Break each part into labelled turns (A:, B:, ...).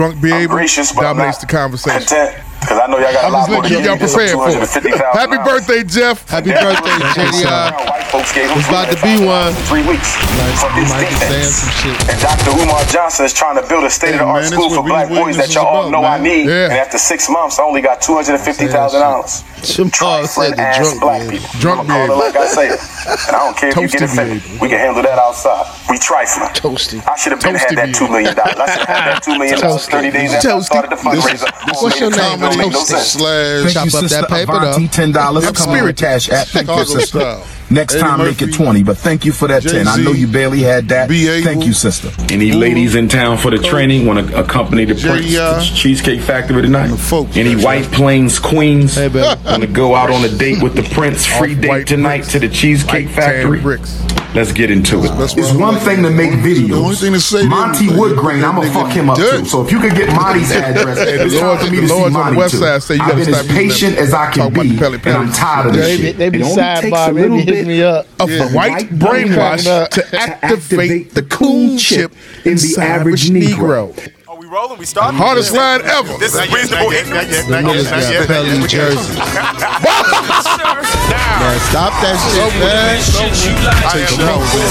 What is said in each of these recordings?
A: Drunk behavior
B: gracious, but I'm
A: dominates the
B: not
A: conversation.
B: Content, because I know y'all got
A: I'm
B: a lot
A: just
B: more to
A: letting
B: give.
A: y'all prepare for it. Happy birthday, Jeff.
C: Happy birthday, JDI.
B: It's
C: It's about to be one.
B: Three weeks. for this
C: you might be saying some
B: defense.
C: shit.
B: And Dr. Umar Johnson is trying to build a state of the art
C: Hey, man,
B: school
C: that's
B: for
C: what we-
B: black
C: what
B: boys that
C: this is
B: y'all all
C: about,
B: know I
C: man.
B: need.
A: Yeah.
B: And after six months, I only got two hundred and fifty thousand dollars.
C: Jamal said Oh, the drunk
B: black
C: man.
B: people. I'ma
A: Drunk
B: call it
A: behavior.
B: like I say it. And I don't care if you get
A: Toasty
B: offended.
A: behavior.
B: We can handle that outside. We trifling.
C: Toasty.
B: I should have been had
A: Toasty
B: that two
A: behavior.
B: million dollars. I should have had that two million dollars
C: Toasty.
B: thirty days after I
C: Toasty.
B: started the
C: This is-
B: fundraiser.
C: this what's your name?
B: Don't make no
C: Toasty.
B: sense.
C: Thank
A: Slash.
C: you,
D: Thank you,
C: sister.
D: sister.
C: Paper it
D: Avanti,
C: up.
D: ten dollars.
A: Yep,
D: Come on,
A: spirit.
D: with cash app. Thank you,
A: Chicago
D: sister.
A: style.
D: Next
A: Eddie
D: time,
A: Murphy,
D: make it twenty. But thank you for that
A: Jay-Z,
D: ten. I know you barely had that.
A: Be able.
D: Thank you, sister.
E: Any ladies in town for the training want to accompany the Prince
A: Jerry, uh,
E: to Cheesecake Factory
A: the
E: tonight?
A: folks.
E: Any White Plains queens
C: Hey, baby.
E: want to go out on a date with the Prince? Free
A: Off
E: date
A: white
E: tonight
A: bricks.
E: to the Cheesecake
A: White tan
E: Factory.
A: bricks.
E: Let's get into it.
A: That's
D: It's
A: what I
D: one
A: like.
D: thing to make
A: The only thing to say
D: videos.
A: to
D: Monty
A: him is like,
D: Woodgrain,
A: that
D: I'ma
A: nigga
D: fuck him up
A: dirty.
D: too. So if you could get Monty's address,
A: Hey, the
D: it's time
A: Lords-
D: for me
A: the
D: to see
A: Lords on
D: Monty
A: the West
D: too.
A: Side say you
D: I've
A: gotta
D: been
A: stop
D: as
A: using
D: patient
A: that.
D: as I can
A: Talk about
D: be,
A: the Pelly
D: and I'm
A: Pelly.
D: tired of
C: They
D: this
C: be,
D: shit.
C: they be
D: It only takes a
C: sidebar. They
D: little
C: be hitting
D: bit
C: me up.
A: of
D: Yeah.
A: the white
D: brain
A: brainwash
C: up.
A: to activate the coon chip in the average Negro.
F: Are we rolling? We starting?
A: Hardest line ever.
F: This is reasonable ignorance.
C: The niggas got Pelly Jersey. Man, stop that shit, man.
A: Take the roll, man.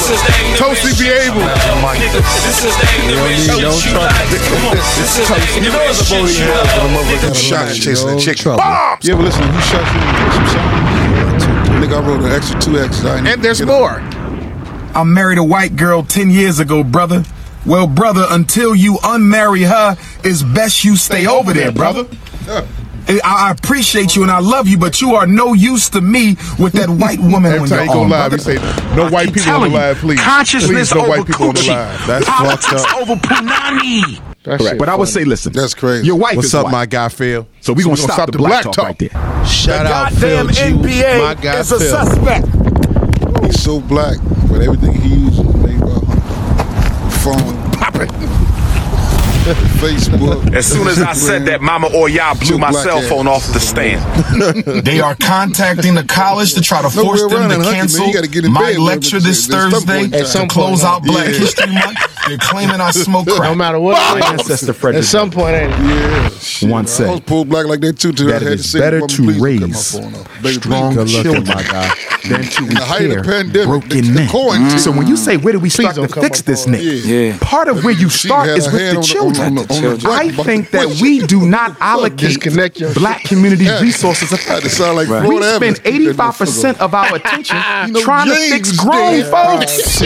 A: Toasty be able.
C: Don't need no trouble.
A: You know it's a boy you Shot chasing that chick. Bombs!
G: You ever listen to who shot you? Nigga, I wrote an extra two X's. I ain't
A: And
G: even
A: there's
G: get
A: more.
D: I married a white girl 10 years ago, brother. Well, brother, until you unmarry her, it's best you stay over there, brother. I I appreciate you and I love you, but you are no use to me with that white woman
A: Every
D: on
A: time
D: your
A: he go
D: arm,
A: live, he
D: brother.
A: say, "No
D: I
A: white
D: keep
A: people on the
D: telling you,
A: live, please.
D: Consciousness
A: Please, no
D: over
A: white people on the
D: coochie.
A: live."
G: That's
D: Politics
G: fucked up.
D: over punani.
C: That shit
D: But I would say,
C: funny.
D: listen,
G: That's crazy.
D: Your wife
G: What's
D: is
G: up,
D: white.
G: my guy Phil?
D: So we're
A: So we
D: gonna stop, the black, talk, right there.
C: Shout out Phil G. My guy Phil.
D: suspect.
G: He's so black, but everything he uses is made by him. phone, Facebook.
H: As soon as I said that, Mama or y'all blew my cell phone off the stand.
D: They are contacting the college to try to
G: No,
D: force
G: we're
D: them
G: running,
D: to
G: Hunky, man.
D: cancel
G: You gotta get in
D: my
G: bed, man,
D: lecture
G: with this-
D: this
G: this
D: Thursday
G: At
D: to
C: some
D: close
C: point,
D: out Black
G: yeah.
D: History Month. They're claiming I smoke
C: No
D: crack.
C: matter what, it is,
D: Ancestor
C: at
D: Frederick.
C: some point, ain't it?
G: Yeah, shit.
D: One
G: I was
D: sec.
G: pulled black like that too. Till I
D: That it
G: had to
D: is
G: say,
D: better
G: Mama,
D: to
G: please cut
D: raise
G: my phone off. Baby,
D: Strong
G: please.
D: children, my guy, than to
G: In the height of the
D: repair
G: pandemic,
D: broken
G: the
D: men. Mm.
G: quarantine.
D: So when you say where do we start
C: don't
D: to
C: come
D: fix
C: up
D: this,
C: on
D: Nick?
G: Yeah.
D: Part of where you
G: She
D: start
G: had
D: is
G: her
D: with
G: hand
D: the
G: on the- on the-
D: children.
G: on the- on the
D: I
G: button.
D: think that we do not allocate
C: Disconnect your-
D: black community
G: Yeah.
D: resources
G: Had to
D: effectively.
G: sound like
D: We
G: Florida
D: spend
G: Evans.
D: 85% of our attention
G: know,
D: trying to
G: James
D: fix
G: did.
D: grown
G: Yeah.
D: folks.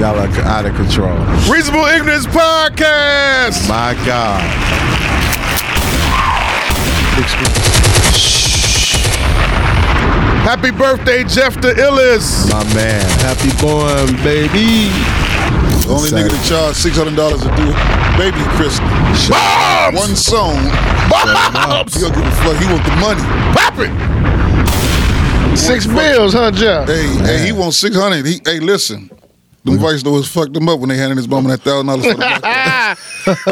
C: Y'all are out of control.
A: Reasonable Ignorance Podcast.
C: My God.
A: Happy birthday, Jeff the Illis.
C: My man. Happy born, baby.
G: The only nigga to charge six hundred dollars to do baby Christmas. One song. He don't give a fuck. He want the money.
A: Pop it.
C: Six bills, huh, Jeff?
G: Hey, hey, he wants six hundred. He, hey, listen. Them
A: Mm-hmm.
G: vice lords fucked him up when they handed his mama that thousand dollars for the black.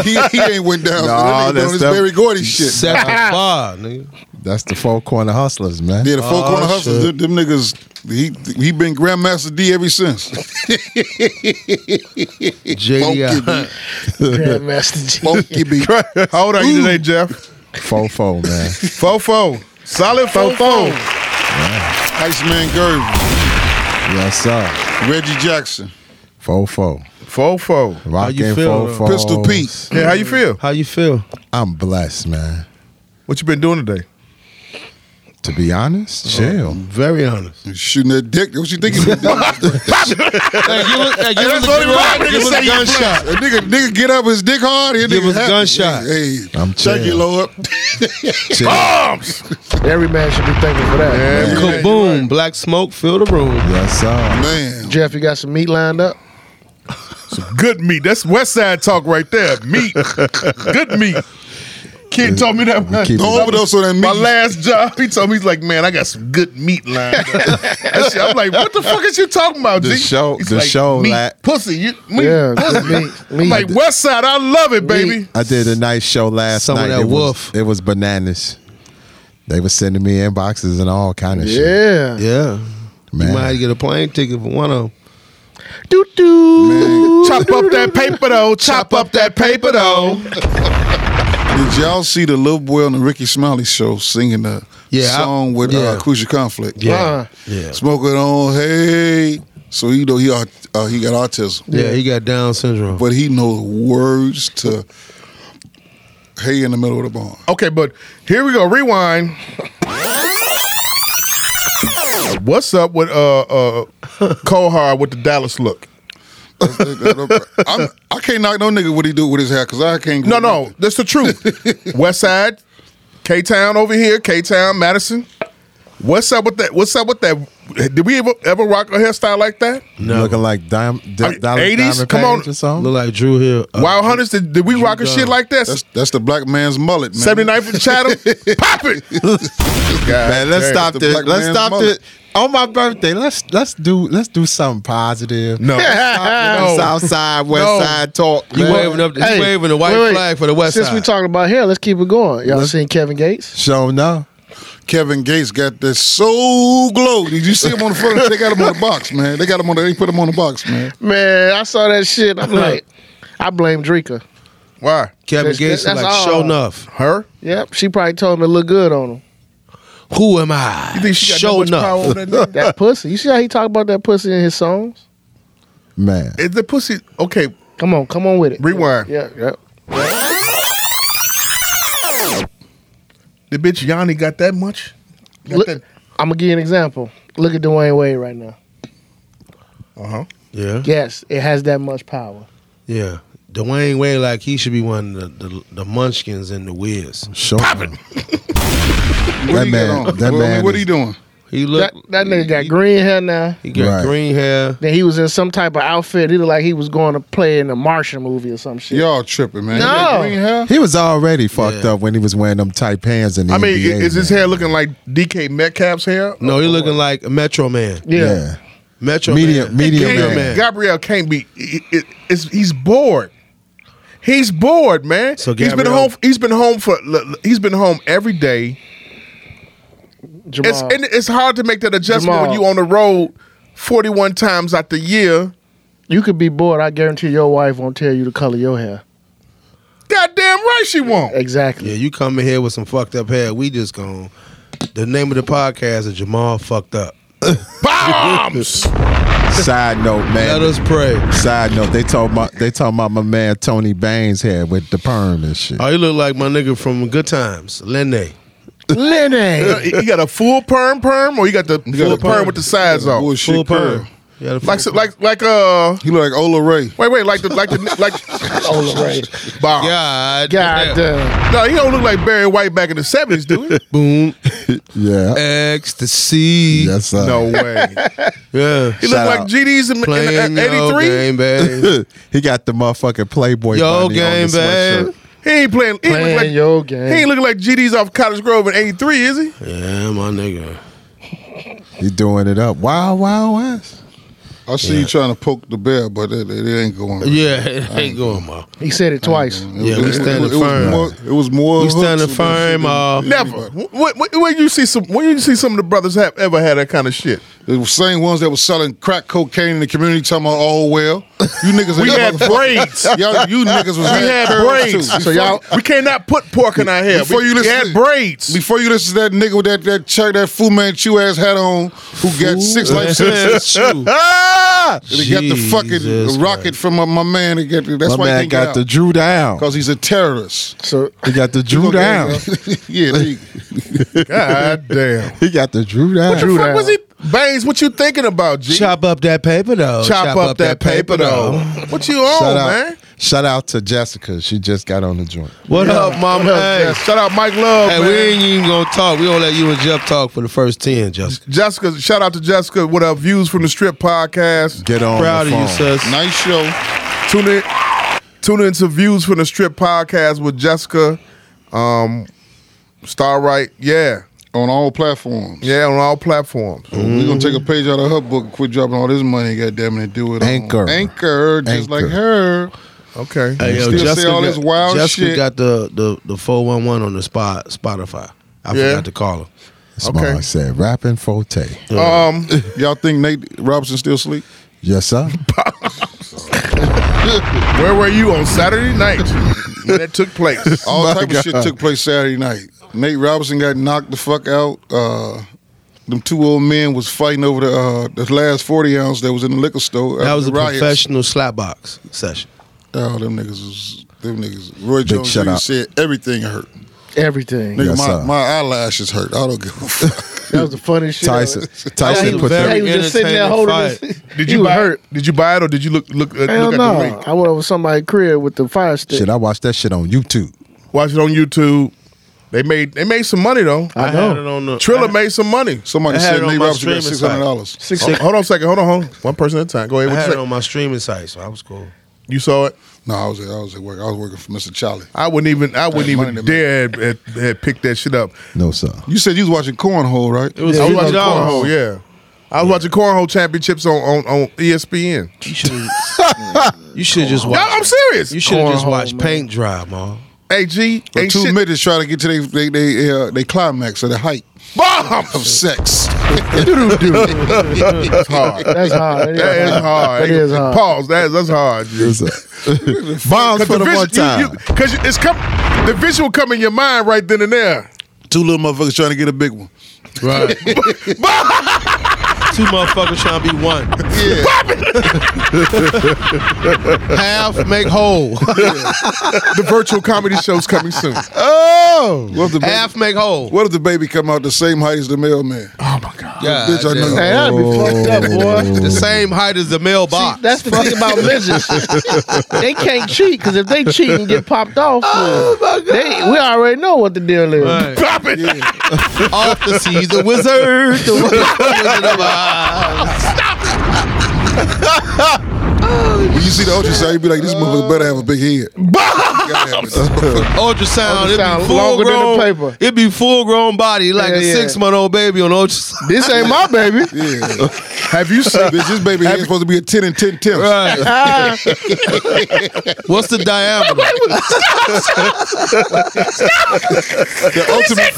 G: he, he ain't went down. so that nigga doing his Barry Gordy shit.
C: Seven five, nigga. That's the four corner hustlers, man.
G: Yeah, the folk
C: Oh,
G: on the hustlers,
C: shit.
G: them, them niggas, he he been Grandmaster D ever since.
A: uh,
G: Funky
C: JDI.
G: beat,
C: Grandmaster G.
G: funky beat.
A: How old are you today, Jeff?
C: Fofo, man.
A: Fofo. Solid fofo.
G: Iceman Gervin,
C: Yes, sir.
G: Reggie Jackson,
C: Fofo.
A: Fofo.
C: Rockin'
I: you feel,
C: Fofo.
G: Pistol Pete.
A: Yeah, how you feel?
I: How you feel?
C: I'm blessed, man.
A: What you been doing today?
C: To be honest, chill.
I: Very honest.
G: Shooting that dick. What you think he been doing?
I: Hey, give us, hey, give us a
A: only right,
I: gun-
A: nigga,
I: give us
A: say
I: a
A: you
I: gunshot.
G: That nigga, nigga get up his dick hard. His
I: Give
G: nigga
I: us a
G: happy.
I: gunshot.
G: Hey,
C: I'm
G: thank you,
C: chill.
G: Lord.
C: chill.
A: Every man should be thankful for that.
I: Kaboom. Black smoke fill the room.
C: Yes, sir.
G: Man,
A: Jeff, you got some meat lined up? Some good meat. That's West Side talk right there. Meat. good meat. Kid told me that.
C: keep it-
G: don't overdose on that meat.
A: My last job, he told me he's like, man, I got some good meat lined up. That shit, I'm like, what the fuck is you talking about?
C: The
A: G?
C: show-
A: He's
C: the show,
A: meat,
C: like-
A: pussy, you, meat,
C: Yeah,
A: pussy.
C: meat,
A: I'm
C: meat.
A: like West Side, I love it, baby.
C: I did a nice show last
I: Some of
C: night.
I: that
C: it,
I: wolf.
C: Was, it was bananas. They were sending me inboxes and all kind of shit.
A: Yeah,
I: Yeah.
C: Man.
I: You might get a plane ticket for one of them. Doo doo.
A: Chop up that paper though. Chop up that paper though.
G: Did y'all see the Lil Boy on the Ricky Smiley show singing the
I: Yeah, I-
G: song with
I: yeah.
G: uh, Crucial Conflict?
I: Yeah. Yeah.
G: Smoke it on, hey. So you know he aut- uh, he got autism,
I: Yeah, he got Down syndrome.
G: but he knows words to "Hey" in the middle of the barn.
A: Okay, but here we go. Rewind. What's up with uh uh Kohar with the Dallas look?
G: I'm, I can't knock no nigga what he do with his hair because I can't.
A: No, no, that's the truth. West Side, K Town over here, K Town, Madison. What's up with that? What's up with that? Did we ever, ever rock a hairstyle like that?
C: No. Looking like dime, di-
A: Are you-
C: dollar,
A: 80s?
C: diamond
A: Come on.
C: Page or something.
I: Look like Drew Hill. Uh,
A: Wild Hunters, did, did we rock a shit like
G: That's
A: that?
G: that's the black man's mullet, man.
A: 79 from Chatham? Pop it!
C: Man, let's
A: Hey,
C: stop
G: the
C: this.
G: black
C: Let's
G: man's
C: stop
G: mother.
C: this. On my birthday, let's let's do let's do something positive.
A: No.
C: Stop with this outside west
A: No.
C: side talk.
I: you
C: man.
I: waving up, the, you waving the white
J: wait, wait.
I: flag for the West
J: Since
I: Side.
J: we talking about hair, let's keep it going. Y'all seen Kevin Gates?
C: Show no.
G: Kevin Gates got the soul glow. Did you see him on the front? They got him on the box, man. They got him on. The, they put him on the box, man.
J: Man, I saw that shit. I'm like, I blame Drika.
A: Why?
I: Kevin
J: That's-
I: Gates is
J: that's
I: like,
J: all.
I: show enough.
A: Her?
J: Yep, she probably told him to look good on him.
I: Who am I?
A: You think she got that
I: show
A: much power
I: enough.
A: over that nigga?
J: That pussy. You see how he talk about that pussy in his songs?
C: Man.
A: Is the pussy. Okay,
J: Come on, come on with it.
A: rewind.
J: Yeah, yeah.
A: The bitch Yanni got that much? Got
J: Look-
A: that-
J: I'm gonna give you an example. Look at Dwayne Wade right now.
A: Uh-huh.
I: Yeah.
J: Yes, it has that much power.
I: Yeah. Dwayne Wade, like he should be one of the, the, the munchkins in the whiz.
C: Show Pop it.
G: What
C: That
G: he
C: man-
G: got on?
C: that
G: what,
C: man
G: what he
C: is-
G: doing?
I: He look
J: That that nigga got green hair now.
I: he got
C: Right.
I: green hair.
J: Then he was in some type of outfit. He looked like he was going to play in a Martian movie or some shit.
G: Y'all tripping, man.
J: No.
G: He got green hair?
C: He was already fucked up when he was wearing them tight pants and the
A: I mean,
C: NBA,
A: is his
C: man.
A: hair looking like DK Metcalf's hair?
I: No, he looking like a Metro Man.
J: Yeah.
C: Yeah.
I: Metro Man.
C: Medium- medium man.
A: Gabriel can't be. It, it, it's, he's bored. He's bored, man.
I: So
A: he's been
I: Gabriel-
A: home. He's been home for. l- l- He's been home every day.
J: Jamal.
A: It's and it's hard to make that adjustment when
J: Jamal.
A: you on the road forty one times out the year.
J: you could be bored. I guarantee your wife won't tell you to color your hair.
A: Goddamn right she won't.
J: Exactly.
I: Yeah, you come in here with some fucked up hair. We just gone. The name of the podcast is Jamal Fucked Up.
A: Bombs.
C: Side note,
I: Let
C: man.
I: us pray.
C: Side note, they told my they talking about my man Tony Baines hair with the perm and shit.
I: Oh, you look like my nigga from Good Times, Lene.
J: Lenny.
A: you got a full perm perm, or you got the
G: got
A: full
G: a
A: perm,
G: perm.
A: with the sides off.
G: Bullshit
I: Full
G: curl.
I: perm. You got a full
A: Like so- like like uh.
G: He look like Ola Ray.
A: Wait wait like the like the like.
J: Ola Ray.
A: Bomb.
I: God,
J: God damn.
A: No, he don't look like Barry White back in the seventies, do he?
I: Boom.
C: Yeah.
I: Ecstasy.
C: Yes, sir.
A: No way.
I: Yeah.
A: He looked
C: Shout
A: like
C: out.
A: GD's in
I: Playing your
A: '83.
I: game, babe.
C: he got the motherfucking Playboy
I: Yo,
C: bunny on
I: game,
C: the
I: babe.
C: sweatshirt.
A: He ain't playing. He ain't
J: Playing
A: look like,
J: your game.
A: He ain't looking like GD's off Cottage Grove in '83, is he?
I: Yeah, my nigga.
C: He doing it up. Wild, wild west.
G: I see you trying to poke the bear, but it, it ain't going.
I: Yeah, it ain't going, ma.
J: He said it twice.
I: Yeah, we standing firm.
G: Was more, it was more.
I: We
G: hooks
I: standing
G: than-
I: firm,
G: than-
I: uh,
G: than
A: Never.
G: anybody.
A: When, when, when you see some, when you see some of the brothers have ever had that kind of shit,
G: The same ones that was selling crack cocaine in the community talking about all well. You niggas
A: we
G: ain't
A: had
G: motherfucking-
A: braids.
G: Y'all, you niggas was we
A: We had braids. So y'all, we cannot put pork in our hair.
G: Before
A: we,
G: you
A: we
G: listen
A: had
G: to-
A: braids.
G: Before you listen to that nigga with that that Chuck that Fu Manchu ass hat on, who got six life sentences,
C: Ah!
G: and he got the
I: Jesus
G: fucking rocket from my, my man. And got the, that's
C: my
G: why
C: man
G: he
C: got the
G: the
C: Drew down.
G: because he's a terrorist.
J: So
C: He got the Drew down.
G: yeah, there you go.
A: God damn.
C: He got the Drew down.
A: What the fuck was he? Baines, what you thinking about, G?
I: Chop up that paper, though.
A: Oh, Chop up, that, paper, though. What you on,
C: Shout out,
A: man?
C: shout out to Jessica. She just got on the joint.
I: What up, mama? Hey,
A: Shout out Mike Love,
I: hey
A: man.
I: we ain't even going to talk. We going to let you and Jeff talk for the first 10, Jessica.
A: Jessica, shout out to Jessica with our views from the strip podcast.
C: Get on.
I: Proud
C: the
I: of you,
C: phone.
I: sis.
G: Nice show.
A: Tune in, tune into views from the strip podcast with Jessica, um, Starright. Yeah,
G: on all platforms.
A: yeah, on all platforms.
G: We're gonna take a page out of her book and quit dropping all this money, goddamn it, and do it. on
C: Anchor.
G: Anchor, just
C: Anchor.
G: like her.
A: Okay,
I: Hey, yo,
G: Still say all this wild
I: Jessica
G: shit.
I: got the, the, the 411 on the spot, Spotify. I
A: Yeah.
I: forgot to call her.
C: Small
A: Okay.
C: said, rapping forte. Oh.
A: um,
G: Y'all think Nate Robinson still sleep?
C: Yes, sir.
A: Where were you on Saturday night when it took place?
G: All type of shit took place Saturday night. Nate Robinson got knocked the fuck out. Uh, them two old men was fighting over the uh, the last forty ounce that was in the liquor store.
I: That
G: after
I: was
G: the
I: a
G: riots.
I: professional slapbox session.
G: Oh, them niggas was them niggas. Roy Jones
C: shout
G: Jr.
C: out.
G: said everything hurt.
J: Everything.
G: Nigga,
C: Yes,
G: my,
C: sir.
G: my eyelashes hurt. I don't give a fuck.
J: That was the funniest shit.
C: Tyson.
J: ever.
C: Tyson
I: was
C: put
I: very-
C: that.
J: He was just sitting there
I: entertaining
J: holding
I: fight.
J: his.
A: Did
J: he
A: you
J: was
A: buy
J: hurt?
A: it? Did you buy it or did you look look, uh,
J: Hell
A: look at
J: no!
A: the link?
J: I went over somebody's crib with the fire stick.
C: Shit, I watched that shit on YouTube.
A: Watch it on YouTube. They made they made some money though.
I: I, had it on the
A: Triller
I: I-
A: made some money.
G: Somebody
I: I had
G: said
I: it on
G: Nate
I: my
G: Robinson got
I: streaming
G: six hundred dollars.
J: Six.
A: Hold- hold on a second. Hold on, hold on. One person at a time. Go ahead.
I: I
A: What
I: had
A: you
I: it
A: say?
I: on my streaming site, so I was cool.
A: You saw it.
G: No, I was at, I was at work. I was working for Mr. Charlie.
A: I wouldn't even. I wouldn't
G: Hey, money
A: even
G: to me.
A: dare had, had, had picked that shit up.
C: No, sir.
G: You said you was watching Cornhole, right?
I: It was
A: I was
I: fifty
A: watching cornhole.
I: dollars.
A: Yeah, I was watching cornhole championships on on, on E ESPN.
I: You should you should just watch.
A: Y'all, I'm serious.
I: You should have just
J: Cornhole,
I: watched
J: man.
I: paint dry, ma.
A: Hey, G,
G: For
A: ain't
G: two
A: shit-
G: minutes trying to get to they they they, uh, they climax or the height of
A: bombs.
G: sex.
A: That's hard. That
J: That's hard.
A: is hard.
J: That is hard.
A: Pause. That is, that's hard. G.
C: Yes, sir. Bombs for the one time.
A: Because it's come, the visual come in your mind right then and there.
G: two little motherfuckers trying to get a big one.
I: Right. Two motherfuckers trying to be one.
G: Yeah,
I: Half make whole.
A: The virtual comedy show's coming soon.
I: oh,
G: what if the baby,
I: half make whole.
G: what if the baby come out the same height as the mailman?
A: Oh my god.
I: God
G: Bitch, I know.
I: damn.
J: Hey, that'd be fucked up, boy.
I: The same height as the mailbox.
J: See, that's the thing about midgets. they can't cheat because if they cheat and get popped off, they, we already know what the deal is.
I: Right.
A: Pop it.
I: off the sea, the wizard. The wizard of Oz.
G: When you see the ultrasound, you be like, this motherfucker better have a big head. Goddamn it, this motherfucker.
I: Ultrasound,
J: Ultrasound
I: it'd be full
J: longer than the
I: grown.
J: paper.
I: It'd be full grown body like
J: Yeah,
I: a
J: yeah.
I: six month old baby on ultrasound.
J: This ain't my baby.
G: Yeah,
A: Have you seen?
G: bitch, this baby head supposed to be a ten and ten tenths.
I: Right.
J: Ah,
I: What's the diameter?
G: The ultimate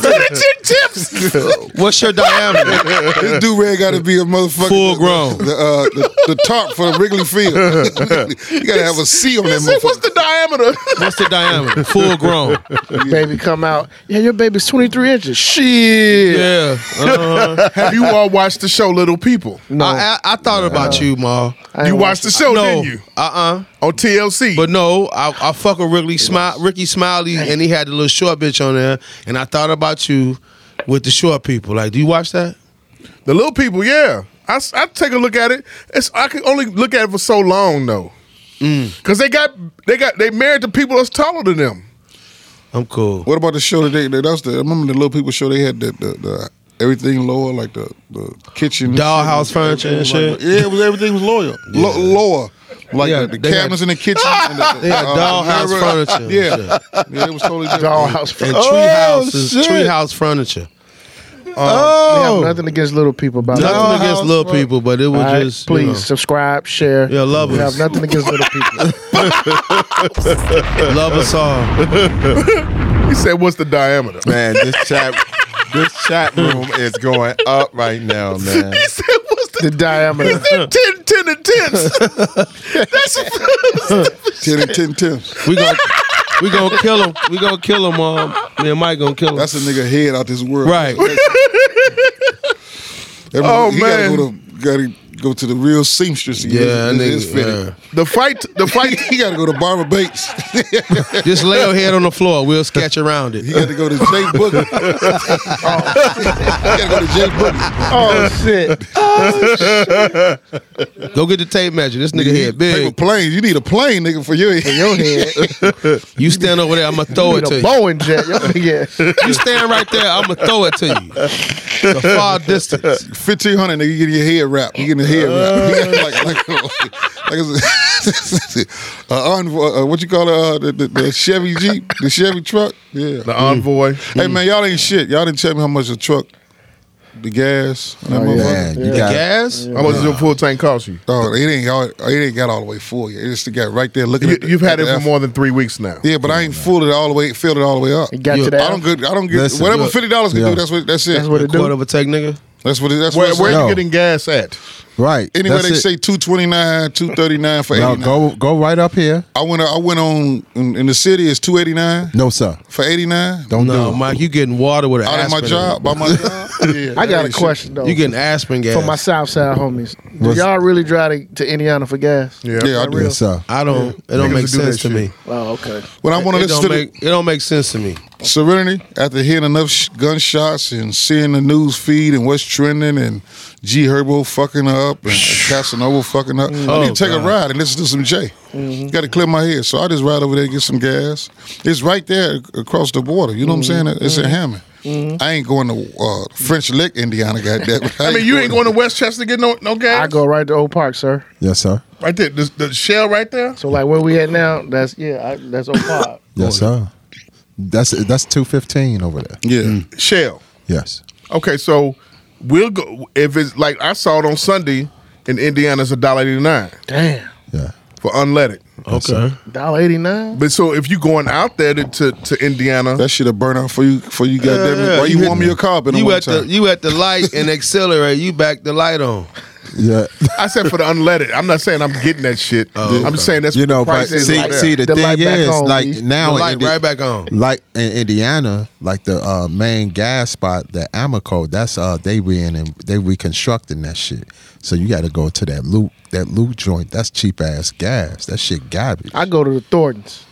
G: figure.
I: What's your diameter?
G: This dude red got to be a motherfucker.
I: Full grown.
G: The, uh, the, the tarp for the Wrigley Field. you got to have a C on that motherfucker.
A: What's the diameter?
I: What's the diameter? Full grown.
J: baby come out. Yeah, your baby's 23 inches. Shit.
I: Yeah.
A: Have you all watched the show Little People?
J: No,
I: I, I, I thought about you, Ma.
J: I
A: You
J: ain't
A: watched the show,
I: no.
A: didn't you?
I: Uh uh
A: On TLC.
I: But no, I, I fuck with Ricky, Smile, Ricky Smiley, and he had the little short bitch on there. And I thought about you with the short people. Like, do you watch that?
A: the Little People, yeah. I, s- I take a look at it. It's I can only look at it for so long though,
G: Mm.
A: because they got they got they married to people that's taller than them.
I: I'm cool.
G: What about the show that they? that- That's the. I remember the little people show. They had the the, the everything lower, like the the kitchen,
I: Dollhouse furniture and
G: Everything was
I: shit.
G: like- yeah, it was everything was loyal, Lo- lower. Like
I: Yeah,
G: the, the
I: they had-
G: cabinets in the kitchen. and the,
I: They had
G: uh,
I: dollhouse
G: mirror.
I: furniture. and shit.
G: Yeah, yeah, it was totally different.
J: Dollhouse for
I: and
J: oh,
I: tree houses,
G: shit.
I: tree house furniture.
J: we have nothing against little people about
I: Nothing
J: that.
I: against little people, but it was
J: All right,
I: just you
J: please
I: know,
J: subscribe, share.
I: Yeah, love
J: We
I: us.
J: have nothing against little people.
I: love us all.
A: He said, "What's the diameter?"
C: Man, this chat this chat room is going up right now, man.
A: He said, "What's the
J: the diameter.
A: Ten, ten, and tens. That's
G: Ten and ten tenths.
I: We gonna we gonna kill them. We gonna kill them. Um, me and Mike gonna kill them.
G: That's a nigga head out this world.
I: Right.
G: Every-
A: Oh,
G: he
A: man.
G: Gotta go to, gotta go to the real seamstress. to get
I: yeah, that
G: his, his
I: nigga.
G: fitted.
I: yeah.
A: the fight. The fight.
G: He got to go to Barbara Bates.
I: Just lay your head on the floor. We'll sketch around
G: He
I: it.
G: got to go to Jay Boogie. he got to go to Jay Boogie.
J: oh shit.
I: Go get the tape measure. This nigga head
G: Paper
I: big.
G: plane. You need a plane, nigga, for your head.
J: Your head.
I: You stand over there. I'ma throw it
J: With
I: to
J: a
I: you.
J: Boeing jet. Your yeah.
I: You stand right there. I'ma throw it to you. The far distance.
G: Fifteen hundred, nigga. You get your head wrapped. You get your head
A: Uh.
G: wrapped. like, like, like, it's a, uh, envoy, uh, what you call it? Uh, the, the, the Chevy Jeep, the Chevy truck. Yeah.
A: The envoy.
G: Hey man, y'all ain't shit. Y'all didn't tell me how much a truck, the gas. and that
C: Man,
G: motherfucker-
C: you
I: The
C: got
I: gas.
A: How much does your full tank cost you?
G: Oh, it ain't all, it ain't got all the way full yet. It just got right there looking.
A: you
G: at the,
A: you've
G: at
A: had it
G: the
A: for
G: F-
A: more than three weeks now.
G: Yeah, but I ain't fooled it all the way, filled it all the way up.
J: It got to
G: I
J: that.
G: don't get, I don't get
C: Listen,
G: whatever
C: look,
G: fifty dollars can
C: yeah.
G: do. That's what that's it.
J: That's what it
I: Quarter
J: do.
I: of a take, nigga.
G: That's what it, that's
A: Where,
G: what
A: where you getting gas at?
C: Right.
G: Anywhere
C: that's
G: they say
C: it.
G: 229, 239 for
C: No,
G: 89.
C: go go right up here.
G: I went I went on in, in the city it's 289
C: No sir.
G: for 89.
C: Don't
I: No,
C: do it.
I: Mike, you getting water with an
G: Out of my
I: aspirin.
G: job, by my job. Yeah,
J: I got a
G: that
J: question though.
I: You getting aspirin gas?
J: for my South Side homies. Do
C: What's-
J: y'all really drive to, to Indiana for gas?
G: shit. Yeah, I do.
C: Yes, sir.
I: I don't. It don't
A: Niggas
I: make
A: that do
I: sense
A: that
I: to me.
J: Oh, okay.
G: When I want to
I: It
G: listen
I: don't
G: to
I: make. It don't make sense to me.
G: the Serenity, after hearing enough sh- gunshots and seeing the news feed and what's trending and G Herbo fucking up and Casanova fucking up, I need to take
I: Oh, God.
G: a ride and listen to some J. Got to clear my head, so I just ride over there and get some gas. It's right there ac- across the border. You know what I'm saying? It's in Hammond. I ain't going to uh, French Lick, Indiana. Goddamn! it.
A: I mean, you ain't going to Westchester to get no no gas.
J: I go right to Old Park, sir.
C: Yes, sir.
A: right there. The, the shell right there.
J: So like where we at now? That's yeah. I, that's Old Park.
C: Yes, sir. That's that's two fifteen over there.
G: Yeah.
A: Shell.
C: Yes.
A: Okay, so we'll go if it's like I saw it on Sunday in Indiana. It's a dollar eighty nine
J: Damn.
C: Yeah.
A: for unleaded.
I: Okay.
J: Dollar eighty nine.
A: But so if you going out there to to, to Indiana,
G: That shit will burn out for you. For you, goddamn it. Why you, warm your car up in the
I: You at the
G: wintertime?
I: you at the light and accelerate. You back the light on.
C: Yeah.
A: I said for the unleaded. I'm not saying I'm getting that shit.
G: Oh,
A: I'm just saying that's
C: You know, but
A: price is
C: see,
A: like that.
C: see, the,
J: The light
C: thing
J: back
C: is,
J: on,
C: like
J: B.
C: now,
I: the
C: in
I: light
C: Indi-
I: right back on.
C: like in Indiana, like the uh, main gas spot, the Amoco, that's uh they in and they reconstructing that shit. So you got to go to that loop, that loop joint. That's cheap ass gas. That shit garbage.
J: I go to the Thorntons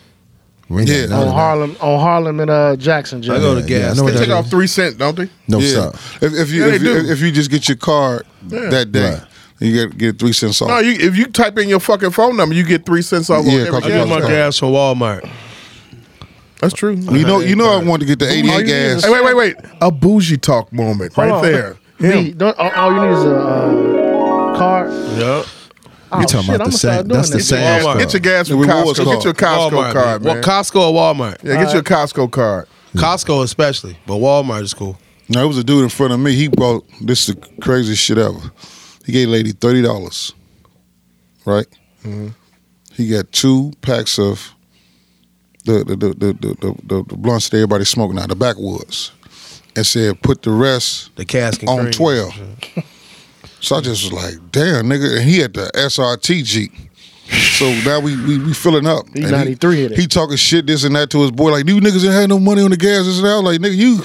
C: We ain't
G: Yeah.
C: got none
J: on
C: of that.
J: Harlem on Harlem and uh Jackson. Jack.
I: I go to
C: Yeah, yeah, I
I: gas.
C: know what
A: they
I: station.
A: take off three cent, don't they?
C: No
G: Yeah.
C: sir.
G: If, if you
A: Yeah,
G: if
A: they
G: you
A: do.
G: if you just get your card that day,
C: Right.
G: you get get three cents off.
A: No, you, if you type in your fucking phone number, you get three cents off.
G: Yeah,
A: on every
G: cause
I: I get
A: gas.
G: you
I: my
G: Yeah.
I: gas from Walmart.
A: That's true.
G: You know, you know, I wanted to get the 88 gas.
A: Hey, wait, wait, wait. A bougie talk moment right
J: on.
A: there.
J: B, don't, all, all you need is a uh, card.
I: Yep.
J: Oh,
C: You talking
J: shit,
C: about
J: I'ma start
C: the same?
J: doing
C: That's the
J: this.
C: same.
I: Walmart.
C: stuff.
A: Get your gas from
G: The rewards
A: Costco. Get
G: card.
A: your Costco
I: Walmart.
A: card,
I: Well,
A: man.
I: Costco or Walmart?
A: yeah, get your Costco card.
I: Costco especially, but Walmart is cool.
G: No, it was a dude in front of me. He bought this is the craziest shit ever. He gave a lady thirty dollars, right?
J: Mm-hmm.
G: He got two packs of the the the the, the, the, the, the blunts that everybody smoking now, the backwoods, and said put the rest
I: The cask and
G: on
I: cream.
G: twelve. So I just was like, damn, nigga. And he had the SRT Jeep. So now we we, we filling up.
J: He
G: And
J: 93 in it.
G: He talking shit, this and that to his boy. Like, you niggas ain't had no money on the gas, this and that. I'm Like, nigga, you.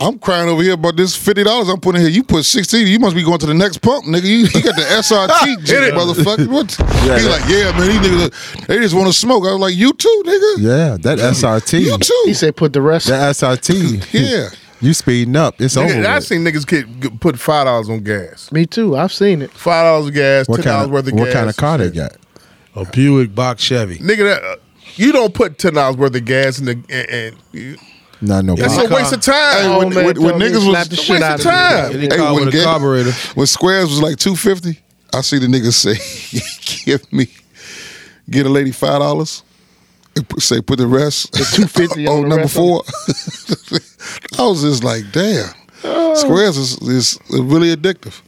G: I'm crying over here about this fifty dollars I'm putting here. You put sixteen, you must be going to the next pump, nigga. You, you got the SRT, Jeep,
A: it.
G: motherfucker. What? he like, yeah, man. These niggas, they just want to smoke. I was like, you too, nigga.
C: Yeah, that
G: You
C: SRT.
G: too.
J: He said put the rest.
C: That SRT.
G: Yeah.
C: you speeding up. It's over.
A: Nigga, I
C: with.
A: seen niggas get, get- put five dollars on gas.
J: Me too. I've seen it.
A: Five dollars of gas,
C: What
A: ten
C: kind
A: dollars
C: of
A: worth of
C: what
A: gas.
C: kind of car they got?
I: A Buick box Chevy.
A: Nigga, that, uh, you don't put ten dollars worth of gas in the and, and you,
C: Not no.
A: that's
C: car.
A: a waste of time.
G: Hey,
J: Oh,
G: when- when- when
J: Tony
G: niggas was-
J: slapped the
A: It's a
J: shit
A: waste
J: out
A: of
J: of me.
A: time.
I: Any car with a
G: gas-
I: carburetor.
G: when squares was like two fifty, I see the niggas say, "Give me, get a lady five dollars." Say put the rest
J: $2.50 on
G: on
J: the
G: number
J: rest
G: four. I was just like, damn, squares is, is really addictive,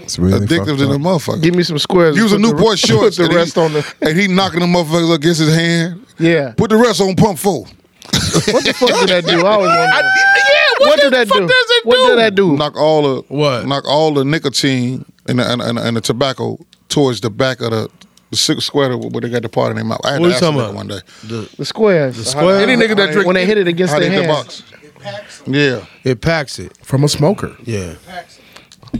C: It's really
G: addictive
C: fucked
G: to the
C: up.
G: motherfucker.
J: Give me some squares.
G: he was a
J: Put the-
G: Newport shorts.
J: Put
G: and
J: the
G: he-
J: rest on the.
G: and he knocking the motherfuckers against his hand.
J: Yeah.
G: Put the rest on pump four.
J: What the fuck did that do? I always wonder.
A: yeah,
J: What, did that do? what did that do?
G: knock all the
I: What?
G: knock all the nicotine and the, and, and, and the tobacco towards the back of the, the six square where they got the part in their mouth. I had
I: What
G: to
I: you
G: ask a
I: talking
G: nigga
I: about?
G: one day.
J: The squares. The
I: squares?
J: Any nigga that drink when they hit it against
G: How
J: their
G: they hit the
J: hands.
G: box? Yeah,
I: It packs it.
A: From a smoker,
I: Yeah.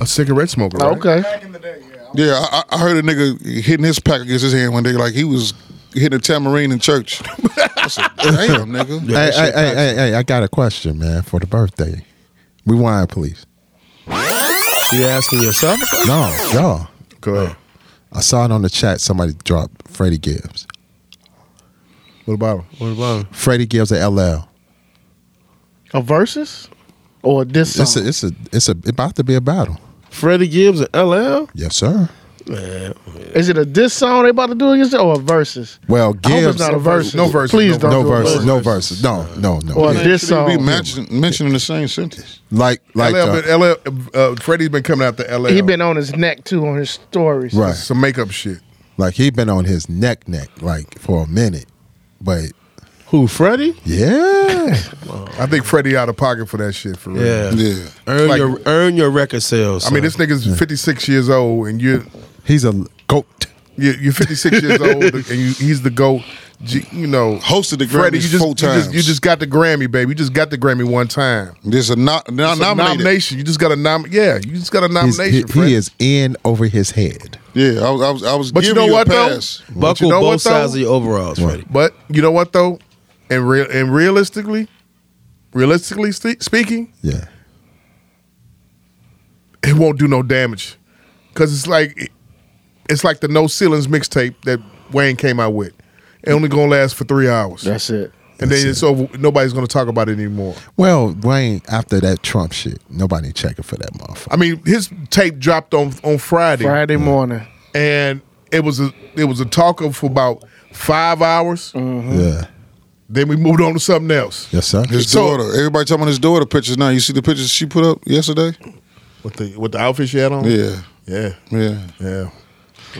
A: a cigarette smoker.
J: Oh,
A: Right?
J: okay.
G: yeah. I, I- I heard a nigga hitting his pack against his hand one day, like he was hitting a tamarine in church. I said, Damn, nigga.
C: Hey, hey, hey, hey, hey, I got a question, man, for the birthday. Rewind, please.
I: You asking yourself?
C: No, y'all.
A: Go ahead.
C: I saw it on the chat. Somebody dropped Freddie Gibbs.
A: What about him?
I: What about him?
C: Freddie Gibbs at LL.
J: A versus or a diss song?
C: It's a, it's a, it's a, about to be a battle.
I: Freddie Gibbs and LL?
C: Yes, sir.
J: Is it a diss song they about to do against it or a versus?
C: Well,
J: I hope it's
C: Gibbs.
J: not a versus.
A: No versus,
J: Please
A: no
J: don't
C: no
J: do a
C: verses,
J: versus.
C: no verses, no, no, no.
J: Or a
C: Yeah.
J: diss
G: Shouldn't
J: song.
G: be mention, mentioning the same sentence.
C: Like, like,
A: LL,
C: uh,
A: been, LL, uh, Freddie's been coming out the LL.
J: He been on his neck too on his stories.
C: right?
A: some makeup shit.
C: Like he been on his neck, neck, like for a minute, but
J: Who, Freddie?
C: Yeah.
A: I think Freddie out of pocket for that shit for real.
I: Yeah. Earn
A: Like-
I: your earn your record sales.
A: I mean,
I: son.
A: this nigga's 56 years old, and you're
C: he's a goat.
A: you're, you're 56 years old, and you, he's the goat. G- You know,
G: Hosted the
A: Freddie,
G: Grammys
A: you just,
G: four
A: you just
G: times.
A: you just got the Grammy, baby. You just got the Grammy one time.
G: There's a, no, no,
A: It's a
G: nominated.
A: nomination. You just got a nom. Yeah, you just got a
C: He's-
A: nomination.
C: he,
A: Freddie.
C: he is in over his head.
G: Yeah, I was, I was, I was
A: But you
G: giving
A: know what
G: a
A: though?
G: pass.
A: But you
I: Buckle
A: know
I: both
A: what, though?
I: sides of your overalls, Freddie.
A: But you know what though, and real and realistically, realistically ste- speaking,
C: Yeah.
A: it won't do no damage, cause it's like it's like the No Ceilings mixtape that Wayne came out with. It only gonna last for three hours,
J: That's it.
A: and then it's over. Nobody's gonna talk about it anymore.
C: Well, Wayne, after that Trump shit, nobody checking for that motherfucker.
A: I mean, his tape dropped on on Friday,
J: Friday morning.
A: and it was a it was a talk of for about five hours.
C: Yeah.
A: Then we moved on to something else.
C: Yes, sir.
G: His
A: So-
G: daughter. Everybody talking about his daughter pictures now. You see the pictures she put up yesterday?
A: With the with the outfit she had on,
G: Yeah,
A: yeah,
G: yeah.
A: yeah.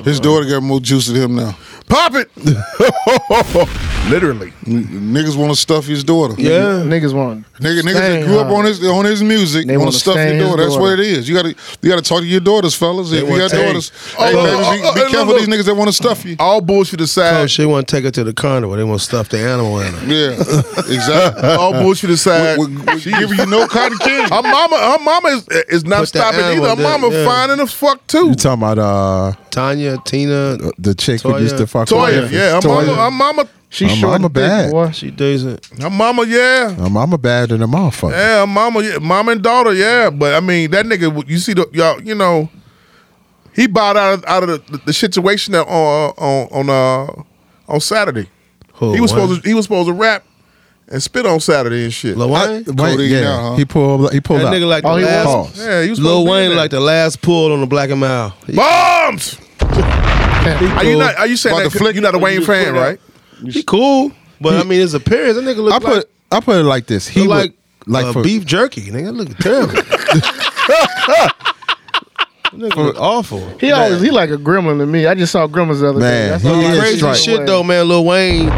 G: His daughter got more juice than him now.
A: Pop it, literally.
G: N- Niggas want to stuff his daughter.
I: Yeah.
J: Niggas want.
G: Nigga, niggas
J: Stain,
G: that grew up
J: huh?
G: on his on his music
J: They
G: want
J: wanna
G: to stuff your
J: stain his
G: daughter. That's
J: daughter.
G: what it is. You gotta you gotta talk to your daughters, fellas. If you
A: want
G: got
A: to-
G: daughters,
A: Oh,
G: hey,
A: oh,
G: babies,
A: oh,
G: be,
A: oh,
G: be
A: hey,
G: careful
A: look,
G: these
A: look.
G: niggas that want to stuff you.
A: All bullshit
I: Oh,
A: aside,
I: she want to take her to the condo where they want to stuff the animal in her.
G: Yeah, exactly.
A: all bullshit aside,
G: we, we, we giving you no cotton candy.
A: her mama, her mama is, is not
I: Put the
A: stopping either.
I: animal
A: Her
I: there,
A: mama
I: yeah.
A: finding the fuck too.
C: You talking about uh
I: Tanya, Tina,
C: the chick who
I: Toya.
C: used to fuck
A: Toya,
C: with
A: yeah, her mama, her mama,
J: She's
C: I'm-
J: short.
C: I'm a
J: and thick,
C: bad.
J: boy.
I: she doesn't.
A: her mama, yeah.
I: Oh.
C: I'm, I'm a bad than a motherfucker.
A: Yeah, her mama, yeah, mom and daughter, yeah. But I mean, that nigga, you see the y'all, you know, he bowed out of, out of the, the situation that on on on uh on Saturday.
I: Who,
A: he was
I: Wayne?
A: supposed to he was supposed to rap and spit on Saturday and shit.
I: Lil
C: I-
I: Wayne?
C: wait,
G: Cody
C: yeah,
G: now, huh?
C: he pulled. He pulled
I: That
C: up.
I: nigga like the
J: Oh, he
I: last.
C: was? Pause.
A: yeah, he was
I: Lil
A: supposed to be
I: Wayne
A: there.
I: like the last pull on the Black and Mild. He,
A: bombs. Are you not? Are you saying
G: About
A: that
G: the
A: 'cause
G: flick?
A: you're not a Wayne
G: You
A: fan,
G: put it
A: right?
I: he cool, but I mean his appearance. That nigga look
C: I
I: like,
C: put. I put it like this. He
I: look
C: like
I: like
C: like
I: uh,
C: for
I: beef jerky. Nigga look terrible. nigga look awful.
J: He always he like a gremlin to me. I just saw gremlins the other
C: Man,
J: day. That's
C: he
J: all I
C: is
J: see
I: crazy
C: straight.
I: shit though, man. Lil Wayne,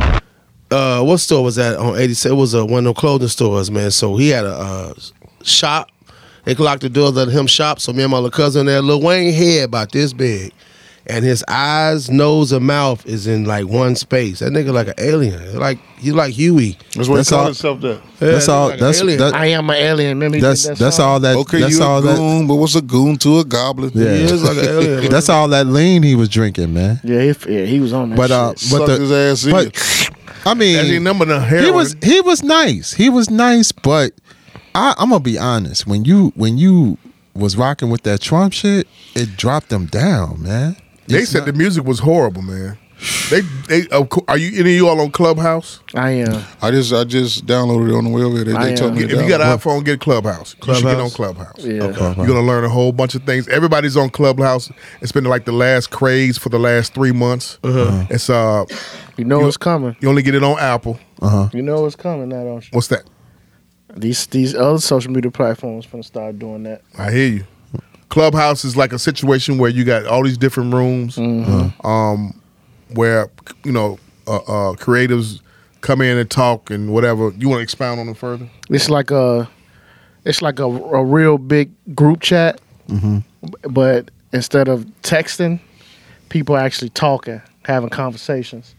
I: uh, what store was that on 87? It was uh, one of the clothing stores, man. So he had a uh, shop. They locked the doors of him shop. So me and my little cousin there, Lil Wayne head about this big. And his eyes, nose, and mouth is in like one space. That nigga like an alien. Like he like Huey.
G: That's what
C: That's
G: he
C: all-
G: called himself. That
C: that's
I: Yeah,
C: all.
I: nigga like
C: That's
I: an alien.
C: that,
J: I am an alien. Remember he
C: that's
J: did that
C: that's
J: song?
C: all that.
G: okay,
C: that's
G: you
C: all
G: a
C: that.
G: goon, but what's a goon to a goblin?
C: Yeah.
I: He is like an alien. man.
C: That's all that lean he was drinking, man.
J: Yeah, he, f- yeah, he was on that.
C: But uh,
G: Sucked
C: but the
G: his ass in.
C: but I
A: As he
C: mean,
A: number the
C: he
A: heroin.
C: was he was nice. He was nice, but I, I'm gonna be honest. When you when you was rocking with that Trump shit, it dropped him down, man.
A: They
C: It's
A: said the music was horrible, man. They they of cour- are you any of you all on Clubhouse?
J: shit. I am.
G: I just I just downloaded it on the way over there. They,
J: I
G: they told
J: am.
G: me
A: If
G: to
A: you got
G: download it.
A: an iPhone, get Clubhouse. You should get on
I: Clubhouse?
A: Clubhouse.
J: Yeah.
A: You're gonna learn a whole bunch of things. Everybody's on Clubhouse. It's been like the last craze for the last three months. It's uh,
J: You know it's coming.
A: you only get it on Apple.
J: You know it's coming now, don't you?
A: What's that?
J: These these other social media platforms gonna start doing that.
A: I hear you. Clubhouse is like a situation where you got all these different rooms,
J: Mm-hmm.
A: um, where you know uh, uh, creatives come in and talk and whatever. You want to expound on them further?
J: It's like a it's like a, a real big group chat,
C: Mm-hmm.
J: but instead of texting, people are actually talking, having conversations,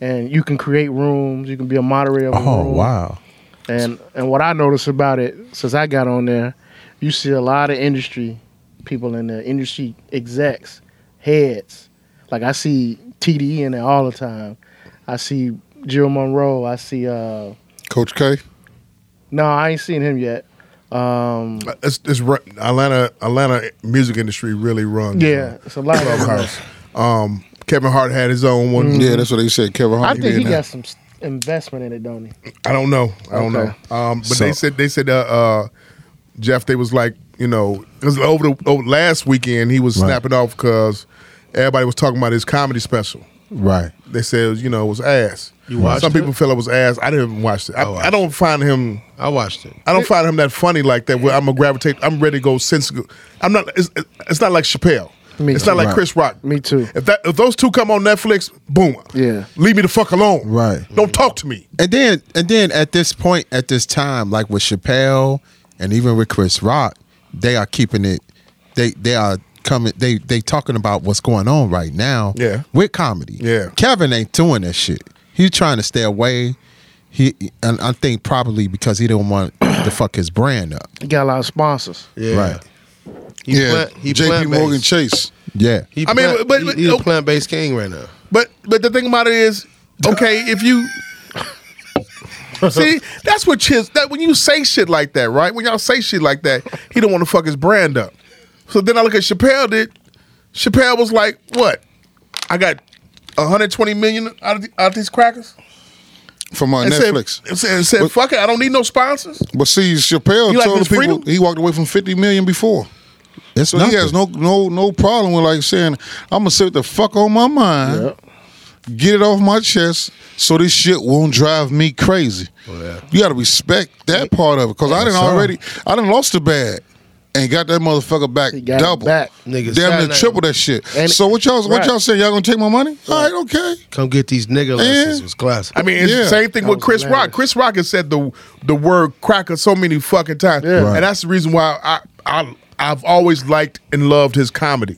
J: and you can create rooms. You can be a moderator. Of a
C: Oh
J: room.
C: wow.
J: And and what I noticed about it since I got on there, you see a lot of industry people in there, industry execs, heads. Like I see TDE in there all the time. I see Jill Monroe. I see. uh
G: Coach K.
A: Mm-hmm.
J: No, I ain't seen him yet. Um
A: Uh, It's, it's ru- Atlanta. Atlanta music industry really runs.
J: Yeah, it's a lot of
A: Clubhouse. um, Kevin Hart had his own one.
J: Mm-hmm.
G: Yeah, that's what they said. Kevin
J: I
G: Hart.
J: think
G: be
J: he
G: in there.
J: got some s- investment in it, don't he?
A: I don't know. I don't
J: Okay.
A: know. Um, but they
C: So-
A: said they said uh, uh, Jeff. They was like you know because over the over last weekend he was
C: Right.
A: snapping off because everybody was talking about his comedy special.
C: Right.
A: They said you know it was ass. You
I: watched
A: Some
I: it?
A: people feel it was ass. I didn't watch it. I,
I: watched
A: I don't find him.
I: I watched it.
A: I don't find him that funny like that. Where I'm gonna gravitate. I'm ready to go sensical. I'm not. It's, it's not like Chappelle.
J: Me
A: it's not
J: too.
A: like
J: Right.
A: Chris Rock.
J: Me too.
A: If that if those two come on Netflix, boom.
J: Yeah.
A: Leave me the fuck alone.
C: Right.
A: Don't talk to me.
C: And then and then at this point, at this time, like with Chappelle and even with Chris Rock, they are keeping it they they are coming they they talking about what's going on right now
A: Yeah.
C: with comedy.
A: Yeah.
C: Kevin ain't doing that shit. He's trying to stay away. He and I think probably because he don't want to fuck his brand up.
J: He got a lot of sponsors.
I: Yeah.
C: Right.
I: He
G: yeah,
I: plant- he
G: J.P.
I: plant-based.
G: Morgan Chase.
C: Yeah.
I: He
A: I mean,
I: plant-
A: but-
I: he-
A: but-
I: he's a
A: oh.
I: plant-based king right now.
A: But but the thing about it is, okay, if you see, that's what Chiz. That when you say shit like that, right? When y'all say shit like that, he don't want to fuck his brand up. So then I look at Chappelle. Did Chappelle was like, what? I got 120 million out of, the, out of these crackers.
G: From my
A: And said-
G: Netflix,
A: and said, and said,
G: But-
A: fuck it, I don't need no sponsors.
G: but see, Chappelle
A: You like
G: told
A: his
G: the people
A: freedom?
G: he walked away from fifty million before.
C: It's
G: So
C: nothing.
G: he has no no no problem with like saying, I'm gonna sit the fuck on my mind, get it off my chest, so this shit won't drive me crazy. You gotta respect that part of it. Cause I didn't
C: sir.
G: already I done lost the bag and got that motherfucker back
J: He got it
G: double.
J: back.
I: Nigga,
G: Damn near
I: Saturday-
G: triple that shit.
J: And-
G: so what y'all what
J: Right.
G: y'all saying? Y'all gonna take my money? All right, okay.
I: Come get these nigga lessons
G: Yeah.
I: was classic.
A: I mean, it's the
G: Yeah.
A: same thing
J: That
A: with
J: was
A: Chris Rock.
J: hilarious.
A: Chris Rock has said the the word cracker so many fucking times,
J: Yeah. Right.
A: and that's the reason why I, I I've always liked and loved his comedy,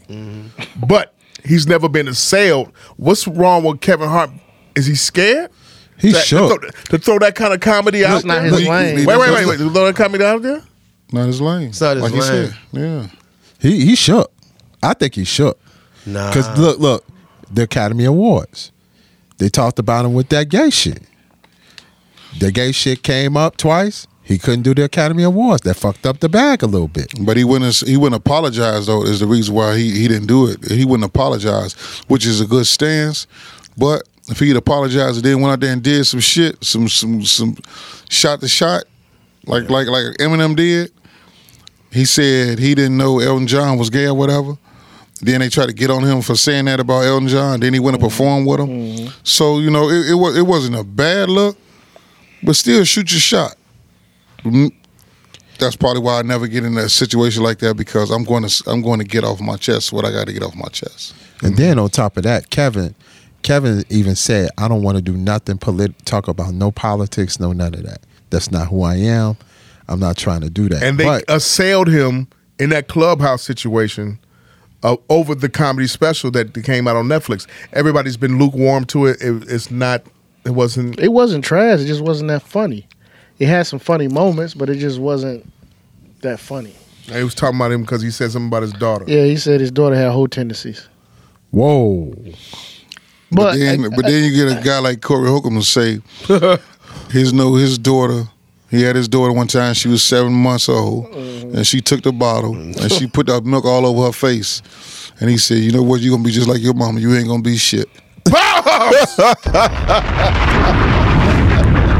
A: but he's never been assailed. What's wrong with Kevin Hart? Is he scared?
C: He's
A: That-
C: shook.
A: To, throw, to throw that kind of comedy out
J: That's not
A: there?
J: his
A: wait,
J: lane.
A: wait, wait, wait, To throw that comedy out there?
G: Not his lane.
I: not his
G: like he
I: lane.
G: said. Yeah.
C: He he shook. I think he shook.
I: Nah.
C: Cause look, look, the Academy Awards. They talked about him with that gay shit. The gay shit came up twice. He couldn't do the Academy Awards. That fucked up the bag a little bit.
G: But he wouldn't. He wouldn't apologize though. Is the reason why he he didn't do it. He wouldn't apologize, which is a good stance. But if he'd apologized and then went out there and did some shit, some some some shot to shot, like like like Eminem did. He said he didn't know Elton John was gay or whatever. Then they tried to get on him for saying that about Elton John. Then he went and performed with him. So you know it, it was it wasn't a bad look, but still shoot your shot. Mm, That's probably why I never get in a situation like that because I'm going to I'm going to get off my chest what I got to get off my chest.
C: And then on top of that, Kevin, Kevin even said, "I don't want to do nothing polit- talk about no politics, no none of that. That's not who I am. I'm not trying to do that."
A: And they
C: But-
A: assailed him in that clubhouse situation uh, over the comedy special that came out on Netflix. Everybody's been lukewarm to it. it it's not. It wasn't.
J: It wasn't trash. It just wasn't that funny. It had some funny moments, but it just wasn't that funny.
A: They was talking about him because he said something about his daughter.
J: Yeah, he said his daughter had hoe tendencies.
C: whoa,
J: But,
G: then, but then you get a guy like Corey Holcomb to say his no his daughter. He had his daughter one time. She was seven months old,
J: Mm.
G: and she took the bottle and she put that milk all over her face. And he said, "You know what? You're gonna be just like your mama. You ain't gonna be shit."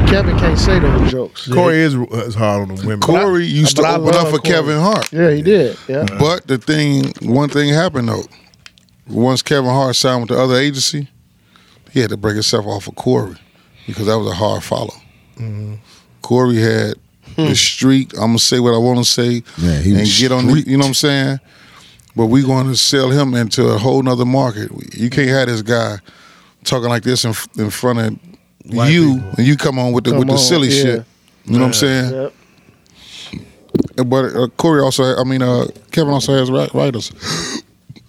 J: Kevin can't say those jokes.
A: Corey is, uh, is hard on the women.
G: Corey used to
J: I
G: open
J: love
G: up for
J: Corey.
G: Kevin Hart.
J: Yeah, he did. Yeah.
G: But the thing, one thing happened though. Once Kevin Hart signed with the other agency, he had to break himself off of Corey because that was a hard follow. Corey had the street. I'm gonna say what I want to say
C: Yeah, Hmm. he
G: and
C: was
G: get on. The, you know what I'm saying? But we going to sell him into a whole nother market. You can't have this guy talking like this in, in front of
I: White
G: you,
I: people.
G: and you come on with the
J: Come
G: with the
J: on,
G: silly
J: yeah.
G: shit. You know what I'm saying?
J: Yep.
G: But uh, Corey also, I mean, uh, Kevin also has ri- writers.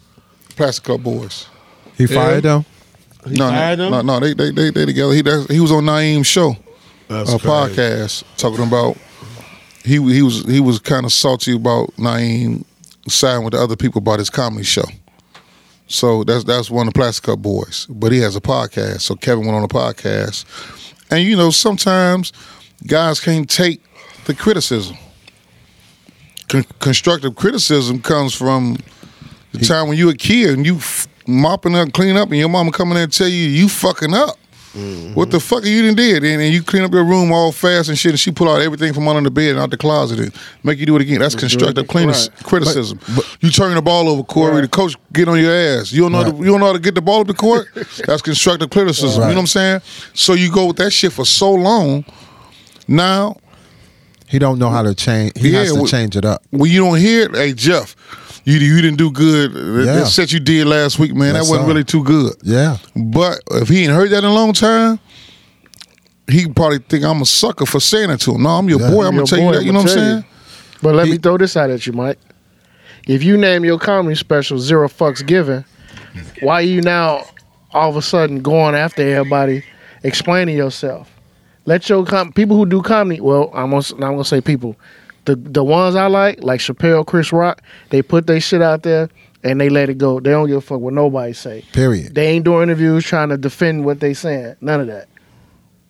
G: Plastic Cup Boys.
C: he fired them.
G: no,
I: hired
G: no,
I: them?
G: no, no, they they they, they together. He that's, he was on Naeem's show,
I: That's
G: a
C: Oh,
I: crazy.
G: uh, podcast talking about he he was he was kind of salty about Naeem siding with the other people about his comedy show. So that's that's one of the Plastic Cup Boys. But he has a podcast, so Kevin went on a podcast, and you know sometimes guys can't take the criticism. Con- constructive criticism comes from the time when you were a kid and you f- mopping up, clean up, and your mama coming in and tell you you fucking up. What the fuck you done did? And, and you clean up your room all fast and shit, and she pull out everything from under the bed and out the closet and make you do it again. That's constructive clean criticism. you turn the ball over, Corey. The coach get on your ass. You don't know. how to- you don't know how to get the ball up the court. That's constructive criticism. You know what I'm saying? So you go with that shit for so long. Now
C: He don't know how to change. He
G: Yeah,
C: has to
G: we-
C: change it up.
G: when you don't hear it, hey Jeff, you you didn't do good. That,
C: Yeah.
G: that set you did last week, man,
C: That's
G: that wasn't
C: all.
G: really too good.
C: Yeah.
G: But if he ain't heard that in a long time, he probably think I'm a sucker for saying it to him. No, I'm your boy. I'm gonna
J: Your
G: tell
J: boy,
G: you that. You know
J: I'ma
G: what I'm
J: tell you.
G: saying?
J: But let me throw this out at you, Mike. If you name your comedy special Zero Fucks Given, why you now all of a sudden going after everybody, explaining yourself? Let your com- people who do comedy. Well, I'm gonna, s- I'm gonna say people. The the ones I like, like Chappelle, Chris Rock, they put their shit out there and they let it go. They don't give a fuck what nobody say.
C: Period.
J: They ain't doing interviews trying to defend what they saying. None of that.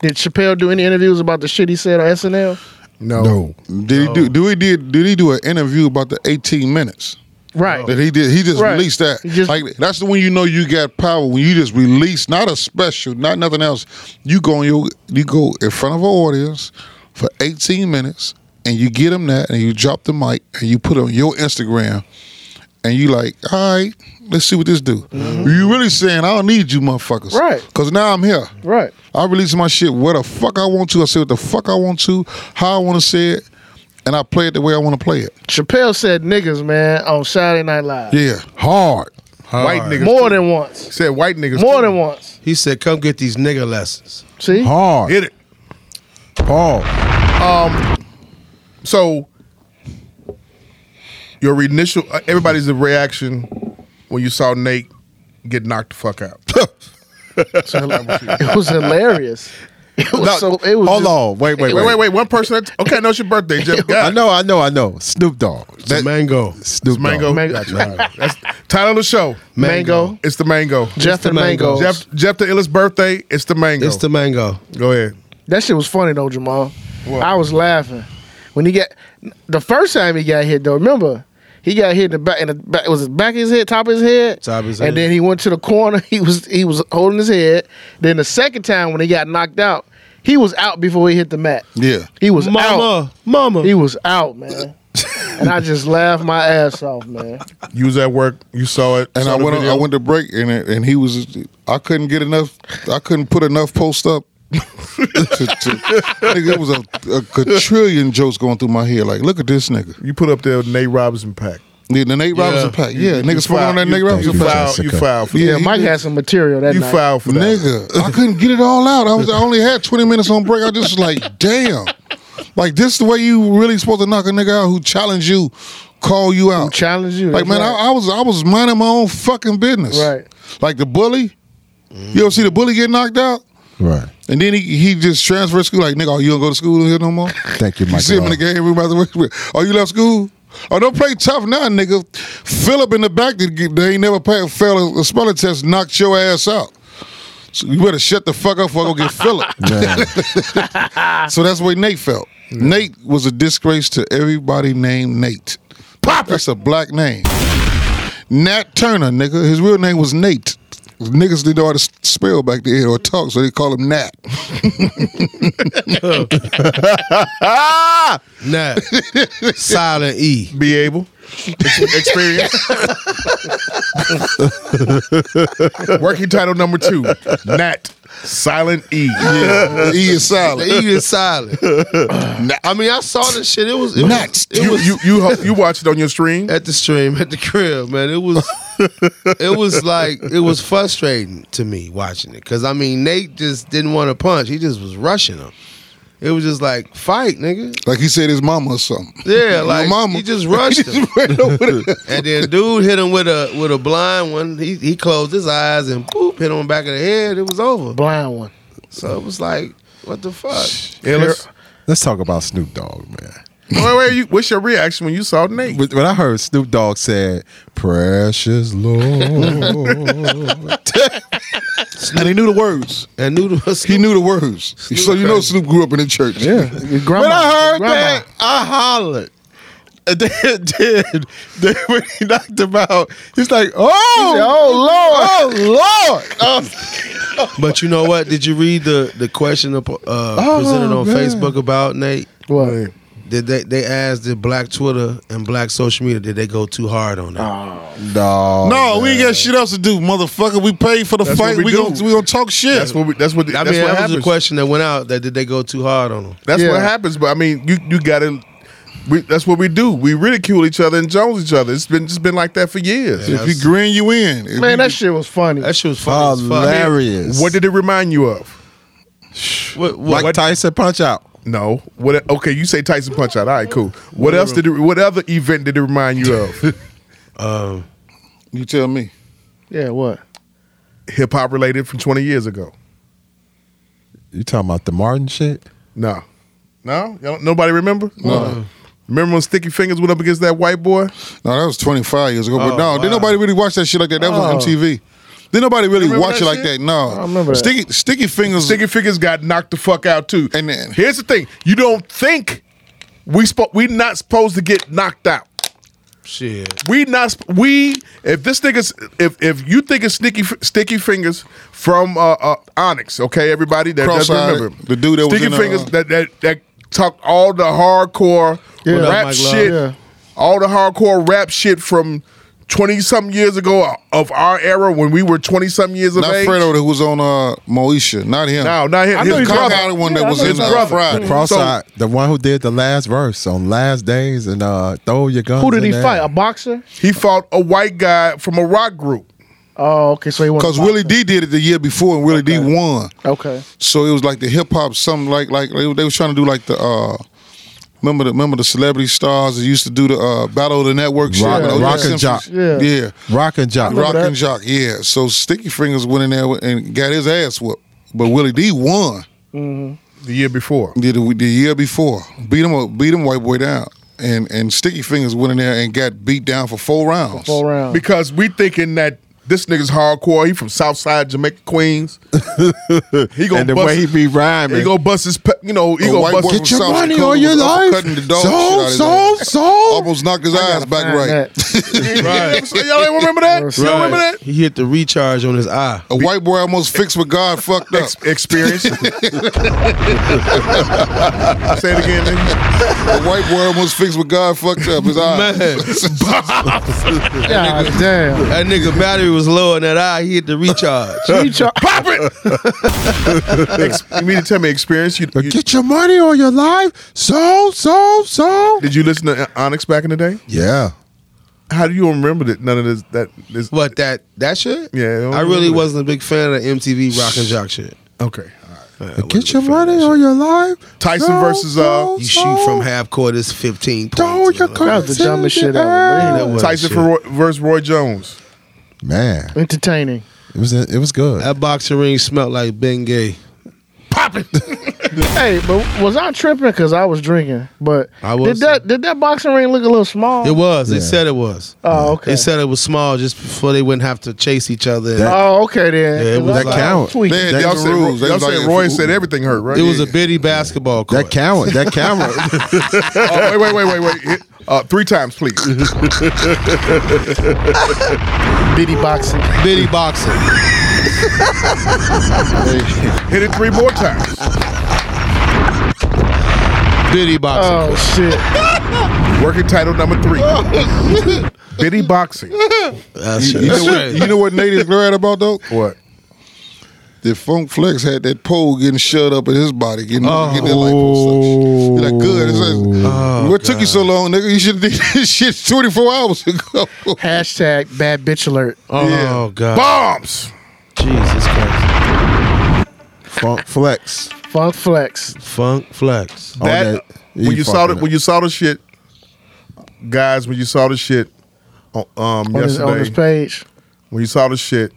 J: Did Chappelle do any interviews about the shit he said on SNL?
A: No.
G: Did he do? Do he did? Did he do an interview about the 18 minutes?
J: Right.
G: That he did. He just
J: Right.
G: released that.
J: He just-
G: like that's the one you know you got power when you just release, not a special, not nothing else. You go on your, you go in front of an audience for 18 minutes, and you get them that, and you drop the mic, and you put it on your Instagram, and you like, all right, let's see what this do. You really saying I don't need you, motherfuckers,
J: Mm-hmm. Right.
G: Because now I'm here.
J: Right.
G: I release my shit where the fuck I want to. I say what the fuck I want to, how I want to say it, and I play it the way I want to play it.
J: Chappelle said niggas, man, on Saturday Night Live.
G: Yeah.
C: Hard.
A: White niggas
J: More than once.
A: said white niggas
J: More
A: too.
J: than once.
I: He said, "Come get these nigga lessons."
J: See?
C: Hard.
A: Hit it.
C: Hard.
A: So your initial uh, everybody's reaction when you saw Nate get knocked the fuck out.
J: It was hilarious. It was
C: No,
J: so it was
C: hold
J: just-
C: on. Wait, wait,
A: wait, wait, wait, one person. At, okay, no, it's your birthday, Jeff.
C: I
A: God,
C: know, I know, I know. Snoop Dogg.
I: It's a mango.
C: Snoop Dogg.
A: mango.
J: Mango.
A: Gotcha. All right. That's title of the show.
J: Mango.
A: It's the mango.
J: Jeff
I: the
J: and Mango.
I: mangoes.
A: Jeff, Jeff the illest birthday. It's the mango.
I: It's the mango.
A: Go ahead.
J: That shit was funny though, Jamal. I was laughing. When he got the first time he got hit though, remember? He got hit in the back in the back was it back of his head, top of his head?
I: Top of his
J: and
I: head.
J: then he went to the corner, he was he was holding his head. Then the second time when he got knocked out, he was out before he hit the mat.
G: Yeah.
J: He was out.
I: Mama, mama.
J: He was out, man. and I just laughed my ass off, man.
A: You was at work. You saw it.
G: And
A: saw
G: I
A: the
G: went, on,
A: video.
G: I went to break, and it- and he was, I couldn't get enough, I couldn't put enough post up. to, to, nigga, it was a, a quadrillion jokes going through my head. Like, look at this nigga.
A: You put up the Nate Robinson pack.
G: The, the Nate Robinson pack. Yeah, niggas fucking on that
A: you,
G: Nate Robinson
A: you
G: pack.
A: filed, you filed for
G: Yeah,
J: Yeah,
G: he
J: Mike
G: did.
J: had some material that
A: that. You
J: night.
A: filed for that.
G: Nigga, I couldn't get it all out. I was, I only had twenty minutes on break. I just was like, damn, like this the way you really supposed to knock a nigga out who challenge you, call you out,
J: challenged you,
G: Like
J: that's
G: man,
J: right.
G: I, I was I was minding my own fucking business.
J: Right.
G: Like the bully, you ever see the bully get knocked out,
C: Right.
G: and then he he just transferred school. Like nigga, oh, you don't go to school here no more.
C: Thank you,
G: You
C: Mike.
G: see him in the game room after work. Oh, you left school? Oh, don't play tough now, nigga. Philip in the back that get- they ain't never pay, failed a, a spelling test, knocked your ass out. So you better shut the fuck up or I go get Philip. so that's what Nate felt. Nate was a disgrace to everybody named Nate. Pop, that's a black name. Nat Turner, nigga. His real name was Nate. Niggas didn't know how to s- spell back then or talk, so they call him Nat.
I: Nah. Silent E.
A: Be able. Experience. Working title number two. Nat. Silent E.
G: Yeah, he is
I: The
G: silent.
I: E is silent. I mean, I saw this shit. It was it
G: Nuts.
I: was it
A: You,
I: was
A: you you you watched it on your stream.
I: at the stream at the crib, man. It was it was like it was frustrating to me watching it because I mean Nate just didn't want to punch. He just was rushing him. It was just like fight, nigga.
G: Like he said his mama or something.
I: Yeah,
G: Your
I: like
G: mama.
I: he just rushed him. and then dude hit him with a with a blind one. He he closed his eyes and boop hit him in the back of the head. It was over.
J: Blind one.
I: So it was like, what the fuck?
A: Ellis.
C: Let's talk about Snoop Dogg, man.
A: Wait, wait, you, what's your reaction when you saw Nate?
C: When when I heard Snoop Dogg said, "Precious Lord,"
G: and he knew the words.
I: And knew the
G: He knew the words. so you know Snoop grew up in the church. Yeah.
J: Your grandma.
C: when I heard
J: grandma.
C: that, I hollered. And then, then, then when he knocked him out, he's like, "Oh, oh Lord, oh Lord!" I was
I: But you know what? Did you read the the question up, uh, presented on
C: Oh, man.
I: Facebook about Nate?
J: What?
I: Did they they asked did black Twitter and black social media did they go too hard on that?
C: Oh. No.
G: No, we ain't got shit else to do, motherfucker. We paid for the
A: Oh, That's
G: fight.
A: what we
G: We,
A: do.
G: gonna we gonna talk shit.
A: That's what we, that's what
I: I
A: that's
I: mean,
A: what
I: that was
A: happens.
I: the question that went out that did they go too hard on them?
A: That's
J: Yeah.
A: what happens. But I mean, you you gotta We, that's what we do. We ridicule each other and jones each other. It's been just been like that for years.
J: Yeah, If you that's-
A: grin, you in.
J: Man, that shit was funny.
I: That shit was
C: funny as fuck. Hilarious.
A: What did it remind you of?
I: What,
C: Mike Tyson punch out.
A: No. What? Okay, you say Tyson punch out. All right, cool. What else did? It, what other event did it remind you of?
I: um,
G: you tell me.
J: Yeah, what?
A: Hip hop related from twenty years ago.
C: You talking about the Martin shit?
A: No. No? Y'all, don't- nobody remember? No. Remember when Sticky Fingers went up against that white boy?
G: No, that was 25 years ago.
A: Oh,
G: but no, didn't
A: wow.
G: nobody really watch that shit like that. That was
A: Oh.
G: on MTV. Didn't nobody really
A: Remember
G: watch
A: that
G: it like
A: shit?
G: that. No.
A: I remember that.
G: Sticky, sticky fingers.
A: Sticky Fingers got knocked the fuck out too.
G: And then
A: Here's the thing. You don't think we spo- we not supposed to get knocked out.
I: shit.
A: We not sp- we if this nigga's if if you think it's sticky F- sticky fingers from uh, uh Onyx, okay, everybody that doesn't
G: Cross-eyed,
A: remember him.
G: the dude that was
A: sticky
G: in, uh,
A: fingers that that that talked all the hardcore
J: Yeah. What up, Mike
A: rap
J: Love?
A: shit,
J: Yeah.
A: all the hardcore rap shit from twenty something years ago uh, of our era when we were twenty something years of
G: Not
A: age.
G: Fredo that was on uh, Moesha. Not him.
A: No, not him.
G: I
A: His
G: know
A: brother.
G: the one that
A: Yeah, I
G: was
A: know
G: in
A: his
G: uh,
A: brother.
C: Mm-hmm.
G: Friday.
C: Cross-eyed, the one who did the last verse on Last Days and uh, throw your guns.
J: Who did he
C: in there.
J: fight? A boxer?
A: He fought a white guy from a rock group.
J: Oh, okay. So he won.
G: Because Willie D did it the year before, and Willie D won.
J: Okay.
G: So it was like the hip hop, something like like they, they was trying to do like the. uh Remember the remember the celebrity stars that used to do the uh, battle of the network shit.
C: Rock-
G: with O.J.
C: Rock and
G: Simpson?
C: Jock.
J: Yeah.
G: yeah.
C: Rock and Jock.
G: Rock
J: that.
G: and Jock, yeah. So Sticky Fingers went in there and got his ass whooped. But Willie D won
A: The year before.
G: the, the, the year before. Beat him up, beat him white boy down. And and Sticky Fingers went in there and got beat down for four rounds.
J: Four rounds.
A: Because we thinking that this nigga's hardcore. He from Southside Jamaica, Queens. he gonna
C: and the
A: bust,
C: way he be rhyming.
A: he gonna bust his, pe- you know, he
G: A
A: gonna
G: white
A: bust
G: boy
A: his
G: from
C: Get your
G: South
C: money
G: Dakota
C: or your
G: was
C: life.
G: Cutting the dog
C: Sold,
G: shit out of his
C: sold,
G: ass.
C: sold.
G: Almost knocked his eyes back
J: find
G: right.
J: that.
A: right. Y'all ain't remember that? Y'all
I: Right.
A: remember that?
I: He hit the recharge on his eye.
G: A white boy almost fixed with God fucked up.
A: Ex- experience. Say it again, nigga.
G: A white boy almost fixed with God fucked up his eyes.
I: Man,
J: God damn.
I: that nigga battery was low in that eye. He hit the recharge.
J: He try-
A: Pop it. Ex- you mean to tell me experience? You, you-
C: Get your money or your life. Sold, sold, sold.
A: did you listen to Onyx back in the day?
C: Yeah.
A: How do you remember that? None of this. That. This,
I: What that that shit?
A: Yeah, I don't
I: I really
A: remember.
I: wasn't a big fan of MTV Rock and Jock shit.
A: Okay.
C: Get your money or your life.
A: Tyson
C: Sold,
A: versus, uh,
C: sold,
I: You shoot from
C: sold.
I: half court is fifteen
C: Throw
I: points.
C: your
I: man.
J: That was the dumbest shit ever,
I: That
J: man.
I: was
A: Tyson
I: shit.
A: for Roy, versus Roy Jones.
C: Man,
J: Entertaining.
C: it was it was good.
I: That boxing ring smelled like Ben Gay.
J: Hey, but was I tripping? Because I was drinking. But
I: I
J: did
I: was.
J: that did that boxing ring look a little small?
I: It was. They
C: Yeah.
I: said it was.
J: Oh, okay.
I: They said it was small just before they wouldn't have to chase each other. And
J: oh, okay then.
I: Yeah, it was
J: I thought
I: like-
J: I was tweaking.
G: They had
A: Y'all,
G: different
A: said,
G: rules. They
A: y'all
G: was like,
A: said
G: if-
A: Roy said everything hurt, right?
I: it was a
A: Yeah.
I: bitty basketball court.
C: That camera, that camera.
A: Oh, wait, wait, wait, wait, wait. Hit- Uh, three times, please.
G: Mm-hmm.
J: Bitty boxing.
I: bitty boxing.
A: Hit it three more times.
I: bitty
J: Oh
I: boxing.
J: shit.
A: Working title number three.
J: Oh,
A: Biddy boxing.
I: That shit.
G: You know,
I: was
G: what,
I: crazy.
G: you know what Nate is glad about though?
A: What?
G: That Funk Flex had that pole getting shut up in his body, getting,
A: Oh.
G: getting that liposuction. You're Like, good. It's like,
J: Oh,
G: what took you so long, nigga? You should have did this shit 24 hours ago.
J: Hashtag bad bitch alert.
I: oh
G: yeah.
I: god.
A: Bombs.
I: Jesus Christ.
C: Funk flex.
J: Funk flex.
I: Funk flex.
C: on
A: That,
C: He
A: when you saw the
C: fucking
A: when
C: up.
A: you saw the shit, guys, when you saw the shit on- um
J: On his,
A: yesterday,
J: on his page.
A: when you saw the shit,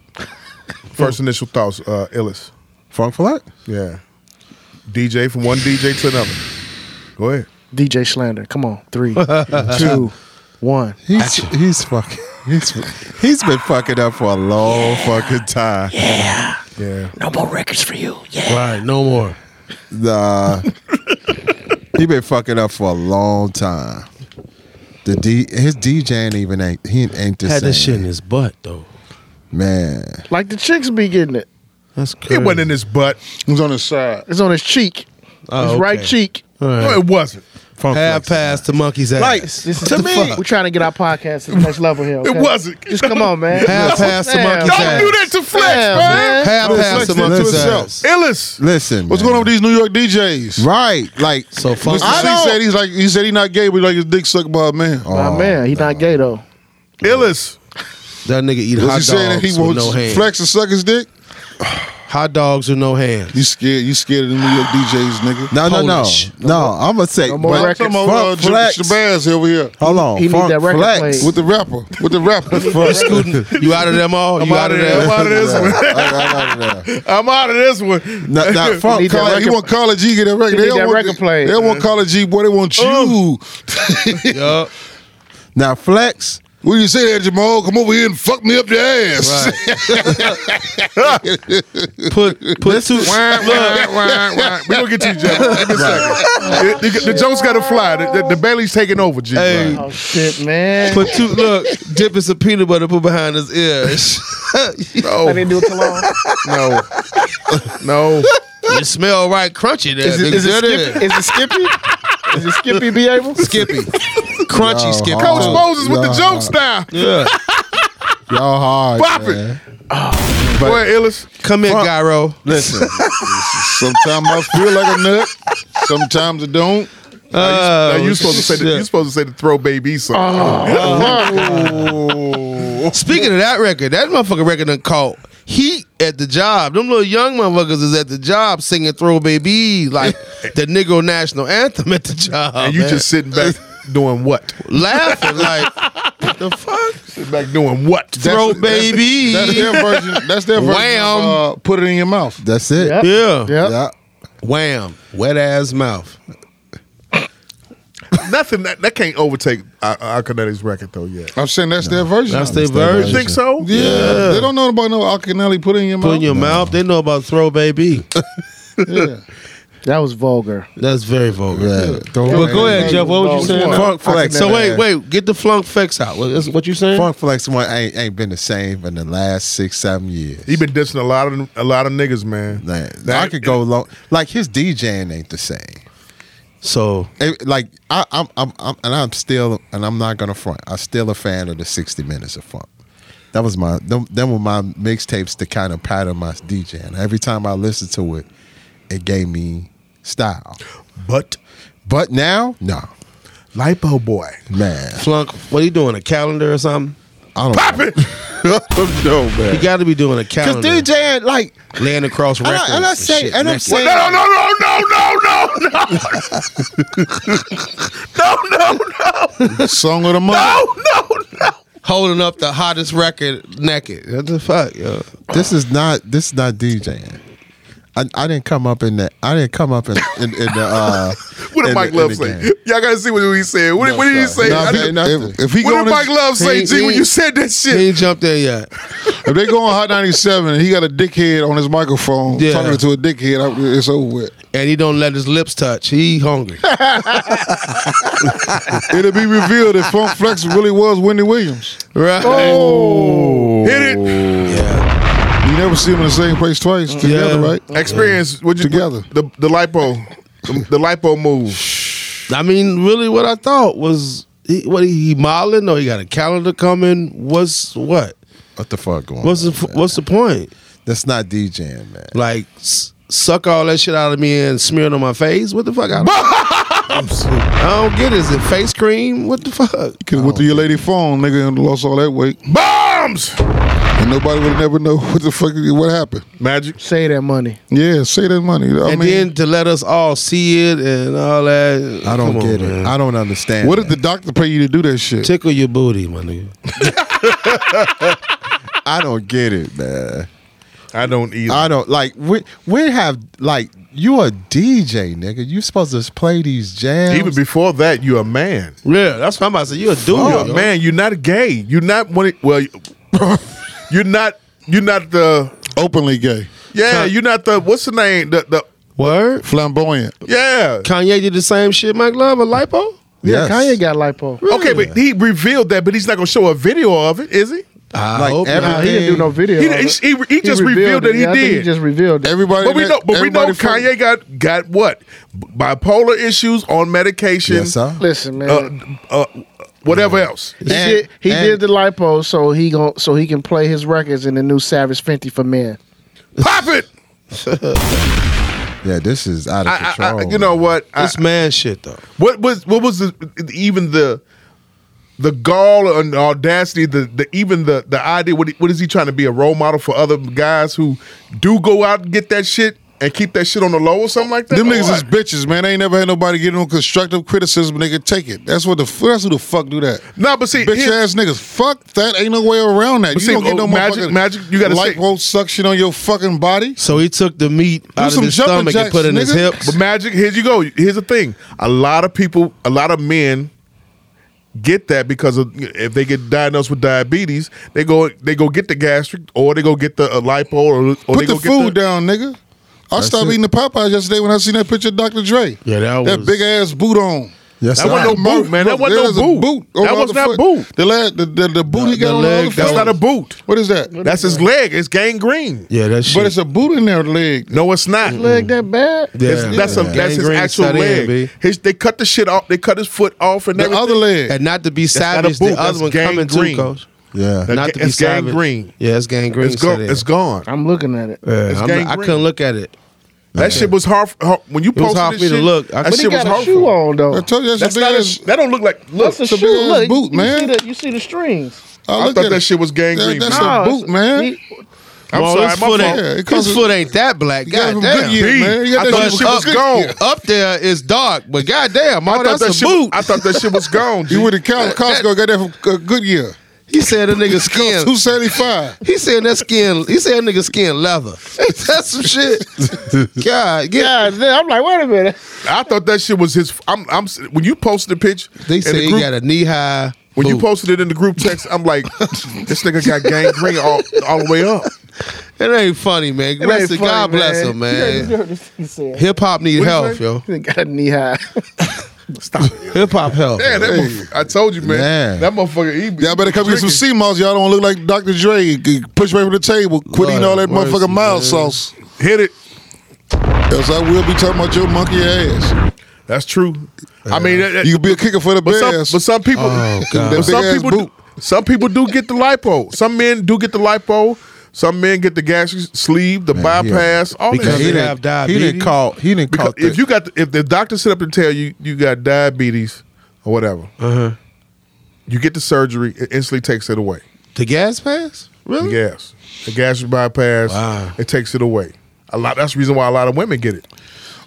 A: first initial thoughts, uh Illis.
C: Funk flex.
A: Yeah. DJ from one DJ to another. Go ahead.
J: DJ Slander. Come on. Three, two, one.
C: He's he's fucking. He's he's been fucking up for a long fucking time.
A: Yeah.
I: Right. No more.
C: Nah. he been fucking up for a long time. The D his DJing even ain't he ain't the
I: Had
C: same.
I: this shit in his butt though.
C: Man,
J: Like the chicks be getting it.
I: That's crazy.
A: It wasn't in his butt.
G: It was on his side.
J: It's on his cheek.
I: Oh,
J: his right
I: okay.
J: cheek.
I: All right.
A: No, it wasn't. Funk
I: half
A: flex.
I: pass to monkey's ass.
A: Like,
J: This is
I: What
J: to
I: the
J: me.
I: fuck?
J: We're trying to get our podcast to the next level here. okay?
A: wasn't.
J: Just come on, man.
I: Half pass to
J: Damn.
I: monkey's ass.
A: Don't do that to Flex,
J: Damn,
A: man.
J: man.
I: Half
G: Don't
I: pass
G: flex
I: to
G: that to
I: monkey's
G: itself.
I: ass.
A: Illis.
C: Listen,
G: What's going on with these New York DJs?
C: Right, like
I: So
G: Mr.
I: fuck.
G: C
I: I
G: said he's like he said he not gay, but he like his dick sucked by a man.
J: My
I: Oh,
J: man, he not gay though.
A: Illis.
I: That nigga eat
G: Was
I: hot
G: he saying that
I: dogs
G: he
I: with
G: wants
I: no hands.
G: flex and suck his dick?
I: Hot dogs with no hands.
G: You scared? You scared of the New York DJs, nigga?
C: no, no, no,
I: Polish.
C: no. I'm gonna say,
J: more
C: but-
J: records.
G: Come on, uh,
C: Funk
G: Flex.
C: flex.
G: Shabazz over here
C: Hold on,
J: He need
C: Funk
J: that record
C: flex.
J: played.
G: with the rapper, with the rapper.
I: You out of them all? You out of
A: I'm out of
I: there?
A: this one.
C: I got out of there.
A: I'm out of this one.
C: Now- now,
J: Need that
C: Funk
G: College,
C: Flex-
J: record-
G: you want College G get that record?
J: Need
G: don't
J: that
G: want,
J: record played.
G: They don't want College G, boy. They want you.
I: Yup.
C: now flex.
G: What do you say there, Jamal? Come over here and fuck me up the ass.
I: Put put two.
A: we gonna get you, Jeff. Give me a second. The, the, the joke's gotta fly. The, the, the Bailey's taking over, G.
I: Hey,
J: Oh shit, man.
I: put two. Look, dipping some peanut butter put behind his ears.
A: Oh.
J: I didn't do it cologne.
A: No, no.
I: it smell right crunchy. There,
J: Is it,
I: nigga.
J: is, it
I: There it
J: Skippy? is it Skippy? Is it Skippy be able?
I: Skippy. Crunchy Skippy.
A: Coach
I: too.
A: Moses with the
C: nah.
A: jokes now.
I: Yeah.
C: Y'all hard,
A: Pop
C: man.
A: it. Go ahead, Illis.
I: Come in, Gyro.
C: Listen,
G: Sometimes I feel like a nut. Sometimes I don't.
A: Now, you
I: Oh,
A: supposed to say the,
I: shit.
A: you supposed to say the throw baby song.
G: Oh,
I: Speaking of that record, that motherfucker record done caught heat at the job. Them little young motherfuckers is at the job singing "Throw Baby" like the Negro national anthem at the job.
A: and you
I: man.
A: just sitting back doing what?
I: laughing like the fuck?
A: Sitting back doing what?
I: Throw
G: that's-
I: Baby.
G: That's their version. That's their version.
I: Wham.
G: Of, uh, put it in your mouth.
C: that's it.
J: Yep.
I: yeah.
J: Yep.
C: Yeah.
I: Wham. Wet ass mouth.
A: Nothing that, that can't overtake our, our Kinetics record though yet.
G: I'm saying that's their version.
I: That's their
A: You
I: version.
A: think so?
G: yeah. They don't know about no Alcanelli put it in your
I: Put
G: mouth.
I: in your mouth. They know about throw baby.
G: yeah.
J: That was vulgar.
I: That's very vulgar.
C: Yeah.
I: But go ahead, Jeff. What was you saying?
C: Funk flex.
I: So wait, wait. Get the flunk fix out. What, is- what you saying?
C: Funk flex one ain't ain't been the same in the last six seven years.
A: He been dissing a lot of a lot of niggas, man.
C: Man, I could go long. Like his DJing ain't the same.
I: So
C: It- like I, I'm, I'm, I'm, and I'm still, and I'm not gonna front. I'm still a fan of the 60 minutes of funk. That was my, them, them were my mixtapes to kind of pattern my DJ. And every time I listened to it, it gave me style.
A: But
C: But now, no,
A: Lipo Boy.
C: man,
I: flunk. What are you doing? A calendar or something?
C: I don't
A: Pop it.
C: know, man.
I: You got to be doing a
C: Cause
I: calendar.
C: DJing, like,
I: laying across
C: and
I: records.
C: I, and I say,
I: shit.
C: and I'm
I: Next-
C: saying,
A: No, no, no, no, no, no, no. no, no, no.
G: Song of the month.
A: No, no, no.
I: holding up the hottest record naked. What the fuck, yo?
C: this is not, this is not DJing. I, I didn't come up in the, I didn't come up in, in, in the, uh,
A: What
C: in
A: did
C: the-
A: Mike
C: in
A: Love
C: the
A: say?
C: game.
A: Y'all gotta see what he said. What, did- what did he say?
G: Nah,
A: I
G: if,
A: didn't-
G: he- if, if he
A: what
G: going
A: did Mike
G: to,
A: Love say,
I: he-
A: G, when
I: he-
A: you said that
I: He
A: shit?
I: ain't jumped in yet.
G: if they go on Hot 97 and he got a dickhead on his microphone
I: Yeah.
G: talking to a dickhead, I, it's over with.
I: And he don't let his lips touch. He hungry.
G: It'll be revealed that Funk Flex really was Wendy Williams.
I: Right.
C: Oh.
A: Hit it.
I: Yeah.
G: You never see him in the same place twice together,
I: Yeah.
G: right?
A: Experience. What you
G: Together.
A: The the lipo. The, the lipo move.
I: I mean, really, what I thought was, he, what he modeling or he got a calendar coming? What's what?
C: What the fuck going
I: What's
C: on?
I: the What's the point?
C: That's not DJing, man.
I: Like, s- suck all that shit out of me and smear it on my face? What the fuck? I don't, I don't get it. Is it face cream? What the fuck?
G: Could have went through your lady phone, nigga, and lost all that weight.
A: Bombs.
G: And nobody would never know what the fuck, what happened.
A: Magic.
J: Say that money.
G: Yeah, say that money. I
I: and
G: mean,
I: then to let us all see it and all that.
C: I don't
I: Come on,
C: get it.
I: man.
C: I don't understand.
G: what did
C: that.
G: the doctor pay you to do that shit?
I: Tickle your booty, my nigga.
C: I don't get it, man.
A: I don't either.
C: I don't like. We we have like you a DJ, nigga. You supposed to play these jams.
A: Even before that, you're a man.
I: Yeah, that's what I'm about to say. You a dude,
A: You're
I: yo.
A: a man. You're not gay. You're not one. of- Well, you- you're not. You're not the.
G: Openly gay,
A: Yeah, you're not the. What's the name? The the.
I: Word.
G: flamboyant.
A: Yeah.
I: Kanye did the same shit, Mike Love, a lipo.
J: Yeah,
C: Yes.
J: Kanye got lipo.
A: Okay, but he revealed that, but he's not gonna show a video of it, is he?
I: I
C: Like
I: hope
C: everything.
J: Nah, he didn't do no video.
A: He
J: of
A: didn't-
J: it.
A: he- he just revealed
J: it.
A: that he
J: Yeah, I think
A: did.
J: He just revealed it.
G: Everybody,
A: But we
G: that-
A: know, but we know
G: everybody from-
A: Kanye got got what bipolar issues on medication,
C: Yes, sir.
J: Listen, man.
A: uh, uh, whatever else.
J: he
C: And-
J: did, he
C: and-
J: did the lipo so he gon' so he can play his records in the new Savage Fenty for men.
A: Pop it!
C: Yeah, this is out of
A: I, I,
C: control.
A: I, you know what? I-
I: This man shit though.
A: What was what was the, even the the gall and audacity, the, the even the the idea? What, what is he trying to be a role model for other guys who do go out and get that shit and keep that shit on the low or something like that?
G: Them
A: Or
G: niggas is
A: what?
G: bitches, man. They ain't never had nobody get no constructive criticism. They could take it. That's what the. f- That's who the fuck do that.
A: No, but see,
G: bitch
A: here-
G: ass niggas. Fuck that. Ain't no way around that.
A: But
G: you
A: see,
G: don't get
A: oh,
G: no
A: Magic-
G: motherfucking
A: Magic, you gotta say-
G: liposuction on your fucking body.
I: So he took the meat out of
G: some
I: his
G: jumping
I: stomach
G: jacks,
I: and put it in his
G: nigga.
I: hips.
A: But Magic, here you go. Here's the thing: a lot of people, a lot of men, get that because of, if they get diagnosed with diabetes, they go they go get the gastric, or they go get the uh, lipo, or, or they
G: Put the
A: go get
G: food down, nigga. I stopped eating the Popeyes yesterday when I seen that picture of Dr. Dre.
I: Yeah, that was-
G: big ass boot on.
C: Yes,
A: That
C: sir.
A: wasn't no boot,
G: Bro,
A: man.
G: bro,
A: That wasn't
G: there's a
A: no boot.
G: on
A: That
G: the
A: was
G: other
A: not
G: foot.
A: boot.
G: The, la- the, the, the boot he
I: The- the
G: got on the
I: leg,
G: other
I: that
A: That's
G: foot.
A: not a boot.
G: What is that?
A: That's his leg. It's gangrene.
I: yeah, that shit.
G: But it's a boot in their leg.
A: No, it's not.
J: Leg that bad?
A: It's-
I: Yeah.
A: that's a, that's his
I: Gangrene
A: actual
I: set in,
A: leg.
I: B.
A: his, they cut the shit off. They cut his foot off and
G: The
A: everything.
G: other leg.
I: and not to be
A: not a
I: savage,
A: boot,
I: the other
A: that's
I: one coming
A: gangrene.
I: too, coach.
C: yeah.
A: That-
I: Not to be
A: it's
I: savage.
A: gangrene.
I: Yeah, it's gangrene.
A: It's gone.
I: said it.
A: It's gone.
J: I'm looking at it.
I: Yeah,
A: it's
I: I'm not- I
A: gangrene.
I: couldn't look at it.
A: That shit was hard, for- hard- when you
I: was
A: posted
I: hard
A: this
I: for me to
A: shit,
I: look.
A: That
I: I- But
J: But he
A: shit was
J: got a
A: hard.
J: shoe on though.
G: I told you that's,
A: That's
G: a big
A: not.
G: ass.
A: A, that don't look like. Look,
J: That's a
G: it's a
J: shoe.
G: big-ass
J: Look,
G: boot,
J: you,
G: man.
J: You see, the, you see the strings.
A: I
G: look
A: thought
G: at
A: that
G: it.
A: shit was gangrene.
G: That- that's
A: man.
G: a
J: No,
G: boot, man.
J: he-
A: I'm
I: Well,
A: sorry,
I: his
A: my
I: foot
A: fault.
G: Yeah,
I: ain't,
G: it comes
I: his
G: with-
I: foot ain't that black.
G: You got
I: God
G: him
I: damn.
G: Goodyear,
A: B.
G: man. You
I: I
G: got that
I: thought
G: shit
I: shit was
G: from
I: gone.
G: Goodyear.
I: Up there is dark, but goddamn,
A: I
I: all
A: thought
I: that's
A: that
I: a
A: shit.
I: boot.
A: I thought that shit was gone.
G: You
A: G.
G: went to Cos- Costco, got that from uh, Goodyear.
I: He said a nigga
G: Cost
I: skin.
G: two seventy five.
I: He said that skin. He said a nigga skin leather. That's some shit. God, get
J: God, damn, I'm like, wait a minute.
A: I thought that shit was his. I'm. I'm. When you posted the pitch,
I: They
A: in
I: said
A: the
I: he
A: group,
I: got a knee high.
A: When you posted it in the group text, I'm like, this nigga got gangrene all, all the way up.
I: it ain't funny, man.
J: It
I: Rest
J: ain't
I: in-
J: funny,
I: God bless him, man.
J: He said,
I: Hip hop need
A: What you
I: help,
A: say?
I: yo.
J: he got a knee high.
A: Stop it.
I: Hip hop help.
A: Yeah, that motherf- I told you, man.
C: Man.
A: That motherfucker. He,
G: Y'all better come get some sea moss. Y'all don't look like Dr. Dre. You can Push right from the table. Quit eating all that
I: Lord
G: motherfucking
I: mercy,
G: mild
I: man.
G: sauce.
A: Hit it.
G: Else I will be talking about your monkey ass.
A: That's true. I mean, that, that-
G: You can be a kicker for the
A: But some,
G: Bears.
A: but some people,
G: God.
A: but some
G: Big-ass
A: people,
G: boot.
A: do, some people do get the lipo. Some men do get the lipo. Some men get the gastric sleeve, the
C: Man, he a-
A: bypass, all
I: because
A: that.
I: he
A: shit.
I: done- have
C: He
I: diabetes.
C: didn't call. He didn't
A: Because
C: call.
A: if you got, the, if the doctor sit up and tell you you got diabetes or whatever,
G: Uh-huh.
A: you get the surgery, it instantly takes it away.
I: The gas pass?
A: The
I: Really?
A: gas, the gastric bypass,
I: Wow.
A: it takes it away. A lot. That's the reason why a lot of women get it.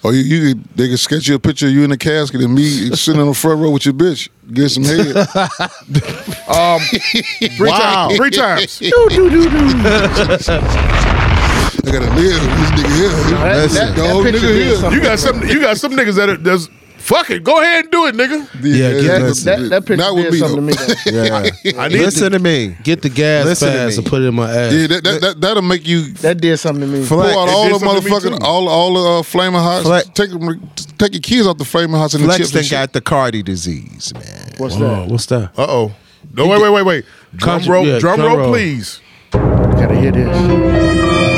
G: or Oh, you, you could- they can sketch you a picture of you in the casket and me sitting on the front row with your bitch. Get some head.
A: Um, three times. Three times.
J: do, do, do, do.
G: I gotta live with this nigga here.
J: that-
G: Listen,
J: that- that
G: dog,
J: picture
G: nigga
J: did
G: here.
J: something.
A: You got some. You got some niggas that are, that's fuck it. Go ahead and do it, nigga.
G: Yeah,
I: get
G: yeah,
J: That, that, that picture
G: Not with
J: did
G: me,
J: something
G: though.
J: to me. though.
C: yeah.
A: I need
C: Listen to me.
I: Get the gas
C: Listen to
I: pass
C: me.
I: and put it in my ass.
G: Yeah, that, that, that, that'll make you
J: That did something to me.
C: Flat-
G: Pour out
A: It
G: all
A: did
G: the
A: something to me,
G: motherfucking
A: too.
G: all all the uh, flaming hots.
C: Flex-
G: Take 'em- take your kids off the flaming hots and the chips.
C: Flexton
G: And shit.
C: got the Cardi disease, man.
J: What's
I: Oh,
J: that?
I: what's that?
A: Uh oh. No, wait, wait, wait, wait. Drum
I: Contra-
A: roll,
I: yeah,
A: drum,
I: drum
A: roll,
I: roll.
A: please.
J: Gotta hear this.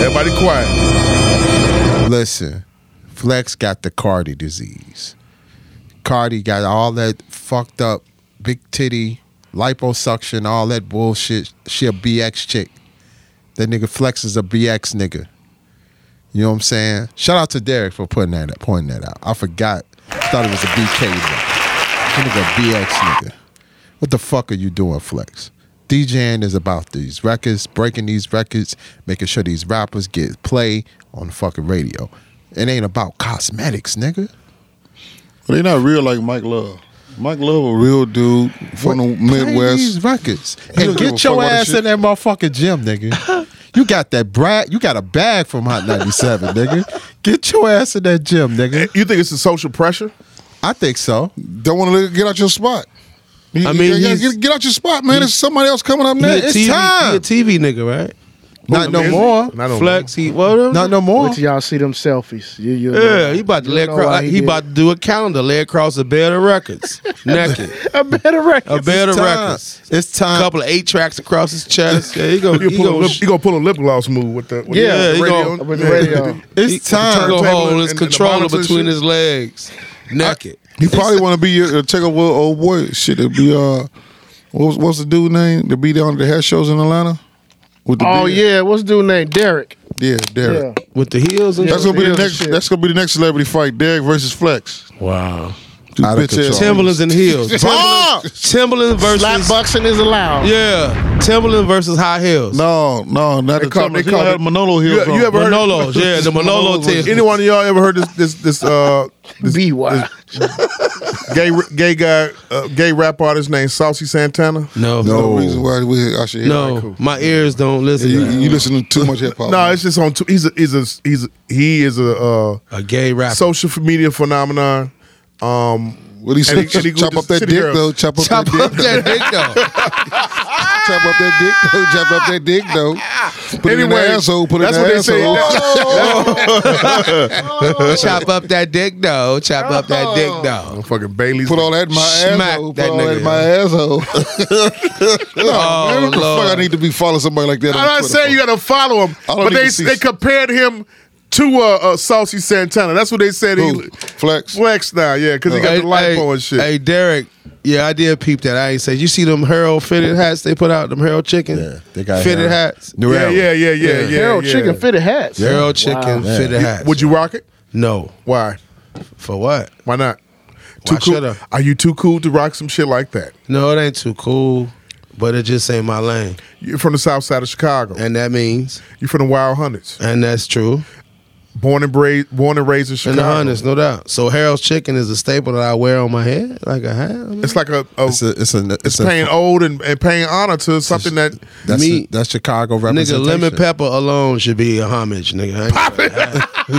A: Everybody quiet.
C: Listen, Flex got the Cardi disease. Cardi got all that fucked up big titty liposuction, all that bullshit. She a BX chick. That nigga Flex is a BX nigga. You know what I'm saying? Shout out to Derek for putting that pointing that out. I forgot. Thought it was a BK. nigga. That nigga a BX nigga. What the fuck are you doing, Flex? DJing is about these records, breaking these records, making sure these rappers get play on the fucking radio. It ain't about cosmetics, nigga.
G: They not real like Mike Love. Mike Love a real dude from the
C: Play
G: Midwest.
C: these records
G: don't
C: and
G: give a
C: get
G: fuck
C: your
G: about that
C: ass
G: shit.
C: in that motherfucking gym, nigga. you got that brag. You got a bag from Hot 97, nigga. Get your ass in that gym, nigga.
A: You think it's the social pressure?
C: I think so.
G: Don't want to get out your spot. You-
I: I mean,
G: you gotta
I: he's-
G: get, get out your spot, man. There's somebody else coming up
I: He a
G: next.
C: it's
I: TV,
C: time.
I: He a TV nigga, right?
C: Not no more.
A: Not no
I: Flex, he well,
C: Not no more.
J: Wait till y'all see them selfies. You, you
I: Yeah, he about to
J: you
I: lay
J: know why
I: across. He,
J: did.
I: about to do a calendar, lay across a bed of records, naked,
J: a better record.
I: a bed of
C: It's time.
I: records,
C: It's
I: a
C: time.
I: couple of eight tracks across his chest. Yeah, he go,
A: You
I: he
A: pull a
I: go,
A: lip, you gonna pull a lip gloss move with the with
I: Yeah,
A: the
I: he
A: radio.
I: gonna-
J: With the radio.
I: he,
C: it's
I: He
C: time.
I: go
A: Turntable
I: hold
A: and-
I: his
A: and the
I: controller
A: monitor and
I: between
A: shit.
I: his legs, naked.
G: You probably want to be your, uh, take over old boy. Shit, it'd be uh, what's what's the dude name to be down at the hair shows in Atlanta? With the
J: Oh
G: beard?
J: yeah, what's dude name? Derek.
G: yeah, Derek.
J: Yeah.
I: With the heels and
J: Yeah.
G: That's gonna be the
J: Yeah,
G: next.
J: shit.
G: That's gonna be the next celebrity fight. Derek versus Flex.
I: wow,
G: Two
C: Out of
G: bitch ass-
I: Timberlands and heels, Timberlands, Timberlands
J: Slap
I: versus
J: boxing is allowed.
I: yeah, Timberlands versus high heels.
G: No, no, not the
A: call-
G: Timberlands.
A: they
G: He gonna
A: call
G: have
A: it-
G: Manolo heels
A: You-
G: on.
A: you ever-
I: Manolos, yeah, the Manolo tears.
A: Any one of y'all ever heard this this this uh this
J: BY.
A: gay gay guy uh, gay rap artist named Saucy Santana?
I: No,
G: no
I: no,
G: reason why we, I should hear that.
I: no. My ears don't listen.
G: You, you listen to too much hip hop.
A: No, it's just on. Tw- he's a he's a he's a, he is a uh,
I: a gay rapper.
A: social media phenomenon. Um,
G: what he say?
A: and he- and he
G: chop
A: go
G: up
A: to
G: that dick
A: city girls.
G: though. Chop up
I: Chop
G: that
I: up
G: dick. though.
I: that dick though.
G: Chop up that dick though. Chop up that dick though. Put it in
A: Anyway,
G: the asshole. Put it in
A: that's
G: the
A: what they say. Oh.
G: asshole.
I: Chop up that dick though. Chop up that dick though.
A: I'm fucking Bailey's.
G: Put all that in my
I: Smack
G: asshole.
I: that
G: Put all that
I: nigga.
G: in my asshole. no,
I: Oh,
G: man, what the
I: Lord.
G: fuck I need to be following somebody like that?
A: I'm not saying you gotta follow him,
G: I don't
A: but
G: need
A: they
G: to see-
A: they compared him to uh, uh, Saucy Santana. That's what they said.
G: Who? Oh.
A: He
G: Flex.
A: flex now, yeah, because he got the lipo and shit.
I: Hey Derek, yeah, I did peep that. I ain't say you see them Harold fitted hats they put out, them Harold chicken.
C: Yeah, they got
I: fitted
C: Harold.
I: hats.
C: New
A: yeah,
C: era.
A: yeah, yeah, yeah, yeah,
I: Yeah.
J: Harold
A: yeah.
J: Chicken fitted hats.
I: Harold chicken
C: Yeah.
I: fitted hats.
A: Would you rock it?
I: No.
A: Why?
I: For what?
A: Why not? cool?
I: Why should I?
A: Are you too cool to rock some shit like that?
I: No, it ain't too cool. But it just ain't my lane.
A: You're from the south side of Chicago.
I: And that means,
A: You're from the Wild Hundreds.
I: and that's true.
A: Born and raised, born and raised in
I: And
A: Chicago.
I: the honest, no doubt. So Harold's chicken is a staple that I wear on my head, like a hat. I mean,
A: It's like a, a,
C: It's a. It's a. It's a.
A: paying ode and, and paying honor to something that
C: that's
I: meat.
C: that's Chicago
I: Nigga,
C: representation.
I: lemon pepper alone should be a homage, nigga. I ain't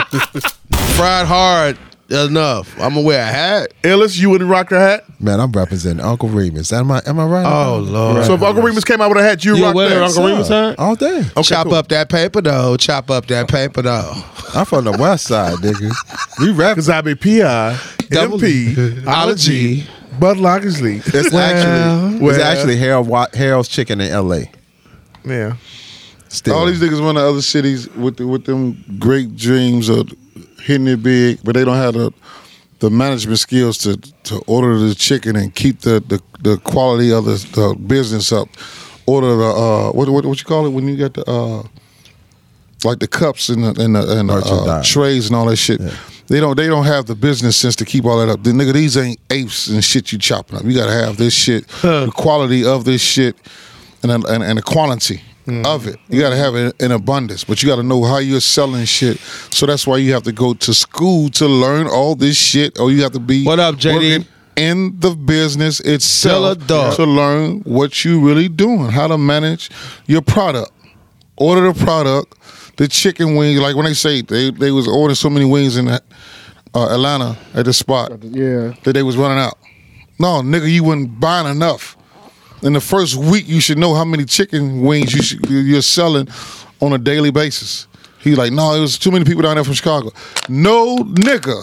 I: Fried hard enough. I'm gonna wear a hat.
A: Ellis, you wouldn't rock a hat.
C: Man, I'm representing Uncle Remus. Am I? Am I right?
I: Oh
C: about it?
I: lord.
A: So if Uncle Remus came out with a hat, you
I: You
A: rock
I: wear
A: that.
I: it, Uncle Remus hat?
C: all day.
I: chop up that paper though. Chop up that paper though.
C: I'm from the West Side, nigga. We rap.
A: Because I be PI,
I: Double
A: MP,
I: Ology.
A: Bud Lockersley.
C: It's actually
A: well.
C: it's actually Harold Wa- Harold's Chicken in L.A.
A: Yeah.
C: Still,
G: All these niggas run to other cities with the, with them great dreams of hitting it big, but they don't have the the management skills to to order the chicken and keep the the, the quality of the, the business up. Order the uh what, what what you call it when you got the uh like the cups and the and the, and the uh,
C: Merchandise.
G: trays and all that shit. They don't they don't have the business sense to keep all that up. The nigga these ain't apes and shit you chopping up. You gotta have this shit, the quality of this shit, and and, and the quantity
I: Mm.
G: of it. You gotta have it in abundance, but you gotta know how you're selling shit. So that's why you have to go to school to learn all this shit, or you have to be
I: What up, JD?
G: working In the business
I: Tell a
G: itself,
I: dog.
G: to learn what you really doing, how to manage your product order the product, the chicken wings. Like when they say they, they was ordering so many wings in uh, Atlanta at the spot
J: Yeah.
G: that they was running out. No, nigga, you wasn't buying enough. In the first week, you should know how many chicken wings you should, you're selling on a daily basis. He like, no, it was too many people down there from Chicago. No, nigga,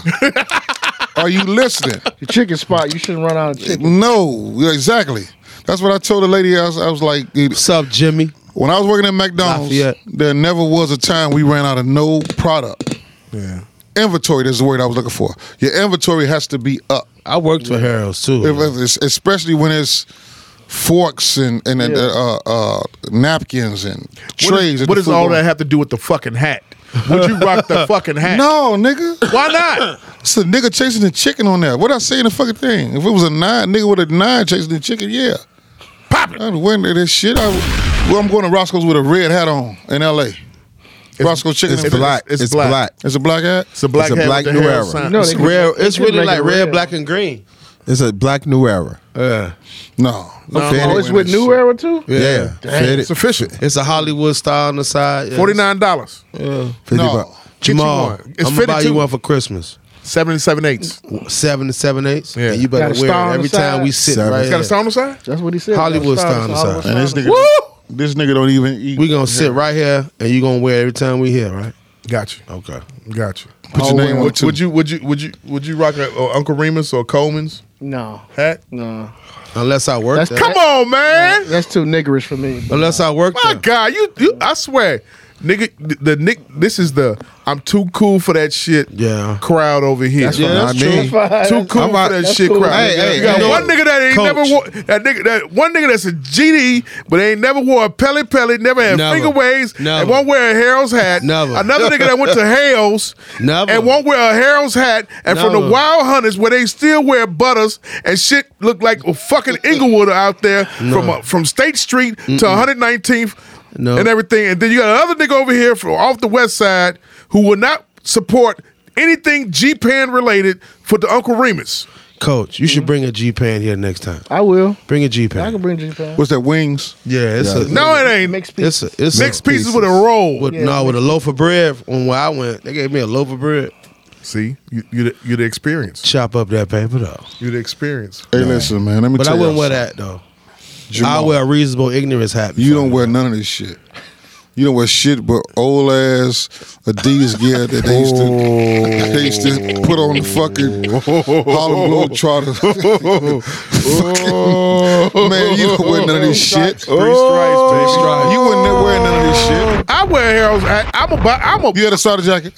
G: are you listening?
J: The chicken spot, you shouldn't run out of chicken.
G: No, exactly. That's what I told the lady. I was, I was like, it-
I: What's up, Jimmy?
G: when I was working at McDonald's,
I: Lafayette.
G: there never was a time we ran out of no product.
A: Yeah.
G: Inventory is the word I was looking for. Your inventory has to be up,
I: I worked for Harold's too.
G: If- if it's- especially when it's forks and and and, uh, uh, napkins and
A: What is-
G: trays. and
A: what
G: the
A: does
G: food
A: all
G: on-
A: that have to do with the fucking hat? Would you rock the fucking hat?
G: No, nigga.
A: Why not?
G: It's a nigga chasing the chicken on there. What I say in the fucking thing? If it was a nine, nigga with a nine chasing the chicken, yeah.
A: Pop it.
G: I'd win this shit. I, well, I'm going to Roscoe's with a red hat on in L.A. Roscoe's Chicken
C: it's
G: and Fries.
C: black.
A: it's
C: It's,
A: black.
C: black.
G: It's a black hat.
A: It's a black
C: It's a
A: hat
C: black
A: with the
C: new
A: Harold
C: era.
A: sign.
J: No,
I: it's
J: they could-
I: rare.
J: they
I: It's
J: could
I: really
J: make
I: like
J: it
I: red,
J: red.
I: black, and green.
C: It's a black new era.
I: Yeah.
G: No.
J: Oh, it's with New Era too?
C: Yeah, Fit it.
A: It's official.
I: It's a Hollywood style on the side. Yeah.
A: Forty nine dollars.
C: Fifty
G: No.
C: bucks.
I: Jamal,
A: Get you one. It's
I: I'm gonna buy
A: 52.
I: you one for Christmas.
A: Seven and seven eighths.
I: Seven to seven eighths.
A: Yeah.
I: Yeah. And you better
J: Got a
I: wear
J: star on
I: it
J: the
I: every
J: side.
I: time we sit
C: Seven.
I: right
C: It's
A: Got
I: here.
A: a star on the side?
J: That's what he said.
I: Hollywood
J: That's
I: style on the
J: Hollywood
I: side.
G: And this
J: style.
G: nigga,
A: Woo!
G: This nigga don't even eat.
I: We gonna sit right here, and you gonna wear it every time we here, right?
A: Got you.
I: Okay.
A: Got you.
G: Put your name on
A: would,
G: it, too.
A: would you would you would you would you rock a, a Uncle Remus or Coleman's
J: No,
A: hat?
J: no.
I: Unless I work.
J: That's
I: there.
A: Come on, man.
J: That's too niggerish for me.
I: Unless I work.
A: My
I: there.
A: Oh, God, you, you I swear, nigga, the, the Nick. This is the I'm too cool for that shit.
I: Yeah. uh,
A: crowd over here.
C: That's what I mean.
A: Too cool
C: I'm out-
A: for that
C: that's
A: shit
C: cool.
A: crowd.
C: Hey, hey,
A: you got
C: hey.
A: one nigga that ain't
I: Coach.
A: never wore that nigga that one nigga that's a GD but ain't never wore a pellet pellet, never had
I: Never.
A: finger waves,
I: Never.
A: and won't wear a Harold's hat.
I: Never.
A: Another nigga that went to Hales
I: Never.
A: and won't wear a Harold's hat, and from the
I: Never.
A: Wild Hunters where they still wear butters and shit look like a fucking Inglewood out there from uh, from State Street to 119th
I: No.
A: and everything. And then you got another nigga over here from off the west side who will not support anything G Pan related for the Uncle Remus.
I: Coach, you should bring a G pan here next time.
J: I will.
I: Bring a G
J: I can
I: pan.
J: Mm-hmm. bring G Pan.
G: What's that? Wings.
I: Yeah, it's a
A: No, it ain't.
J: Mixed pieces.
I: It's a it's
A: Mixed
I: a,
A: pieces, with a roll.
I: With, no, with a loaf of bread. When where I went, they gave me a loaf of bread.
A: See, you you the, you the experience.
I: Chop up that paper though.
A: You the experience.
G: Hey, listen, man. Let me
I: But I
G: tell you.
I: wouldn't wear that though. I
G: Jamal.
I: wear a reasonable ignorance hat.
G: You
I: before.
G: don't wear none of this shit. You don't wear shit but old ass Adidas gear that they used to they used to put on the fucking Harlem Globetrotters. Fucking- Man, you don't wear none of this shit. You
A: Three stripes, baby.
G: wouldn't have wear none of this shit.
A: Oh. I wear Harold's. hat. I'm a bu- I'm a
G: You had a starter jacket.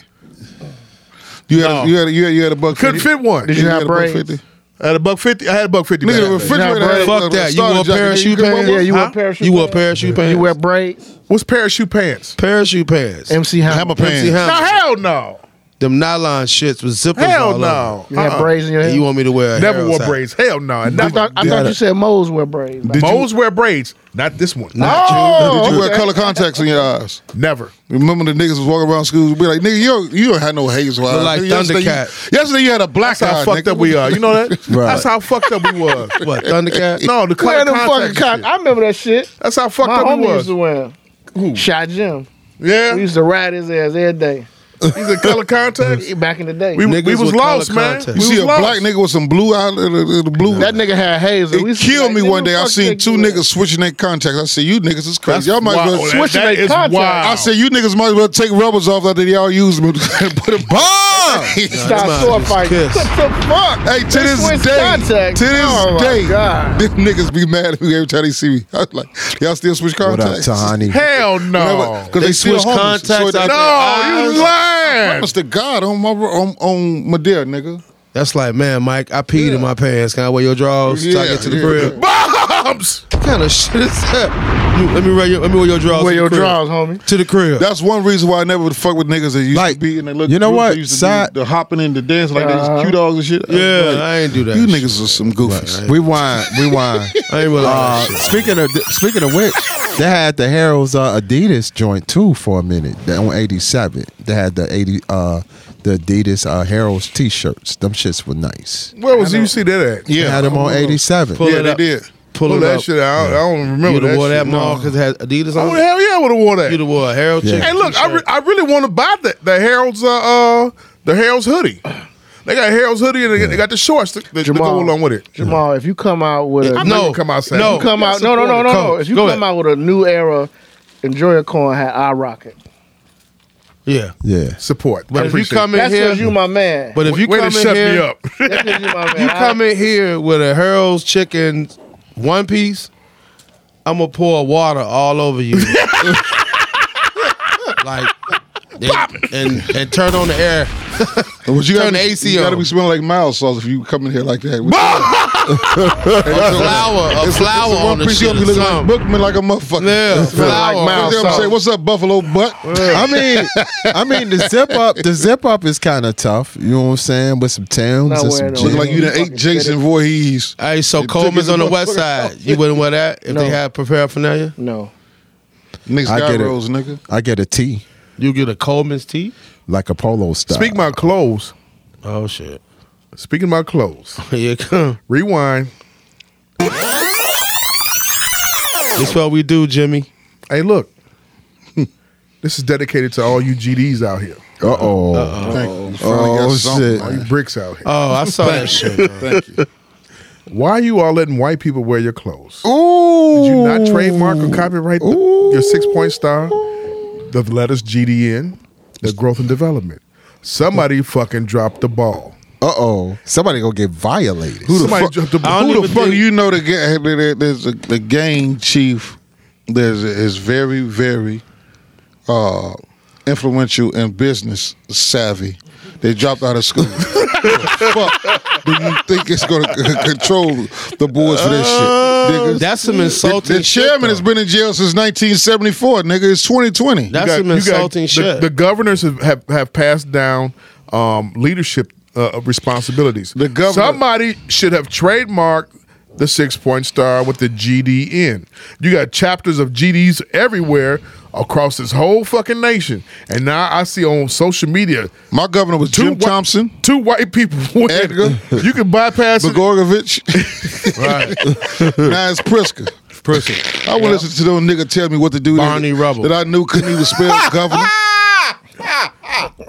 G: You had a, you had a, you had, you had a buck.
A: couldn't
G: 50?
A: fit one.
J: Did you have
G: a buck
J: braids?
G: 50?
A: I had a buck fifty. I had a buck fifty.
G: Nigga,
A: back
G: the
A: then.
G: refrigerator. had a-
I: Fuck that. You
G: starter
I: wore a
G: jacket.
I: parachute
G: couldn't
I: pants?
J: Yeah,
G: wear
J: you
I: Huh?
J: wear parachute.
I: You wore
J: pants.
I: parachute pants.
J: You wear braids.
A: What's parachute pants?
I: parachute pants.
J: MC Hammer.
G: Hammer
I: MC
G: pants.
A: No,
I: Hammer.
A: hell no.
I: Them nylon shits with zippers.
A: Hell
I: all
A: no.
I: Over.
J: You had
A: Uh-uh.
J: Uh, braids in your
I: And
J: hair.
I: you want me to wear? A
A: Never
I: Harold's
A: wore
I: hat.
A: braids. Hell no. I
J: I
A: Never.
J: thought, I thought you said Moles wear braids. Like,
A: Moles wear braids. Not this one.
G: Did
A: oh,
G: you wear color contacts in your eyes?
A: never.
G: Remember the niggas was walking around school, be like, nigga, you don't, you don't have no hazel eyes.
I: Look like
G: Nigga, yesterday
I: Thundercat.
G: You, yesterday you had a black
A: That's how
G: eye,
A: fucked
G: nigga.
A: up we are. You know that?
C: Right.
A: That's how fucked up we was.
I: What Thundercat?
A: No, the
J: wear
A: color
J: them fucking
A: contact.
J: cock.
A: shit.
J: I remember that shit.
A: That's how fucked
J: My
A: up we
J: homie used
A: was.
J: to wear. 'em. Shot Jim. We
A: Yeah,
J: used to ride his ass every day.
A: he's in color contacts.
J: Back in the day.
A: We, we
I: Niggas
A: was
I: with
A: lost,
I: color
A: man. We
I: contacts.
G: You see
A: was
G: a
A: lost.
G: black nigga with some blue eye, the, the- the blue.
J: that nigga had hazel.
G: it
J: We used to be
G: killed
J: like,
G: me
J: nigga,
G: one
J: who
G: day.
J: the
G: I
J: fuck
G: seen
J: think
G: two
J: you are?
G: niggas switching their contacts. I said, you niggas is crazy. y'all might as
A: Wow,
G: well
A: that-
G: switch.
J: Switching
A: that
J: they
A: is
J: contacts.
A: wild.
G: I said, you niggas might as well take rubbers off after y'all use them and put them bomb.
I: That's mine.
J: Stop sword
I: Just
J: fighting.
I: kiss.
J: What the fuck?
G: Hey, to
J: They
G: this
J: switched
G: day,
J: contacts.
G: to this
J: Oh, my
G: day,
J: God.
G: them niggas be mad at me every time they see me. I was like, y'all still switch
C: What up,
G: contacts?
C: Tahani?
A: Hell no.
G: Because they,
I: Oh. They
G: still
I: switch
G: homies. So
I: contacts
G: they-
I: out
A: No, you lying.
G: Promise to God on my on, on Madeira, nigga.
I: That's like, man, Mike, I peed in my pants. Can I wear your drawers? till I
G: Yeah,
I: get to the
G: yeah.
I: crib.
A: Bombs.
I: What kind of shit is that? You, let me wear your, let me wear your drawers.
J: Wear
I: to the
J: your
I: crib.
J: drawers, homie.
I: to the crib.
G: That's one reason why I never would fuck with niggas that used
C: Like,
G: to be in that little
C: you know
G: group
C: what?
G: that used to
C: Side-
G: be the hopping and the dancing like they was
J: Uh-huh.
G: cute dogs and shit. I was
I: yeah,
G: like,
I: I ain't do that.
G: you
I: shit.
G: niggas are some goofies.
C: Rewind, rewind.
I: I ain't really.
C: Uh, speaking of speaking of which, they had the Harold's uh, Adidas joint too for a minute. That on '87, they had the eighty uh, the Adidas uh, Harold's T-shirts. Them shits were nice.
A: Where was you see that at?
C: they had them on '87.
I: Pull
G: Yeah,
I: it
G: they
I: up.
G: did.
I: Pull,
A: Pull
I: it
A: that
I: up.
A: shit out. I don't remember
I: You'd
A: that.
I: have wore that
A: shit.
I: mall because it had Adidas
A: I
I: on
A: would
I: it.
A: hell yeah, I would have wore
I: You'd have
A: that.
I: wore a Harold
C: Yeah.
I: chick.
A: Hey, look, I, re-
I: t-shirt.
A: I really want to buy the the Harold's uh, uh the Harold's hoodie. They got Harold's hoodie and they, they got the shorts that, that, that
J: Jamal.
A: go along with it.
J: Jamal, if you come out with a
A: I'm
I: No,
A: not gonna come outside.
I: no.
A: You
J: come
A: gotta
J: out, no, no, no,
A: support
J: no,
A: it.
J: no.
I: Coach,
J: If you
I: go
J: come
I: ahead.
J: out with a new era, enjoy your corn hat. I rock it.
I: yeah.
C: Yeah,
A: Support.
I: But
A: I
I: if you
A: appreciate it.
I: come in
J: That's
I: here,
J: because you my man.
I: but if you
A: Way
I: come
A: to
I: in
A: shut
I: here,
A: me up.
J: That's 'cause you my man.
I: you
J: I-
I: come in here with a Harold's chicken one piece, I'm gonna pour water all over you. like and, and and turn on the air.
G: But you
I: Turn
G: gotta,
I: the
G: be-
I: AC
G: you gotta
I: on.
G: be smelling like mild sauce if you come in here like that.
I: Flour, a flour
G: It's a
I: on
G: one
I: the
G: piece you
I: shit. or
G: be looking like
I: something.
G: Bookman like a motherfucker.
I: yeah,
G: Smelling like
I: flour.
G: mild sauce. Say, What's up, Buffalo Butt?
C: I mean, I mean the zip up, the zip up is kind of tough. You know what I'm saying? With some Timbs
J: Not
C: and
J: wearing
C: some
G: Looking
J: no
G: Oh, like
C: jeans.
G: you done ate Jason Voorhees.
I: Hey, so
G: It
I: Coleman's
G: took
I: on
G: his
I: the west
G: motherfucker
I: side.
G: out.
I: You wouldn't wear that if
J: No.
I: they had prepared finale.
J: No.
G: Nick
C: I get it.
G: Skyros, nigga.
C: I get a T,
I: You get a Coleman's tee.
C: like a polo style.
A: Speak my clothes.
I: Oh shit!
A: Speaking my clothes.
I: Here it come.
A: Rewind.
I: That's what we do, Jimmy.
A: Hey, look. this is dedicated to all you GDs out here.
C: Uh oh.
G: Thank you. You finally
C: Oh,
G: got something.
C: shit.
A: All you bricks out here.
I: Oh, I saw that shit.
G: Thank you.
A: Why are you all letting white people wear your clothes?
G: Ooh.
A: Did you not trademark or copyright the- your six point star? The letters GDN, the growth and development. Somebody fucking dropped the ball.
C: Uh oh, somebody gonna get violated.
G: Who the
A: Somebody
G: fuck?
A: dropped the ball.
G: Who the fuck? you know the ga- there- there- there's a, the gang chief. There's is very very uh, influential and business savvy. They dropped out of school. fuck do you think it's gonna c- control the boards for this shit? Niggas?
I: That's some
G: The,
I: insulting.
G: the chairman has been in jail since 1974, nigga. It's 2020.
I: That's some
A: you
I: insulting
A: the,
I: shit.
A: The governors have, have, have passed down um, leadership uh, responsibilities. The
G: governor-
A: Somebody should have trademarked the six point star with the GDN. You got chapters of GDs everywhere across this whole fucking nation. And now I see on social media
G: My governor was Jim
A: whi-
G: Thompson,
A: two white people. with it.
G: Edgar.
A: You can bypass it.
G: Bogorovich. now it's Prisker. Prisker. I want to listen to those nigga tell me what to do.
I: Barney
G: that,
I: Rubble.
G: That I knew couldn't even spell governor.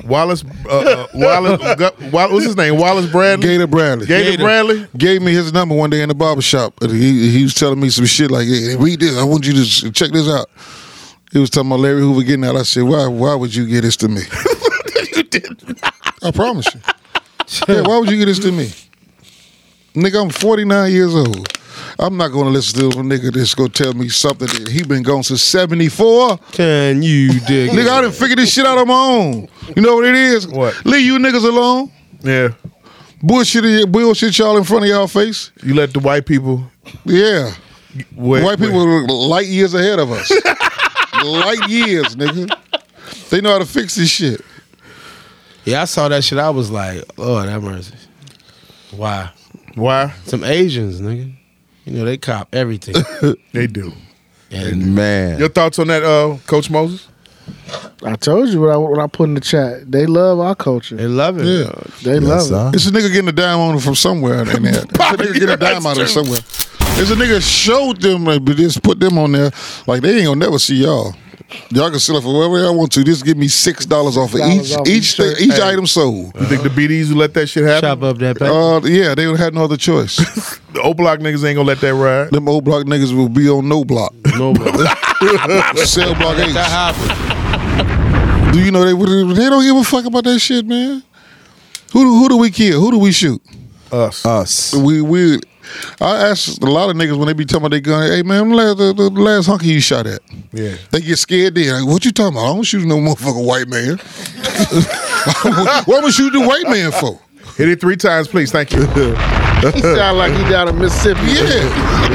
A: Wallace, uh, uh, Wallace, Gu- Wall- what's his name? Wallace Bradley.
G: Gator Bradley.
A: Gator, Bradley.
G: Gave me his number one day in the barber shop. And He, he was telling me some shit like, hey, read this. I want you to s- check this out. He was talking about Larry Hoover getting out. I said, why, why would you get this to me? you did I promise you. yeah, why would you get this to me? Nigga, I'm 49 years old. I'm not going to listen to a nigga that's going to tell me something that he been gone since 74.
I: Can you dig?
G: Nigga, I didn't figure this shit out on my own. You know what it is?
A: What?
G: Leave you niggas alone
A: Yeah.
G: bullshit, bullshit y'all in front of y'all face.
A: You let the white people.
G: Yeah,
A: Wait,
G: white
A: wait.
G: people are light years ahead of us. light years, nigga. They know how to fix this shit.
I: Yeah, I saw that shit. I was like, Lord have mercy. Why?
A: Why?
I: Some Asians, nigga. You know they cop everything.
A: They do.
I: And
C: Man,
A: Your thoughts on that, uh, Coach Moses?
J: I told you what I, what I put in the chat. They love our
I: they
J: culture.
I: love it.
G: Yeah,
J: They
C: yes,
J: love it.
G: it's
C: sir.
G: a nigga getting a dime on it from somewhere. In there. It's a nigga getting a dime out of it somewhere. It's a nigga showed them, like, but just put them on there. Like they ain't gonna never see y'all. Y'all can sell it for whatever y'all want to. Just give me six dollars off of
J: $6
G: each
J: off each
G: each thing,
J: shirt.
G: each item sold.
A: You
I: Uh,
A: think the BDs will let that shit happen?
I: Chop up that paper.
G: Uh, yeah, they would have no other choice.
A: The O Block niggas ain't gonna let that ride.
G: them old block niggas will be on no block.
I: no bro. That
G: Cell block eight.
I: happened.
G: Do you know they would- they don't give a fuck about that shit, man? Who do, who do we kill? Who do we shoot?
A: Us.
G: Uh.
C: us.
G: We we I ask a lot of niggas when they be talking about they gun, hey man, the last, the, the last hunky you shot at.
A: Yeah.
G: They get scared then. Like, what you talking about? I don't shoot no motherfucking white man. what am I shooting the white man for?
A: Hit it three times, please. Thank you.
J: He sound like he down in Mississippi.
G: Yeah.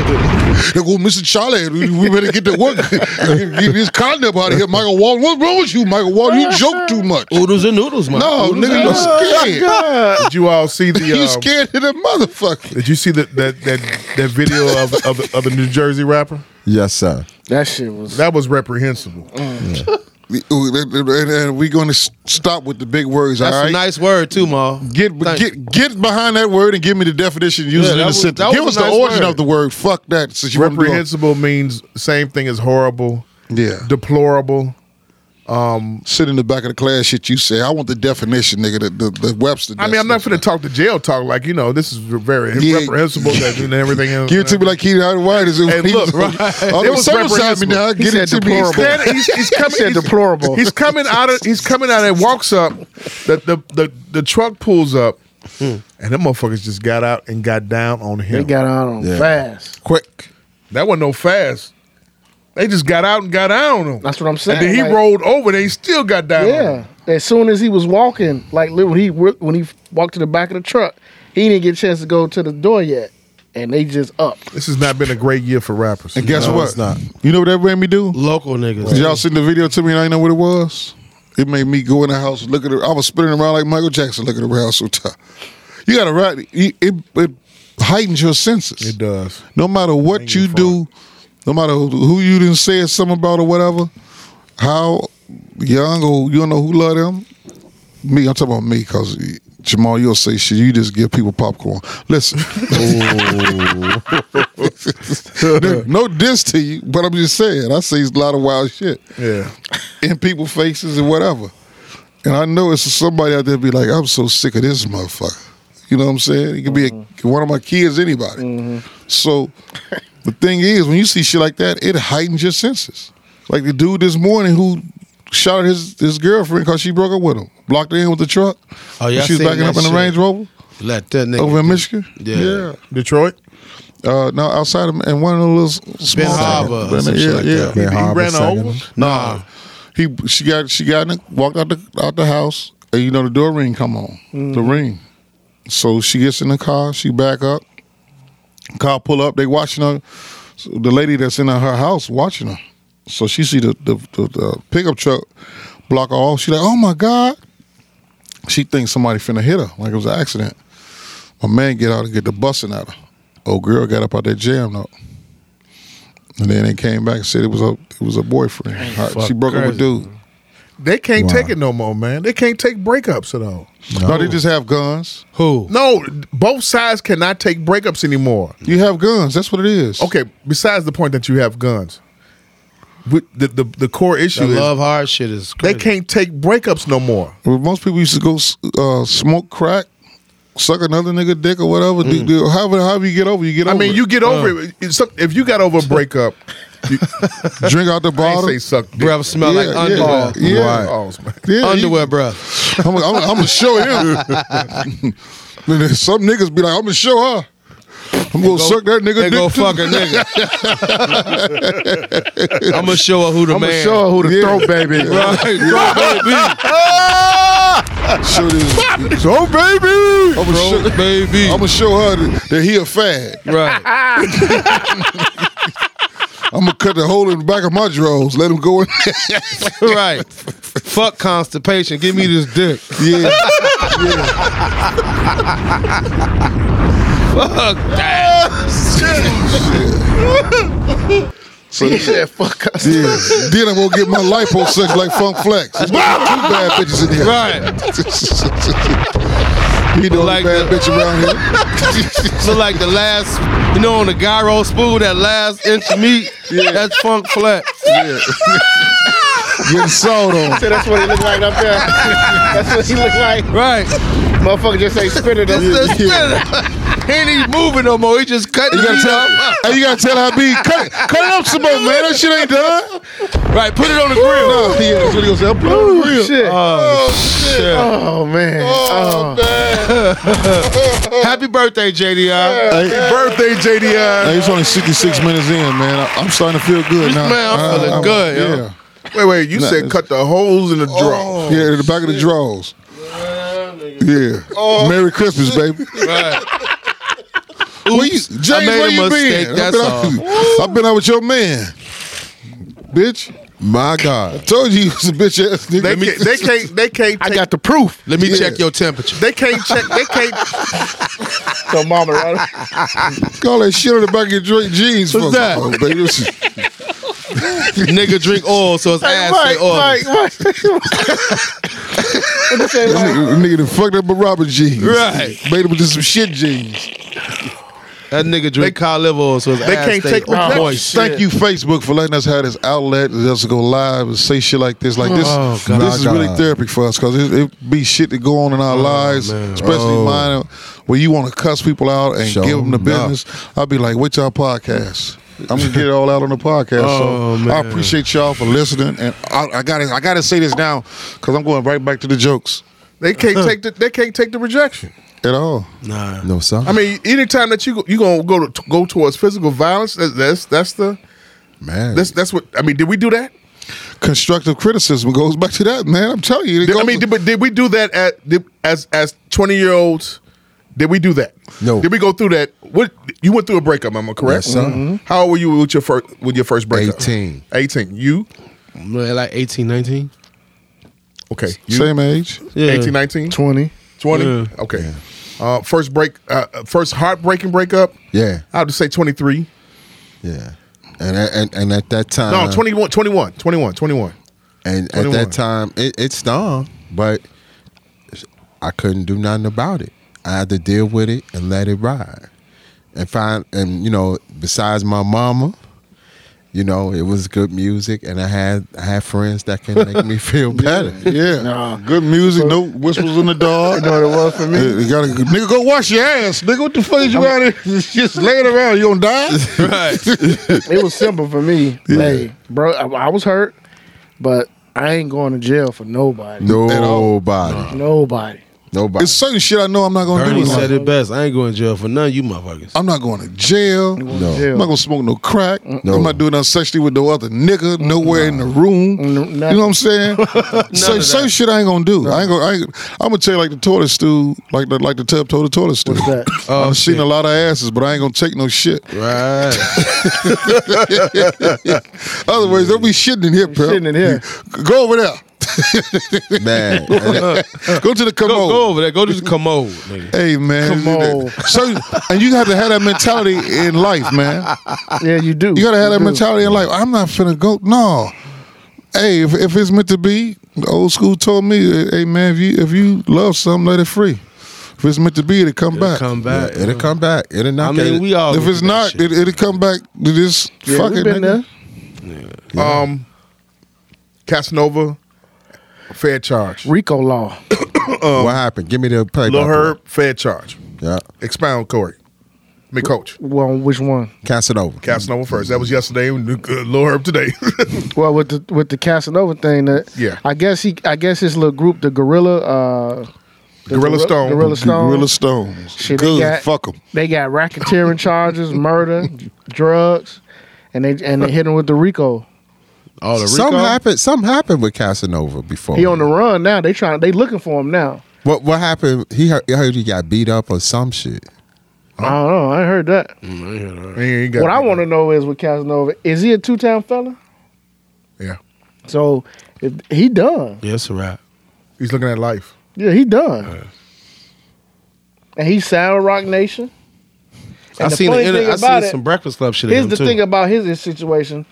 G: they go, Mr. Charlie, we we better get to work. get this condom out of here, Michael Walton. What's wrong with you, Michael Walton? You joke too much.
I: Oodles and noodles, man.
G: No,
I: Oodles
G: nigga,
I: and
G: you
I: noodles.
G: scared.
A: did you all see the?
G: You
A: Um,
G: scared of the motherfucker.
A: Did you see the, that that that video of of the, of the New Jersey rapper?
C: Yes, sir.
J: That shit was.
A: That was reprehensible.
G: Mm-hmm. We- and we're going to stop with the big words.
I: That's
G: all right,
I: a nice word too, Ma.
G: get
I: Thank-
G: get get behind that word and give me the definition. Use it
I: Yeah,
G: in
I: that
G: the
I: was-
G: sentence.
I: that
G: Give
I: was
G: us
I: a
G: the
I: nice
G: origin
I: word.
G: of the word. Fuck that. Since you wanna do all-
A: Reprehensible means same thing as horrible,
G: Yeah,
A: deplorable.
G: sit in the back of the class. Shit, you say. I want the definition, nigga. The the, the Webster.
A: I mean, I'm not finna talk to jail talk like you know. This is very
G: Yeah.
A: reprehensible. That and everything. else.
G: Give it to me like he out wide is.
A: Hey, look, right.
G: Oh,
A: It was
G: circumcise me
A: reprehensible.
G: now.
A: He
G: Get it to
A: said
G: me.
A: deplorable. Then he's, he's coming.
J: said
A: he's-
J: deplorable.
A: He's coming out of. He's coming out and walks up. The the the, the truck pulls up, and them motherfuckers just got out and got down on
J: They
A: him.
J: got out on fast.
A: quick. That wasn't no fast. They just got out and got down on him.
J: That's what I'm
A: And
J: saying.
A: then he
J: like,
A: rolled over. They still got down. on him.
J: Yeah. As soon as he was walking, like li- when he wa- when he walked to the back of the truck, he didn't get a chance to go to the door yet, and they just up.
A: This has not been a great year for rappers.
G: And guess
C: No,
G: what?
C: it's not.
G: You know what that made me do?
I: Local niggas.
G: Did y'all send the video to me and I didn't know what it was? It made me go in the house, look at it. I was spinning around like Michael Jackson looking around so tough. You gotta ride it, it, it heightens your senses.
A: It does.
G: No matter what you do, no matter who- who you didn't say something about or whatever, how young or you don't know who love them. Me, I'm talking about me, cause Jamal, you'll say shit. You just give people popcorn. Listen, no, no diss to you, but I'm just saying. I say a lot of wild shit
A: Yeah.
G: in people's faces and whatever. And I know it's somebody out there be like, I'm so sick of this motherfucker. You know what I'm saying? It could be a, one of my kids, anybody. So The thing is, when you see shit like that, it heightens your senses. Like the dude this morning who shot his, his girlfriend because she broke up with him, blocked her in with the truck.
I: Oh, y'all
G: When she was
I: seen
G: backing
I: that
G: up in the
I: shit?
G: Range Rover
I: Let that nigga
G: over in
I: do-
G: Michigan.
I: Yeah.
A: Detroit.
G: Uh, no, outside of and one of those little small
I: Harbor or some
G: yeah,
I: shit like
G: yeah.
I: that.
C: Ben Harbor
A: ran her
C: second.
A: over?
G: Nah, he she got she got in the, walked out the out the house, and you know the door ring come on the ring. So she gets in the car, she back up. Car pull up, they watching her. So the lady that's in her house watching her. So she see the the, the, the pickup truck block her off. She like, oh my god. She thinks somebody finna hit her, like it was an accident. My man get out and get the busting out of her. Old girl got up out that jam though. And then they came back and said it was a it was a boyfriend. Her- she broke up with dude.
A: They can't
C: Wow.
A: take it no more, man. They can't take breakups at all.
G: No. they just have guns.
I: Who?
A: No, both sides cannot take breakups anymore.
G: You have guns. That's what it is.
A: Okay, besides the point that you have guns, But the the, the core
I: The
A: issue is
I: love hard shit is
A: they
I: crazy.
A: can't take breakups no more.
G: Well, most people used to go s- uh, smoke crack, suck another nigga dick or whatever. Do- do- however, however you get over, you get
A: I
G: over.
A: mean,
G: it.
A: you get over it. It's- If you got over a breakup, you,
G: drink out the
A: I ain't
G: bottle.
A: say suck dick. Oh,
I: Bruh, smell like
G: yeah,
I: underwear.
G: Yeah, yeah.
A: Balls, man.
G: Yeah, you-
I: Underwear, bro.
G: I'm, I'm, I'm gonna show him. Then there's Some niggas be like, I'm gonna show her. I'm gonna suck that nigga
I: They
G: dick.
I: go
G: too.
I: fuck a nigga. I'm gonna show her who the
G: I'm gonna
I: man.
G: show her who the throat baby. Show this.
A: So baby,
G: I'm gonna show,
I: Throat baby.
G: I'm gonna show her that, that he a fag.
I: Right.
G: I'm gonna cut the hole in the back of my drawers. Let him go in. there.
I: Right. Fuck constipation. Give me this dick.
G: yeah,
I: Fuck that.
G: so, yeah.
J: fuck us.
G: Then I'm gonna get my liposuction like Funk Flex. There's gonna be two bad bitches in here.
I: Right.
G: he the only
I: Like
G: bad
I: the-
G: bitch around here.
I: Look like the last, you know, on the gyro spool, that last inch of meat. Yeah. That's funk flat.
G: Getting sawed on.
J: So that's what he looked like up there. That's what he looked like.
I: Right.
J: Motherfucker just ain't spinning
I: That's
J: them.
I: the spinner. He ain't even moving no more. He just cutting
G: You gotta
I: it up.
G: tell, hey, you gotta tell IB, cut, it- cut it up some more, man. That shit ain't done.
I: Right. Put it on the
G: No,
I: grill.
G: he had video say, I'm playing real.
J: Shit.
I: Oh, shit.
J: Oh man.
G: Oh, man.
I: Happy birthday, JDR.
G: Hey,
A: birthday JDI.
G: hey, it's only 66 minutes in, man. I, I'm starting to feel good now.
I: Man, I'm feeling good, yo.
G: Yeah.
A: Wait, wait. You said
G: it's-
A: cut the holes in the draw.
I: Oh.
G: yeah, in the back of the drawers. Yeah. Merry Christmas, baby. Where you, James,
I: I made
G: where
I: a
G: you
I: mistake,
G: been?
I: that's
G: I've been, out, I've been out with your man, bitch.
C: My God.
G: Told you you was a bitch ass nigga.
A: They can't. They can't. They can't.
J: I
A: Take,
J: got the proof.
I: Let me
G: Yeah.
I: check your temperature.
A: They can't check. They can't.
J: So mama, right?
G: call that shit on the back of your drink jeans.
I: What's
G: for-
I: that?
G: Oh, baby, this is-
I: Nigga drink oil, so his ass
J: Right,
I: stay oily.
J: right, right. What you say,
G: This
J: like,
G: nigga, nigga done fucked up with Robert jeans.
I: Right.
G: Made him into some shit jeans.
I: That nigga drink cow liver oil, so his
A: They
I: ass Oh,
A: can't
I: stay
A: take
I: oily.
A: rejection.
I: moist.
G: Thank you, Facebook, for letting us have this outlet and us go live and say shit like this. Like this,
I: Oh, God.
G: this is
C: My
G: really
C: God.
G: therapy for us because it, it be shit that go on in our lives, especially mine, where you want to cuss people out and
C: Sure
G: give them the
C: enough.
G: business. I'll be like, "What's y'all podcast?" I'm gonna get it all out on the podcast.
I: Oh,
G: so I
I: man.
G: appreciate y'all for listening, and I, I gotta, I gotta say this now because I'm going right back to the jokes
A: They can't take. The, they can't take the rejection.
G: at all.
I: Nah.
C: No, sir.
A: I mean, anytime that you go, you gonna go to, go towards physical violence, that's that's, that's the
C: man.
A: that's that's what I mean. Did we do that?
G: Constructive criticism goes back to that, man. I'm telling you. it
A: Did, I
G: goes-
A: mean, did, but did we do that at did, as as twenty year olds? Did we do that?
C: No.
A: Did we go through that? What you went through a breakup? Am I correct? Mm-hmm.
C: Yes, sir.
A: How old were you with your first with your first breakup?
C: 18.
A: Eighteen. You
I: Really, Like 18, 19?
A: okay? You
G: same age.
I: Yeah.
A: 18, 19?
J: Twenty.
A: 20?
I: Yeah.
A: Okay. Uh, first break. Uh, uh, first heartbreaking breakup.
C: yeah.
A: I would say twenty three.
C: Yeah. And, and and at that time,
G: Uh.
A: No, 21, 21, 21, 21.
C: And
A: 21.
C: at that time, it, it stung, but I couldn't do nothing about it. I had to deal with it and let it ride. And find, and you know, besides my mama You know, it was good music, and I had I had friends that can make me feel better.
G: Yeah, good music. No whispers in the dark.
C: You know what it was for me?
G: You gotta, nigga, go wash your ass. Nigga, what the fuck is you out here just laying around? You gonna die?
J: it was simple for me. Hey, bro, I, I was hurt, but I ain't going to jail for nobody. Nobody.
C: Nobody, nobody.
G: It's certain shit I know I'm not gonna
I: Bernie
G: do.
I: said it best. I ain't going to jail for none of you motherfuckers.
G: I'm not going to jail.
J: Going to jail.
G: I'm not gonna smoke no crack.
C: No.
G: I'm not doing nothing sexually with no other nigga. Nowhere in the room.
J: No,
G: you know what I'm saying? so, certain shit I ain't gonna do. I ain't gonna. I ain't, I'm gonna tell you like the toilet stool, like the like the tub told the toilet stool.
J: What's that?
I: Oh,
G: I've seen
I: shit.
G: a lot of asses, but I ain't gonna take no shit.
I: Right.
G: Otherwise, there'll be shitting in here, pal.
J: Sitting in here.
G: Go over there.
C: man. And that-
G: Go to the commode.
I: go, go over there. Go to the commode, nigga.
G: Hey man,
J: Commode.
G: so and you have to have that mentality in life, man.
J: Yeah, you do.
G: You gotta have that
J: do.
G: mentality in life. I'm not finna go. No. Hey, if, if it's meant to be, the old school told me, hey man, if you if you love something, let it free. If it's meant to be, it'll come back.
I: Come back.
C: it'll come back. It'll
I: I
C: not. get
I: mean,
C: it.
I: we all.
G: if
I: do
G: it's
I: that
G: not,
I: shit.
G: it, it'll come back to this
J: Yeah,
G: fucking
J: we've been
G: nigga.
J: there.
A: Um, Casanova, fair charge.
J: Rico law.
C: what happened? Give me the play.
A: Lil Herb, fair charge.
C: Yeah,
A: Expound, Corey. Me, coach.
J: Well, which one?
C: Casanova.
A: Casanova first. That was yesterday. Lil Herb today.
J: Well, with the with the Casanova thing, that
A: Yeah.
J: I guess he, I guess his little group, the Gorilla, uh, the
A: Gorilla Stone.
J: Gorilla Stone,
G: Gorilla Stones.
J: Shit, they
G: Good.
J: got-
G: Fuck them.
J: they got racketeering charges, murder, drugs, and they and they hit him with the Rico.
I: all the
C: Some
I: Rico?
C: happened. Some happened with Casanova before.
G: Oh,
J: He on the run now. They trying, they looking for him now.
C: What what happened? He heard, he heard he got beat up or some shit.
J: I don't know. I ain't heard that. What I want to know is with Casanova, is he a two time fella?
A: Yeah.
J: So if he done.
I: Yeah, it's a wrap.
A: He's looking at life.
J: Yeah, he done.
I: Uh-huh.
J: And he sound Rock Nation. And
I: I
J: the
I: seen, the
J: funny
I: inter-
J: thing
I: I
J: about
I: seen
J: it-
I: some Breakfast Club shit. of
J: Here's
I: him,
J: the
I: too.
J: thing about his, his situation.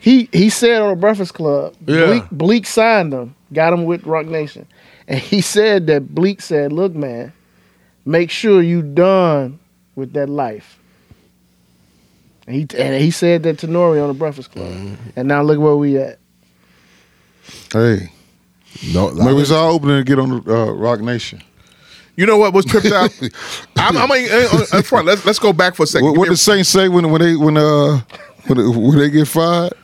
J: He he said on the Breakfast Club,
I: Yeah.
J: Bleak, Bleak signed him, got him with Rock Nation. And he said that Bleak said, Look, man, make sure you done with that life. And he and he said that to Nori on the Breakfast Club.
I: Mm-hmm.
J: And now look where we at.
G: Hey,
C: No,
G: maybe it's all opening to get on the uh, Rock Nation.
A: You know what was tripped out? I'm, I'm uh, in front. Let's let's go back for a second.
G: What, what the Saints say when when they when uh when, when they get fired?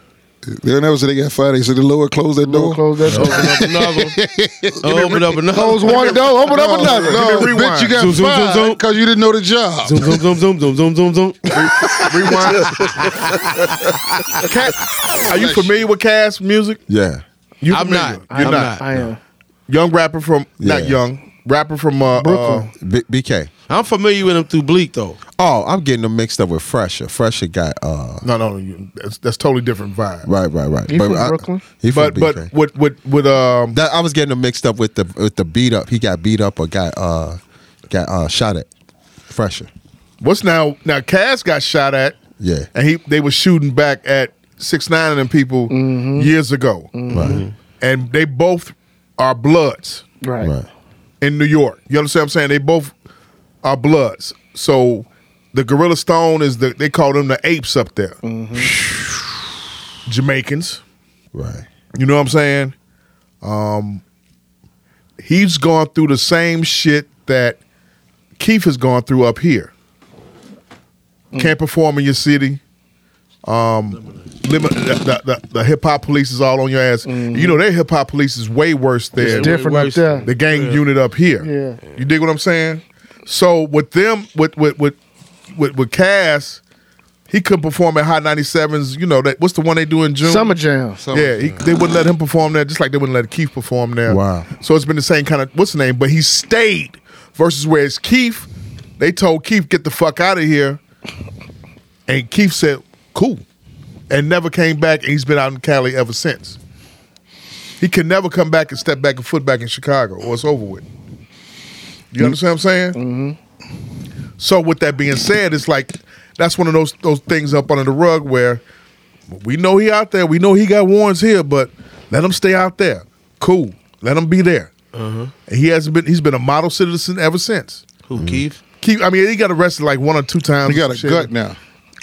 G: They never say they got fired. They said the Lord closed that door.
J: Close that door.
I: Open up another. one. open up another.
G: Close one door, open up another.
A: give
G: No,
A: me rewind.
G: bitch, you got
I: Zoom, zoom, zoom, zoom.
G: because you didn't know the job.
I: Zoom, zoom, zoom, zoom, zoom, zoom, zoom, zoom.
A: rewind. Cat, are you familiar with Cass music?
C: yeah.
A: You
I: I'm
A: familiar?
I: not.
A: You're
I: I'm
A: not.
I: not.
J: I am.
A: Young rapper from
C: Yeah.
A: not young rapper from uh,
J: Brooklyn.
C: B- BK.
I: I'm familiar with him through Bleak though.
C: Oh, I'm getting them mixed up with Fresher. Fresher got uh
A: uh, no, no, you- that's, that's totally different vibe.
C: right, right, right.
J: He from Brooklyn?
C: I, he from
A: But
C: BK.
A: but with with with um
C: that, I was getting them mixed up with the with the beat up. He got beat up or got uh got uh shot at. Fresher.
A: what's now now Cass got shot at.
C: Yeah.
A: and he they were shooting back at six nine of them people years ago,
G: Mm-hmm.
C: Right.
I: Mm-hmm.
A: and they both are bloods.
J: Right.
C: Right.
A: in New York. You understand what I'm saying? They both are bloods. So the Gorilla Stone is the they call them the apes up there. Jamaicans.
C: Right.
A: You know what I'm saying? Um he's gone through the same shit that Keith has gone through up here. Can't perform in your city. Um, limit, the, the, the, the hip hop police is all on your ass. You know their hip hop police is way worse there
J: Different up
I: worse.
J: there.
A: the gang unit up here.
J: Yeah.
A: You dig what I'm saying? So with them, with with with with, with Cass, he couldn't perform at Hot 97s. You know that what's the one they do in June?
J: Summer Jam.
A: yeah, he, they wouldn't let him perform there, just like they wouldn't let Keith perform there.
C: Wow.
A: So it's been the same kind of what's the name? But he stayed. Versus whereas Keith, they told Keith get the fuck out of here, and Keith said cool, and never came back. And he's been out in Cali ever since. He can never come back and step back and foot back in Chicago, or it's over with. You understand what I'm saying? So with that being said, it's like that's one of those those things up under the rug where we know he out there, we know he got warrants here, but let him stay out there. Cool, let him be there. And he hasn't been. He's been a model citizen ever since.
I: Who Keith?
A: Keep. I mean, he got arrested like one or two times.
G: You got a
A: Shit.
G: gut now.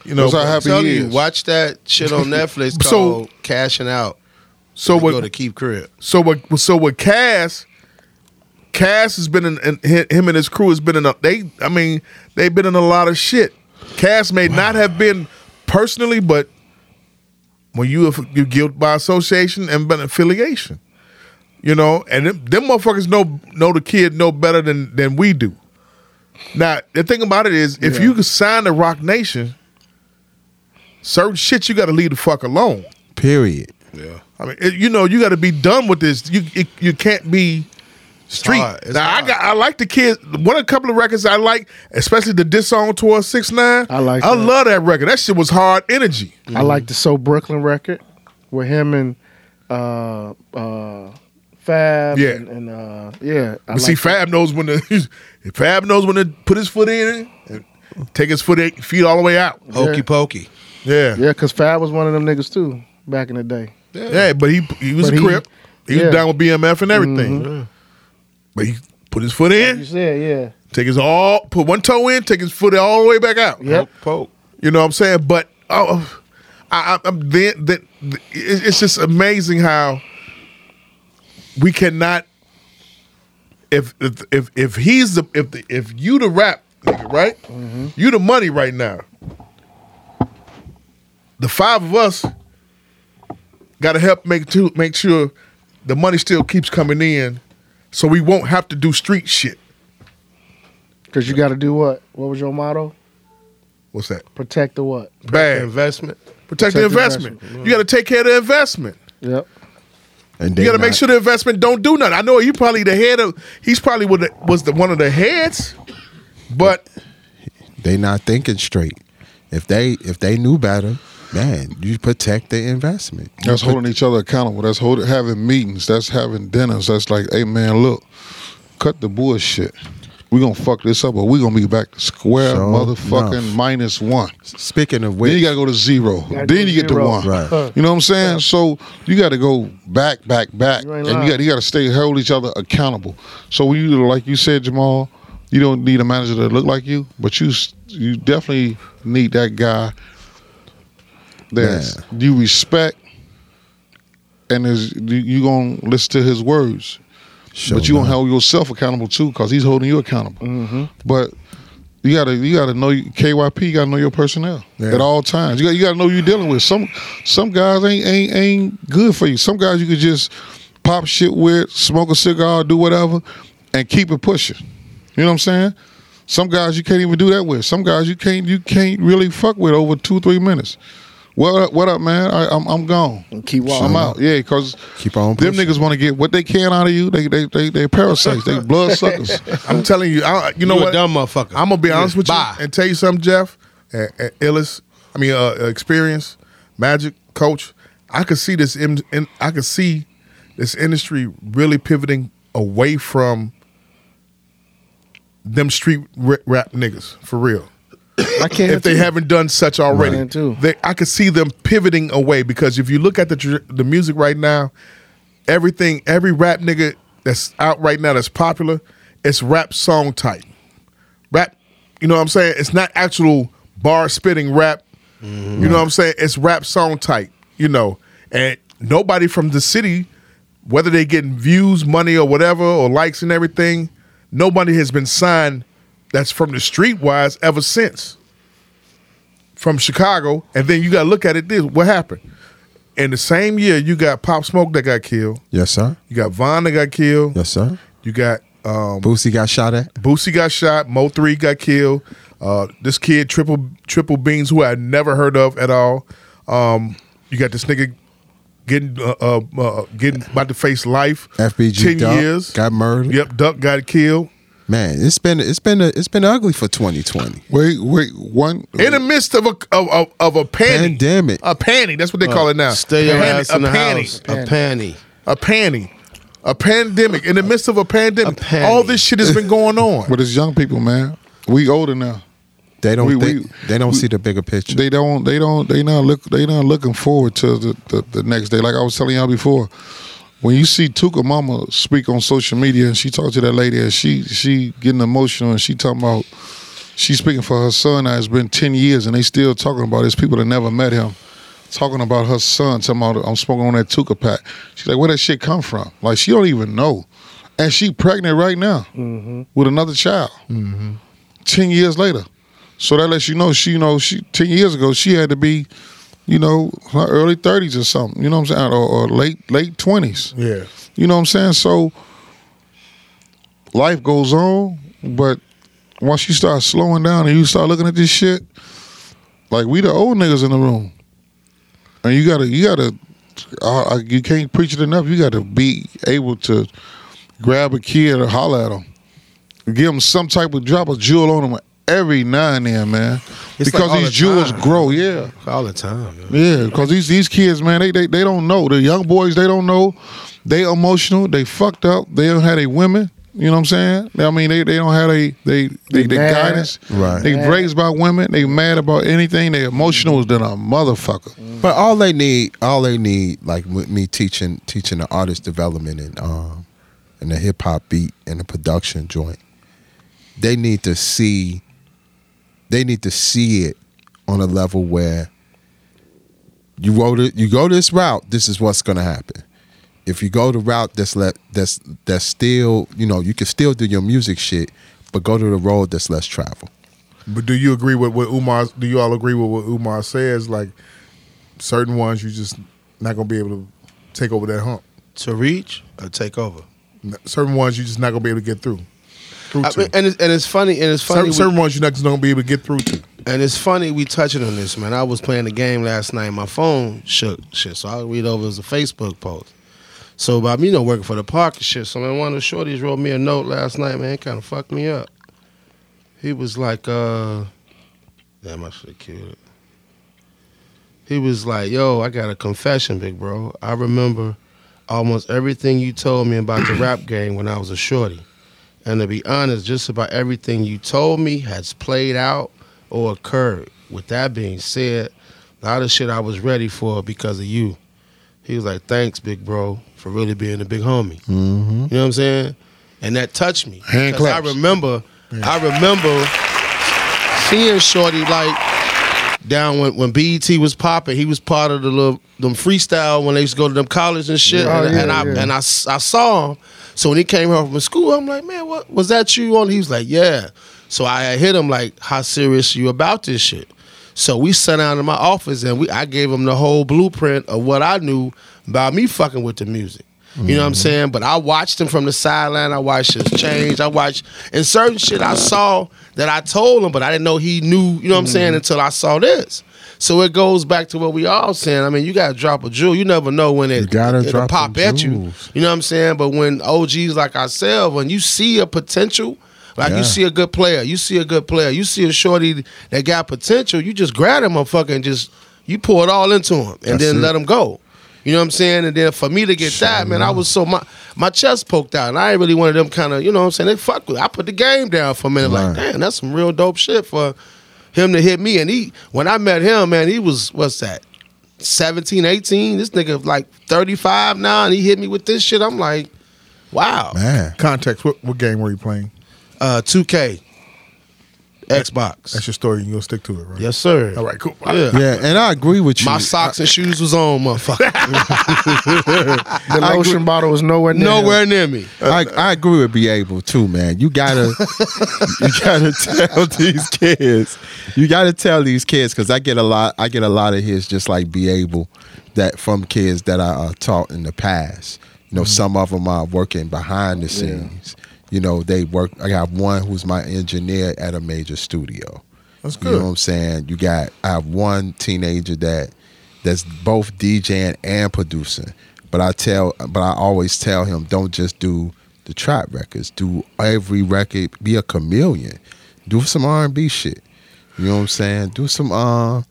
A: You know,
I: That's how
A: but-
I: happy he is. Watch that shit on Netflix called Cashing Out.
A: So
I: You
A: what?
I: go to Keep Crib.
A: So what? So what? Cass, Cass has been in, in hi- him and his crew has been in. A, they, I mean, they've been in a lot of shit. Cass may not have been personally, but when you you guilt by association and by affiliation, you know, and them, them motherfuckers know know the kid no better than than we do. Now the thing about it is, if you could sign to Rock Nation, certain shit you got to leave the fuck alone.
C: Period.
I: Yeah.
A: I mean, it, you know, you got to be done with this. You it, you can't be street.
I: hard. It's
A: now I got I like the kids. One a couple of records I like, especially the disown towards six nine. I
J: like
A: I
J: that.
A: love that record. That shit was hard energy.
J: I like the So Brooklyn record with him and uh uh Fab
A: Yeah.
J: and, and uh yeah. I
A: But see,
J: like that.
A: Fab knows when to. Fab knows when to put his foot in and take his foot eight feet all the way out.
J: Hokey Yeah.
I: pokey.
A: Yeah.
J: Yeah, cause Fab was one of them niggas too back in the day.
A: Yeah, but he he was
J: But
A: a
J: he-
A: crip. He,
J: yeah. Mm-hmm.
A: was down with BMF and everything. But he put his foot in.
J: You said yeah.
A: Take his all, put one toe in, take his foot all the way back out.
J: Yep.
I: Poke.
A: You know what I'm saying? But oh, I, I, I'm then, then it- it's just amazing how we cannot. If if if, if he's the if the, if you the rap nigga, right, you the money right now. The five of us got to help make to make sure the money still keeps coming in, so we won't have to do street shit.
J: Cause you got to do what? What was your motto?
A: What's that?
J: Protect the what?
A: Bad.
I: Investment.
A: Protect, the investment. You got to take care of the investment.
J: Yep.
C: And
A: You
C: they
A: got to make
C: not-
A: sure the investment don't do nothing. I know he probably the head of. He's probably with the, was the one of the heads, but
C: they not thinking straight. If they if they knew better, man, you protect the investment.
G: That's holding each other accountable. That's holding, having meetings. That's having dinners. That's like, hey man, look, cut the bullshit. We gonna fuck this up, or we gonna be back to square
C: Sure
G: motherfucking
C: enough.
G: minus one.
C: Speaking of
G: Then you
C: which,
G: gotta go to zero.
J: gotta
G: then
J: do
G: you get to
J: zero.
G: one.
C: Right.
G: You know what I'm saying? So you gotta go back, back, back,
J: You
G: and
J: ain't
G: you
J: lying.
G: got you gotta stay hold each other accountable. So when you like you said, Jamal, you don't need a manager that look like you, but you s- you definitely need that guy that you respect and is you, you gonna listen to his words,
C: Sure
G: but you gonna
C: enough.
G: hold yourself accountable too, cause he's holding you accountable.
J: Mm-hmm.
G: But you gotta you gotta know your- KYP. You gotta know your personnel at all times. You gotta, you gotta know who you're dealing with. Some some guys ain't ain't ain't good for you. Some guys you could just pop shit with, smoke a cigar, do whatever, and keep it pushing. You know what I'm saying? Some guys you can't even do that with. Some guys you can't you can't really fuck with over two three minutes. What up, what up, man? I, I'm I'm gone.
J: keep walking.
G: I'm out. Yeah, because
C: Keep on
G: Them
C: pushing.
G: niggas want to get what they can out of you. They they they they parasites. they blood suckers.
A: I'm telling you, I, you know
I: You a
A: what?
I: dumb motherfucker.
A: I'm gonna be honest with
I: Bye.
A: you and tell you something, Jeff. At, at Illis, I mean, uh, experience, magic, coach. I could see this. In, in, I could see this industry really pivoting away from them street ra- rap niggas for real.
J: I can't.
A: if they haven't done such already.
J: Right. Too.
A: They, I could see them pivoting away because if you look at the tr- the music right now, everything, every rap nigga that's out right now that's popular, it's rap song type. Rap, you know what I'm saying? It's not actual bar spitting rap.
J: Mm-hmm.
A: You know what I'm saying? It's rap song type, you know. And nobody from the city, whether they getting views, money or whatever, or likes and everything, nobody has been signed that's from the streetwise ever since from Chicago, and then you got to look at it this what happened. In the same year, you got Pop Smoke that got killed,
C: yes sir,
A: you got Von that got killed,
C: yes sir.
A: you got um,
C: Boosie got shot at.
A: Boosie got shot, Mo Three got killed, uh, this kid Triple Triple Beans who I never heard of at all. Um, you got this nigga getting uh, uh, uh, getting about to face life.
C: FBG
A: ten
C: Duck
A: years
C: got murdered.
A: Yep, Duck got killed.
C: Man, it's been it's been a, it's been ugly for 2020.
G: wait wait one.
A: In the midst of a of, of, of a panty,
C: Pandemic.
A: a panty. That's what they call it now.
I: Stay your
A: A panty-
I: ass in
A: a
I: the
A: panty.
I: house. A panty.
A: a panty, a pandemic in the midst of a pandemic.
I: A panty.
A: all this shit has been going on.
G: But it's young people, man. We older now.
C: They don't
G: We-
C: think,
G: we-
C: they don't
G: we-
C: see the bigger picture.
G: They don't. They don't. They not look. They not looking forward to the, the, the next day. Like I was telling y'all before, when you see Tuka Mama speak on social media and she talked to that lady and she she getting emotional and she talking about She's speaking for her son. Now it's been ten years, and they still talking about this. People that never met him, talking about her son. Talking about I'm smoking on that Tuka pack. She's like, where that shit come from? Like she don't even know, and she pregnant right now with another child. Ten years later, so that lets you know she, you know, she ten years ago she had to be, you know, her early thirties or something. You know what I'm saying, or, or late late twenties.
A: Yeah.
G: You know what I'm saying? So life goes on, but once you start slowing down and you start looking at this shit, like we the old niggas in the room, and you gotta you gotta uh, you can't preach it enough. You gotta be able to grab a kid or holler at them, give them some type of drop a jewel on them every now and then, man,
I: It's like
G: because
I: all
G: these
I: the
G: jewels
I: time.
G: grow. Yeah.
I: all the time. man.
G: Yeah, because these these kids, man, they, they they don't know. The young boys, they don't know. They emotional. They fucked up. They don't have a women. You know what I'm saying? I mean, they, they don't have a they they, they
J: mad.
G: guidance.
C: Right.
G: They
J: Mad.
G: raised by women. They mad about anything. They emotional than a motherfucker.
C: But all they need, all they need, like with me teaching, teaching the artist development and um, and the hip hop beat and the production joint, they need to see, they need to see it on a level where you wrote it, you go this route, this is what's gonna happen. If you go the route that's let that's that's still, you know, you can still do your music shit, but go to the road that's less traveled.
A: But do you agree with what Umar? Do you all agree with what Umar says? Like certain ones, you just not gonna be able to take over that hump.
I: To reach or take over.
A: Certain ones, you just not gonna be able to get through. Through
I: I
A: to.
I: mean, and, it's, and it's funny. And it's
A: certain,
I: funny. we-
A: certain ones, you're not just gonna be able to get through to.
I: And it's funny we touching on this, man. I was playing the game last night. My phone shook, shit. So I read over it was a Facebook post. So about me, you know, working for the park and shit. So man, one of the shorties wrote me a note last night, man. Kind of fucked me up. He was like, uh, damn, I should have killed it. He was like, yo, I got a confession, big bro. I remember almost everything you told me about the rap game when I was a shorty. And to be honest, just about everything you told me has played out or occurred. With that being said, a lot of shit I was ready for because of you. He was like, thanks, big bro, for really being a big homie. You know what I'm saying? And that touched me.
G: Mm-hmm. Hand
I: 'Cause I
G: claps.
I: remember, I remember seeing Shorty like down when, when BET was popping. He was part of the little them freestyle when they used to go to them college and shit.
J: Yeah.
I: and,
J: Oh,
I: and
J: yeah,
I: I
J: yeah.
I: and I, s- I saw him. So when he came home from school, I'm like, man, what was that you on? He was like, yeah. So I had hit him like, how serious you about this shit? So we sat down in my office and we I gave him the whole blueprint of what I knew about me fucking with the music. You know what I'm saying? But I watched him from the sideline. I watched his change. I watched and certain shit I saw that I told him, but I didn't know he knew, you know what I'm
C: Mm-hmm.
I: saying, until I saw this. So it goes back to what we all saying. I mean, you gotta drop a jewel. You never know when it,
C: gotta
I: it'll
C: drop
I: pop
C: them
I: at you.
C: jewels.
I: You know what I'm saying? But when OGs like ourselves, when you see a potential, like
C: Yeah.
I: you see a good player, you see a good player, you see a shorty that got potential, you just grab him motherfucker and just you pour it all into him and then
C: it.
I: let him go. You know what I'm saying? And then for me to get that, man, I was so my my chest poked out, and I ain't really one of them kind of, you know what I'm saying? They fuck with. I put the game down for a minute, like,
C: Right.
I: damn, that's some real dope shit for him to hit me. And he, when I met him, man, he was what's that, 17, 18. This nigga like 35 now, and he hit me with this shit. I'm like, wow.
C: Man,
A: Context: What what game were you playing?
I: Uh, 2K, Xbox.
A: That's your story. You gonna stick to it, right?
I: yes, sir.
A: All right. Cool.
I: Yeah.
C: yeah, and I agree with you.
I: My socks and shoes was on, motherfucker.
J: The lotion bottle was nowhere near.
I: Nowhere near me.
C: I, I agree with be able too, man. You gotta you gotta tell these kids. You gotta tell these kids because I get a lot. I get a lot of his just like be able that from kids that I uh, taught in the past. You know,
A: Mm-hmm.
C: some of them are working behind the scenes. You know, they work. I got one who's my engineer at a major studio.
A: That's
C: You
A: good.
C: know what I'm saying? You got I have one teenager that that's both DJing and producing. But I tell but I always tell him don't just do the trap records. Do every record, be a chameleon. Do some R and B shit. You know what I'm saying? Do some uh,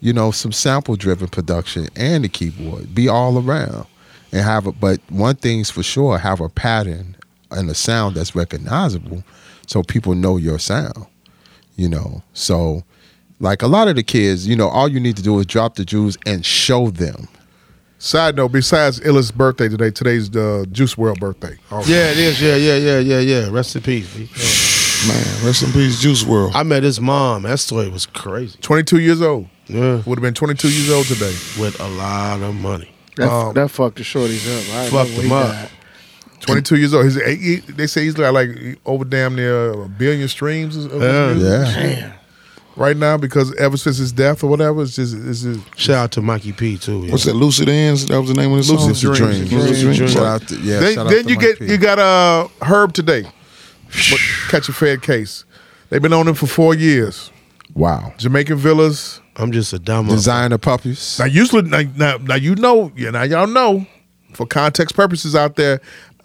C: you know, some sample driven production and the keyboard. Be all around. And have a but one thing's for sure, have a pattern and a sound that's recognizable so people know your sound you know. So, like a lot of the kids, you know, all you need to do is drop the jewels and show them.
A: Side note: Besides Illa's birthday today, today's the Juice World birthday. Oh,
I: Yeah, it is. Yeah, yeah, yeah, yeah, yeah. Rest in peace. B.
G: Man, rest in peace, Juice World.
I: I met his mom. That story was crazy.
A: 22 years old.
I: Yeah.
A: Would have been 22 years old today.
I: With a lot of money.
J: That,
A: Um,
J: that fucked the shorties up. I
I: Fucked them up.
A: 22 years old. He's eight, he- they say he's got like over damn near a billion streams. Of of
I: Yeah.
A: music.
C: Yeah.
A: Right now, because ever since his death or whatever, it's just it's just
I: Shout out to Mikey P too. yeah.
G: What's that? Lucid Ends. That was the name of the song.
A: Lucid Dreams.
G: Lucid Dreams.
C: Shout out to, yeah,
A: then
C: shout out
A: then
C: to
A: you
C: Mike
A: get
C: P.
A: you got uh Herb today. But catch a fair case. They've been on him for four years.
C: wow.
A: Jamaican Villas.
I: I'm just a dumb
C: Designer puppies.
A: Now usually now, now, now you know yeah, now y'all know for context purposes out there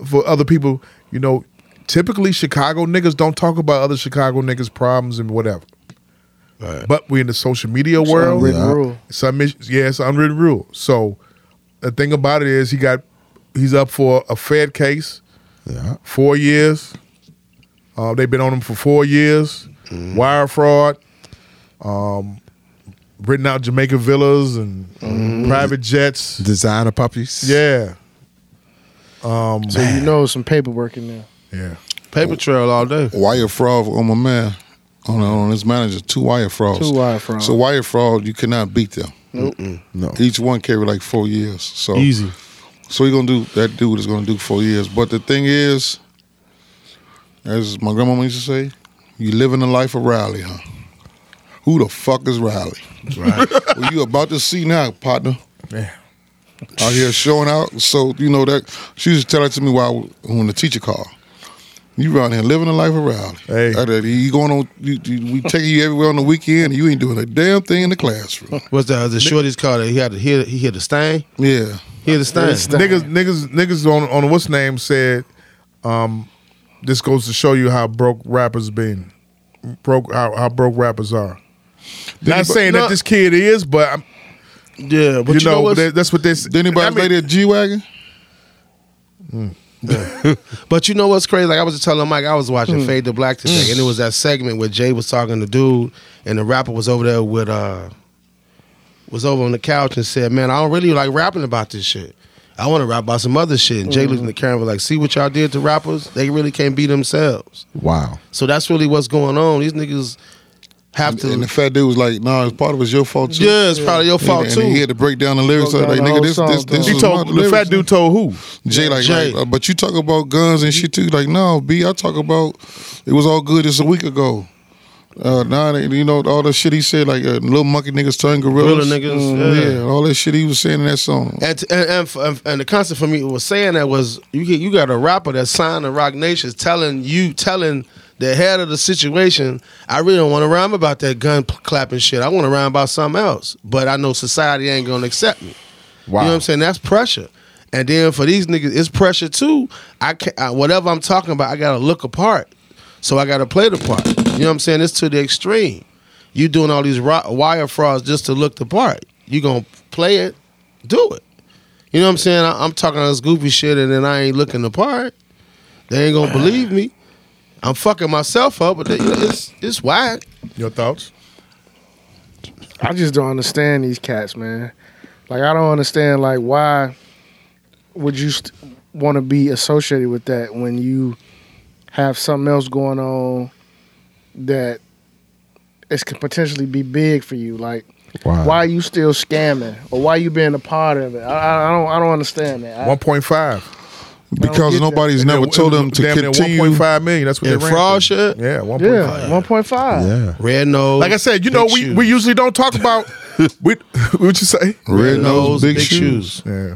A: for other people, you know, typically Chicago niggas don't talk about other Chicago niggas problems and whatever. But we're in the social media world.
J: unwritten Yeah. rule.
A: It's unmi- yeah, it's an unwritten rule. So the thing about it is he got he's up for a Fed case.
C: Yeah.
A: four years. Uh, they've been on him for four years. Wire fraud, um, written out Jamaica villas and um, private jets.
C: Designer puppies.
A: Yeah,
J: So you know some paperwork in there.
A: yeah.
I: paper trail all day.
G: Wire fraud on my man, on, on his manager. Two wire frauds.
J: Two wire frauds.
G: So wire fraud, you cannot beat them.
C: No.
G: Each one carry like four years. So
I: Easy.
G: So he gonna do that. Dude is gonna do four years. But the thing is, as my grandmama used to say, you living the life of Riley, huh? Who the fuck is Riley?
I: Right.
G: well, you about to see now, partner. Out here showing out. So you know that she used to tell that to me while when the teacher called. You around here living the life of Riley.
A: Hey.
G: That- that- you going on? You, you- we taking you everywhere on the weekend. and You ain't doing a damn thing in the classroom.
I: What's that? The shorty's called it. He had to hear. He hit the stain.
G: yeah.
I: He hit the stain.
A: Niggas, niggas, niggas on on what's name said. Um, this goes to show you how broke rappers been, broke how, how broke rappers are. Not saying that
I: no.
A: this kid is, but I'm-
I: Yeah, but
A: you, know,
I: what's-
A: that, that's what this.
G: Did anybody
A: I mean,
G: play that G wagon?
I: But you know what's crazy? Like I was just telling Mike, I was watching Fade to Black today, and it was that segment where Jay was talking to dude, and the rapper was over there with uh was over on the couch and said, "Man, I don't really like rapping about this shit. I want to rap about some other shit." And Jay looked in the camera and was like, "See what y'all did to rappers? They really can't be themselves."
C: Wow.
I: So that's really what's going on. These niggas have to.
G: And the fat dude was like, "Nah, it's part of it's your fault too."
I: yeah, it's probably your fault
G: and,
I: too.
G: And he had to break down the lyrics.
J: Broke
G: So like,
J: down the
G: nigga,
J: whole
G: this,
J: song,
G: this, this.
J: dog.
A: He
G: was
A: told
G: my
A: the fat
G: lyrics.
A: dude told who?
G: Jay, like,
I: Jay.
G: like, uh, but you talk about guns and shit too. Like, no, B, I talk about it was all good just a week ago. Uh, now they- you know all the shit he said, like uh, little monkey niggas turn
I: Gorilla
G: gorillas. Mm,
I: niggas, yeah.
G: yeah. all that shit he was saying in that song.
I: And, and, and, f- and the concept for me was saying that was you get, you got a rapper that's signed to Rock Nation telling you telling the head of the situation I really don't want to rhyme about that gun p- clapping shit I want to rhyme about something else but I know society ain't gonna accept me
C: Wow.
I: you know what I'm saying that's pressure and then for these niggas it's pressure too I can't I, whatever I'm talking about I gotta look apart so I gotta play the part you know what I'm saying it's to the extreme you doing all these ro- wire frauds just to look the part you gonna play it do it. You know what I'm saying? I, I'm talking all this goofy shit and then I ain't looking the part. They ain't gonna believe me. I'm fucking myself up, but they- it's it's whack.
A: Your thoughts?
J: I just don't understand these cats, man. Like I don't understand like why would you st- want to be associated with that when you have something else going on that it could potentially be big for you. Like
C: Wow.
J: why you still scamming or why you being a part of it? I, I, I don't I don't understand that. I-
A: One point five.
G: Because
J: get that.
G: nobody's never told him to continue.
A: One point five million. That's what
I: And
A: they ran
I: fraud
A: through.
I: shit?
A: Yeah, one point five.
J: yeah, one point five.
C: Yeah.
I: Red nose.
A: Like I said, you know,
I: big
A: we,
I: shoes.
A: we usually don't talk about. we, what you say?
G: Red nose, big, shoes.
A: Yeah,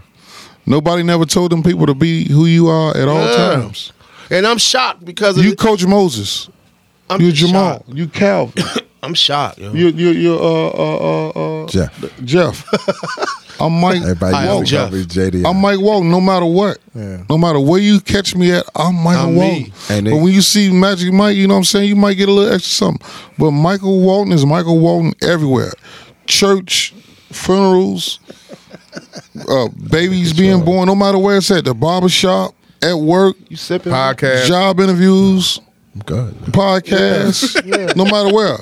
G: Nobody never told them people to be who you are at all
I: Yeah.
G: times.
I: And I'm shocked because of
G: You
I: it.
G: Coach Moses.
I: I'm
G: You Jamal.
I: shocked.
G: You Calvin.
I: I'm shocked. Yo.
G: you you you uh uh uh, uh
C: Jeff.
G: Jeff. I'm Mike.
C: Everybody
I: I am
C: used to
I: Jeff.
C: call me JD.
G: I might walk no matter what.
A: Yeah.
G: No matter where you catch me at, I might
I: I'm
G: walk.
I: me.
C: And
G: but
C: it-
G: when you see Magic Mike, you know what I'm saying? You might get a little extra something. But Michael Walton is Michael Walton everywhere. Church, funerals, uh, babies being born, no matter where it's at, the barber shop, at work,
I: You sipping?
A: podcast.
G: job interviews,
C: I'm good.
G: podcasts, no matter where.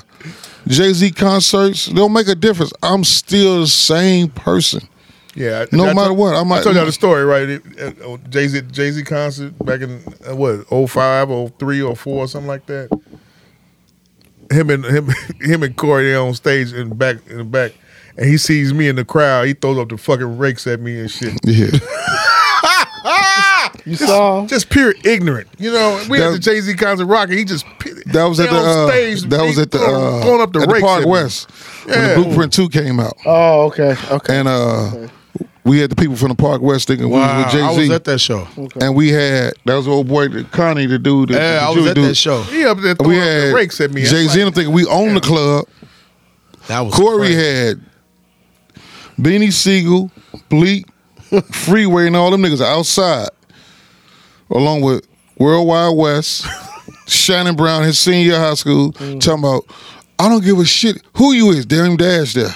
G: Jay Z concerts, they'll make a difference. I'm still the same person.
A: yeah.
G: No
A: I- I
G: matter
A: told-
G: what, I
A: I
G: might-
A: told y'all the story, right? uh, oh Jay Z Jay Z concert back in uh, what 05, 03, 04, something like that. him and him him and Corey they on stage in the back in the back, and he sees me in the crowd. He throws up the fucking rakes at me and shit.
G: Yeah.
A: You just, saw just pure ignorant. You know, we had
G: That-
A: the Jay Z concert rocking. He just
G: That was at the
A: They on
G: uh,
A: stage,
G: that
A: they
G: was at the
A: throwing-
G: uh,
A: throwing up the
G: at the
A: rakes at
G: Park
A: me.
G: West
A: Yeah.
G: when the Blueprint Two came out,
J: Oh, okay. Okay.
G: and uh, we had the people from the Park West thinking we was with
I: I
G: Jay
I: was
G: Z,
I: at that show.
G: and we had that was the old boy the Connie the dude. The,
I: Yeah,
G: the
I: I was
G: Jewish
I: at
G: dude.
I: that show.
A: he up there throwing
G: We
A: up the
G: had
A: rakes at me. I'm
G: Jay Z.
A: like,
G: and I'm thinking we own the club.
I: That was
G: Corey
I: crazy.
G: had Beanie Siegel, Bleak, Freeway, and all them niggas outside, along with Worldwide West, Shannon Brown, his senior year of high school, talking about, I don't give a shit who you is, damn dash there.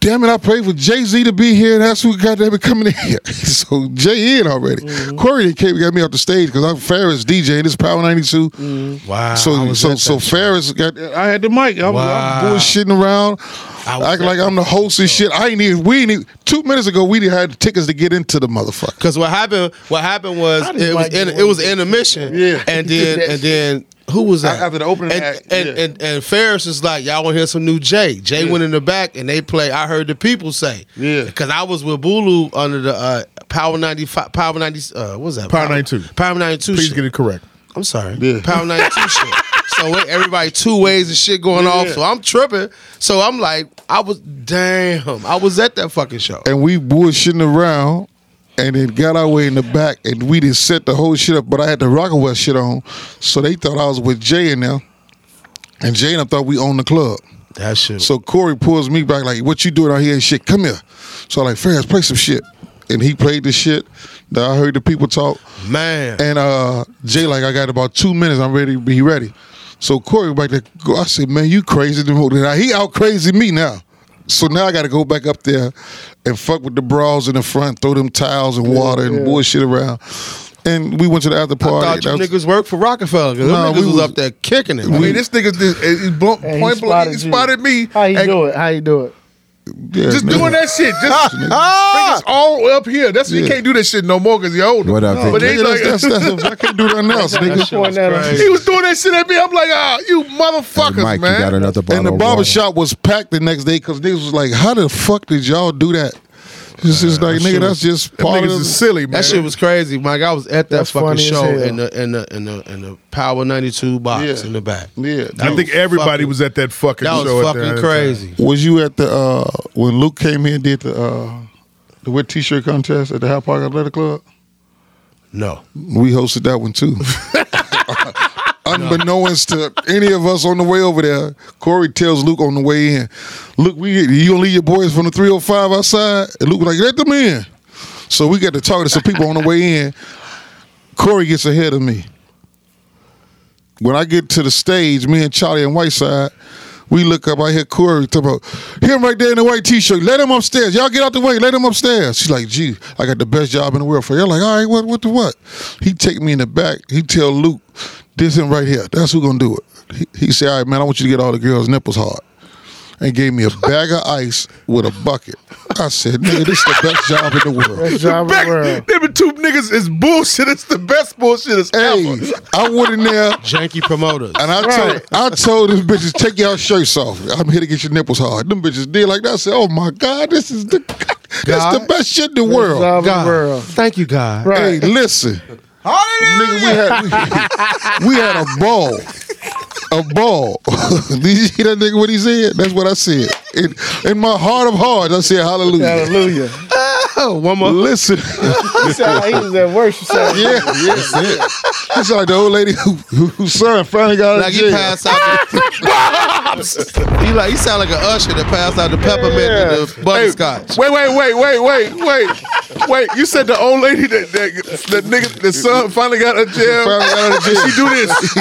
G: Damn it, I paid for Jay Z to be here. That's who goddamn it coming in here. so Jay in already. Corey done came and got me off the stage because I'm Ferris DJ and it's Power 92.
I: Wow. I
G: So
I: was
G: so
I: at
G: so
I: that show.
G: Ferris got I had the mic. I'm,
I: Wow.
G: I'm bullshitting around,
I: I was
G: acting
I: at
G: like I'm the host and shit. I ain't even we ain't even, two minutes ago we didn't have the tickets to get into the motherfucker.
I: Cause what happened? What happened was
J: I just
I: it was
J: like
I: in,
J: the
I: it was intermission.
G: Yeah.
I: and then and then who was that
G: After the opening
I: And
G: act,
I: and,
G: yeah.
I: and and Ferris is like, y'all want to hear some new Jay? Jay went in the back and they play. I heard the people say.
G: Yeah.
I: because I was with Bulu under the uh, Power ninety five, Power ninety. Uh, what was that?
A: Power 92.
I: Power ninety two.
A: Please get it correct.
I: I'm sorry.
G: Yeah.
I: Power 92 shit. So it- everybody two ways and shit going off. So I'm tripping. So I'm like, I was damn. I was at that fucking show.
G: And we bullshitting around and then got our way in the back and we just set the whole shit up. But I had the Rock and West shit on. So they thought I was with Jay in there. And Jay and I thought we owned the club.
I: That shit.
G: So Corey pulls me back, like, what you doing out here and shit? Come here. So I'm like, Ferris, play some shit. And he played the shit that I heard the people talk.
I: man.
G: And uh, Jay, like, I got about two minutes. I'm ready to be ready. So Corey back there, go- I said, man, you crazy than who- now. He out crazy me now. So now I got to go back up there and fuck with the bras in the front, throw them towels and water and bullshit around. And we went to the after
I: I
G: party.
I: thought you
G: That was-
I: niggas worked for Rockefeller. 'cause them
G: Nah,
I: niggas
G: we
I: was,
G: was-
I: up there kicking it.
A: I mean, this nigga this, is blunt,
J: Hey, he
A: point blank. He
J: you.
A: spotted me.
J: How you
A: and
J: do it? How you do it?
G: yeah,
A: Just
G: nigga.
A: doing that shit.
I: Ah!
A: Just fingers all up here. That's you
G: Yeah.
A: can't do that shit no more because you're older.
C: What up,
A: No, but
C: Vic?
A: they
G: Nigga,
A: like,
G: that's, that's, that's, I can't do nothing else, nigga.
J: Point that out.
A: he was doing that shit at me. I'm like, ah, you motherfuckers,
C: Mike,
A: man.
C: you got another bottle
G: And the
C: of
G: barber
C: water.
G: shop was packed the next day because niggas was like, "How the fuck did y'all do that?" It's just like, nigga, that's just
A: Them
G: part of.
A: niggas is silly, man.
I: That shit was crazy, Mike. I was at that
J: That's
I: fucking
J: funny as
I: show
J: hell.
I: in the in the in the in the Power ninety two box
G: Yeah.
I: in the back.
G: yeah,
A: I think everybody
I: fucking-
A: was at that fucking
I: That
A: show.
I: was
A: at that
I: fucking
A: time.
I: crazy.
G: was you at the uh, when Luke came here and did the uh, the wet t-shirt contest at the High Park Athletic Club?
I: No.
G: We hosted that one too. Unbeknownst to any of us on the way over there, Corey tells Luke on the way in, "Look, we you gonna leave your boys from the 305 outside?" And Luke was like, "Let them in." So we got to talk to some people on the way in. Corey gets ahead of me. When I get to the stage, me and Charlie and Whiteside, we look up. I hear Corey talk about him right there in the white t-shirt. Let him upstairs. Y'all get out the way. Let him upstairs. She's like, "Gee, I got the best job in the world for you." all like, "All right, what, what, the what?" He take me in the back. He tell Luke, "This him right here. That's who gonna do it." He, he say, "All right, man, I want you to get all the girls' nipples hard." And gave me a bag of ice with a bucket. I said, "Nigga, this is the best job in the world."
J: Best job in the world.
A: Back, them two niggas is bullshit. It's the best bullshit is ever.
G: Hey, I went in there
I: Janky promoters.
G: and I told I told these bitches, take y'all shirts off. I'm here to get your nipples hard. Them bitches did like that. I said, oh my God, this is the that's the
I: God.
G: best shit in the
J: Best
G: world.
J: job in the
I: God.
J: world.
I: Thank you, God.
G: Hey,
J: Right.
G: listen. Nigga, we had we, we had a ball. A ball. Did you hear that nigga what he said? That's what I said. In, in my heart of hearts, I said hallelujah.
J: Hallelujah.
I: Oh, one more.
G: Listen.
J: He sound like he was at work. She sound
G: yeah, yeah, yeah. It's like the old lady who, who, whose son finally got out of
I: Like he
G: jail.
I: passed out. The, he like he sound like an usher that passed out the peppermint and the butterscotch.
A: Wait, wait, wait, wait, wait, wait, wait. You said the old lady that that, that nigga, the son finally got out of jail.
G: Finally got out of jail.
A: She do this.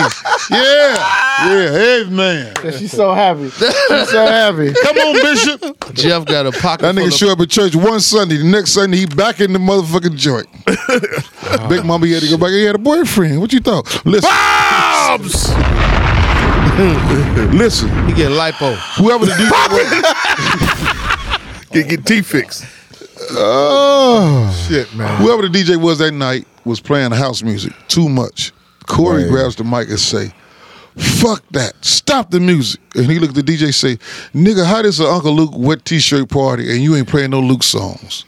G: Yeah, yeah, amen.
J: like she's so happy. She's so happy.
G: Come on, Bishop.
I: Jeff got a pocket.
G: That
I: full
G: nigga
I: of-
G: show up at church one Sunday. The next Sunday, he back in the motherfucking joint. Big Mama he had to go back. He had a boyfriend. What you thought? Listen,
A: Bombs.
G: listen.
I: He get lipo.
G: Whoever the DJ was,
A: Get get T fixed.
G: oh,
A: Shit, man.
G: whoever the DJ was that night was playing house music too much. Corey
C: Right.
G: grabs the mic and say, Fuck that. Stop the music. And he looked at the DJ say, nigga, how this a Uncle Luke wet t-shirt party and you ain't playing no Luke songs?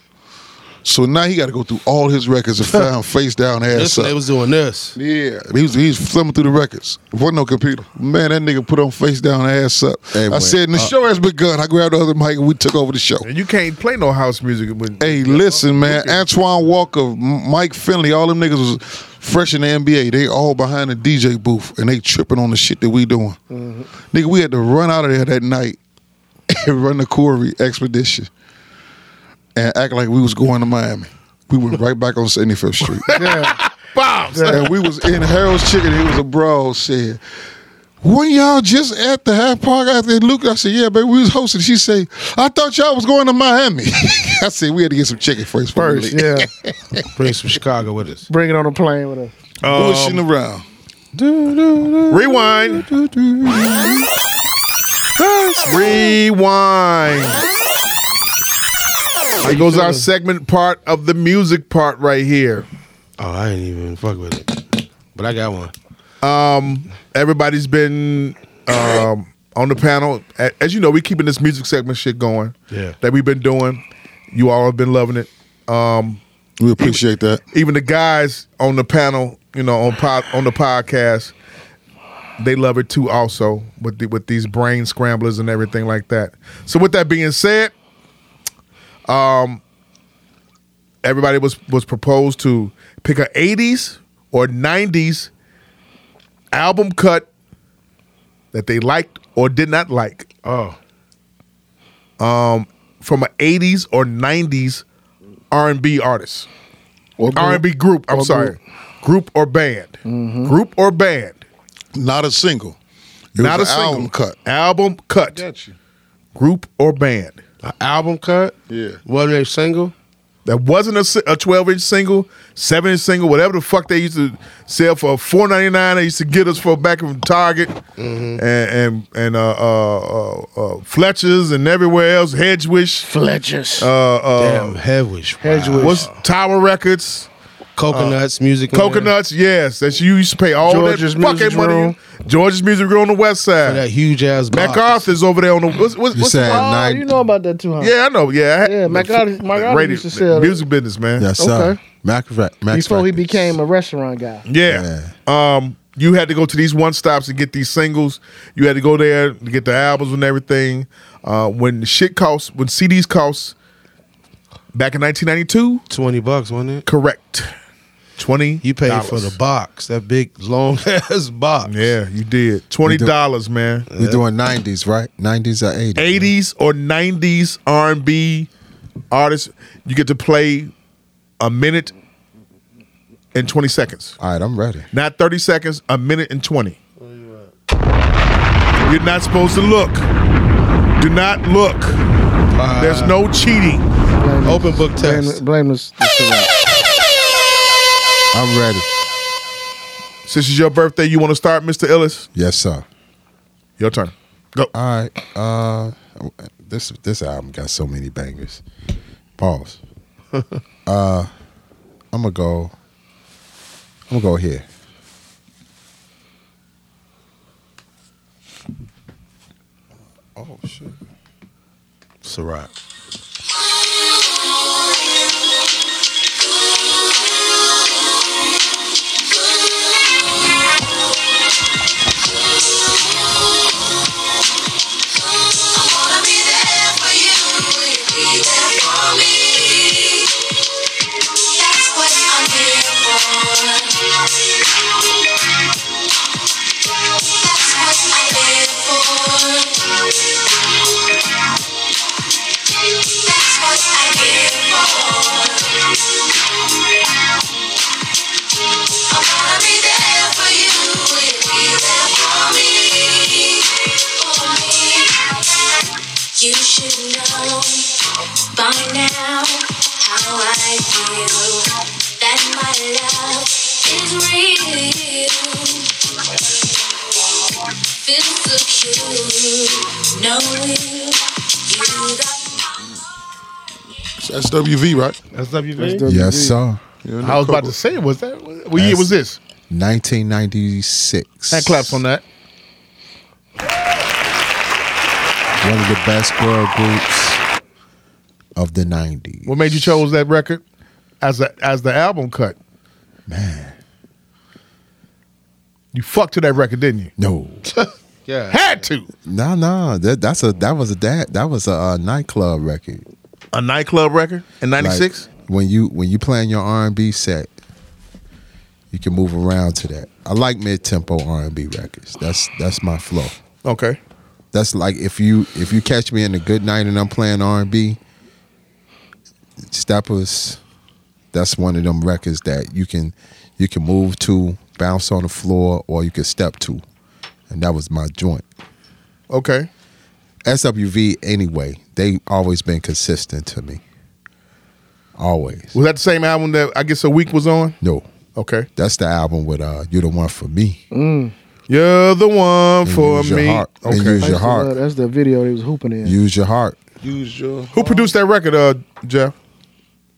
G: So now he got to go through all his records and find face down, ass
A: That's
G: up.
A: when they was doing this.
G: Yeah, he was, he was thumbing through the records. Wasn't no computer. Man, that nigga put on face down, ass up.
K: Hey,
G: I
K: man,
G: said, and the
K: uh,
G: show has begun. I grabbed the other mic and we took over the show.
I: And you can't play no house music when
G: Hey, listen, man. Antoine Walker, M- Mike Finley, all them niggas was fresh in the NBA. They all behind the DJ booth and they tripping on the shit that we doing. Nigga, we had to run out of there that night and run the Corey expedition and act like we was going to Miami. We went right back on 75th Street.
I: bombs.
G: and we was in Harold's Chicken. It was a bro said, "When y'all just at the half park after Luke?" I said, "Yeah, baby, we was hosting." She said, "I thought y'all was going to Miami." I said, "We had to get some chicken first. before we
J: First,
G: leave."
J: yeah.
A: Bring some Chicago with us.
J: Bring it on a plane with us.
G: bushing around."
I: Rewind. Rewind. There goes our segment part of the music part right here.
A: Oh, I ain't even fuck with it. But I got one.
I: Everybody's been um, on the panel. A- As you know, we're keeping this music segment shit going.
A: Yeah.
I: That we've been doing. You all have been loving it. Um,
G: We appreciate that.
I: even the guys on the panel, you know, on pod, on the podcast, they love it too. Also, with the, with these brain scramblers and everything like that. So, with that being said, um, everybody was was proposed to pick a '80s or '90s album cut that they liked or did not like Um,
A: Oh.
I: from an '80s or '90s R&B artist.
G: Or-
I: R&B group. I'm sorry, group. or band, group or band.
G: Not a single. It
I: Not
G: was
I: a
G: an
I: single
G: album cut.
I: Album cut.
G: you.
I: Group or band
A: An album cut?
G: Yeah.
A: Wasn't a single?
I: that wasn't a si- a 12 inch single, seven inch single, whatever the fuck they used to sell for 4.99. They used to get us for back from Target and and and uh, uh, uh, uh, Fletcher's and everywhere else. Hedgewish.
J: Fletchers.
I: Uh, uh,
A: Damn, Hedwig.
J: Hedgewigs.
I: what's Tower Records?
A: Coconuts,
I: Uh,
A: music. in there.
I: Coconuts, yes. That you used to pay all
J: George's
I: that fucking
J: Music
I: money.
J: Room.
I: George's Music Room on the West Side.
A: That huge ass box.
I: MacArthur's over there on the. What's, what's,
K: You
I: what's the-
K: said
J: oh,
K: nine.
J: you know about that too, huh?
I: yeah, I know. Yeah, I-
J: Yeah, MacArthur-
I: the-
J: MacArthur
I: radio-
J: used to sell that.
I: music business, man.
K: Yes, sir.
J: Okay.
K: Mac, Mac, Mac
J: Before he
K: Records.
J: became a restaurant guy.
I: Yeah. Um, you had to go to these one stops and get these singles. You had to go there to get the albums and everything. Uh, when the shit costs, when CDs cost, back in 1992,
A: 20 bucks, wasn't it?
I: correct, twenty.
A: You paid for the box, that big long ass box.
I: Yeah, you did twenty dollars, man.
K: We're doing 90s, right? 90s or 80s.
I: 80s or 90s R&B artist, you get to play a minute and 20 seconds.
K: All right, I'm ready.
I: Not 30 seconds, a minute and 20. You're not supposed to look. Do not look. There's no cheating.
J: Blame
A: Open book
J: blame,
A: test.
J: blame us.
K: I'm ready.
I: Since it's your birthday, you want to start, Mr. Ellis?
K: Yes, sir.
I: Your turn. Go.
K: All right. Uh, this this album got so many bangers. Pause. uh, I'm gonna go. I'm gonna go here. Oh shit!
A: It's a wrap.
C: You should know by now how I feel. That my love is real. Feels so cute knowing you got my
G: That's WV, right?
A: That's WV.
K: Yes, sir.
I: I was about to say, was that, what year was this?
K: 1996.
I: That claps on that.
C: One of the best girl groups of the '90s.
A: What made you chose that record as the as the album cut?
C: Man,
A: you fucked to that record, didn't you?
C: No.
I: Yeah.
A: Had to.
C: No, no, that, that's a that was a that that was a, uh nightclub record.
A: A nightclub record in '96.
C: Like, when you when you playing your R and B set, you can move around to that. I like mid tempo R and B records. That's that's my flow.
A: okay.
C: That's like if you if you catch me in a good night and I'm playing R and B, Steppers, that's one of them records that you can you can move to, bounce on the floor, or you can step to. And that was my joint.
A: Okay.
C: SWV anyway, they always been consistent to me. Always.
A: Was that the same album that I guess a week was on?
C: No.
A: Okay.
C: That's the album with uh You the One for Me.
A: You're the one for
C: use your
A: me.
C: heart. And
A: Okay.
C: use your heart.
J: that's the video they was hooping in.
C: Use your heart.
G: Use your
A: Who produced that record, uh, Jeff?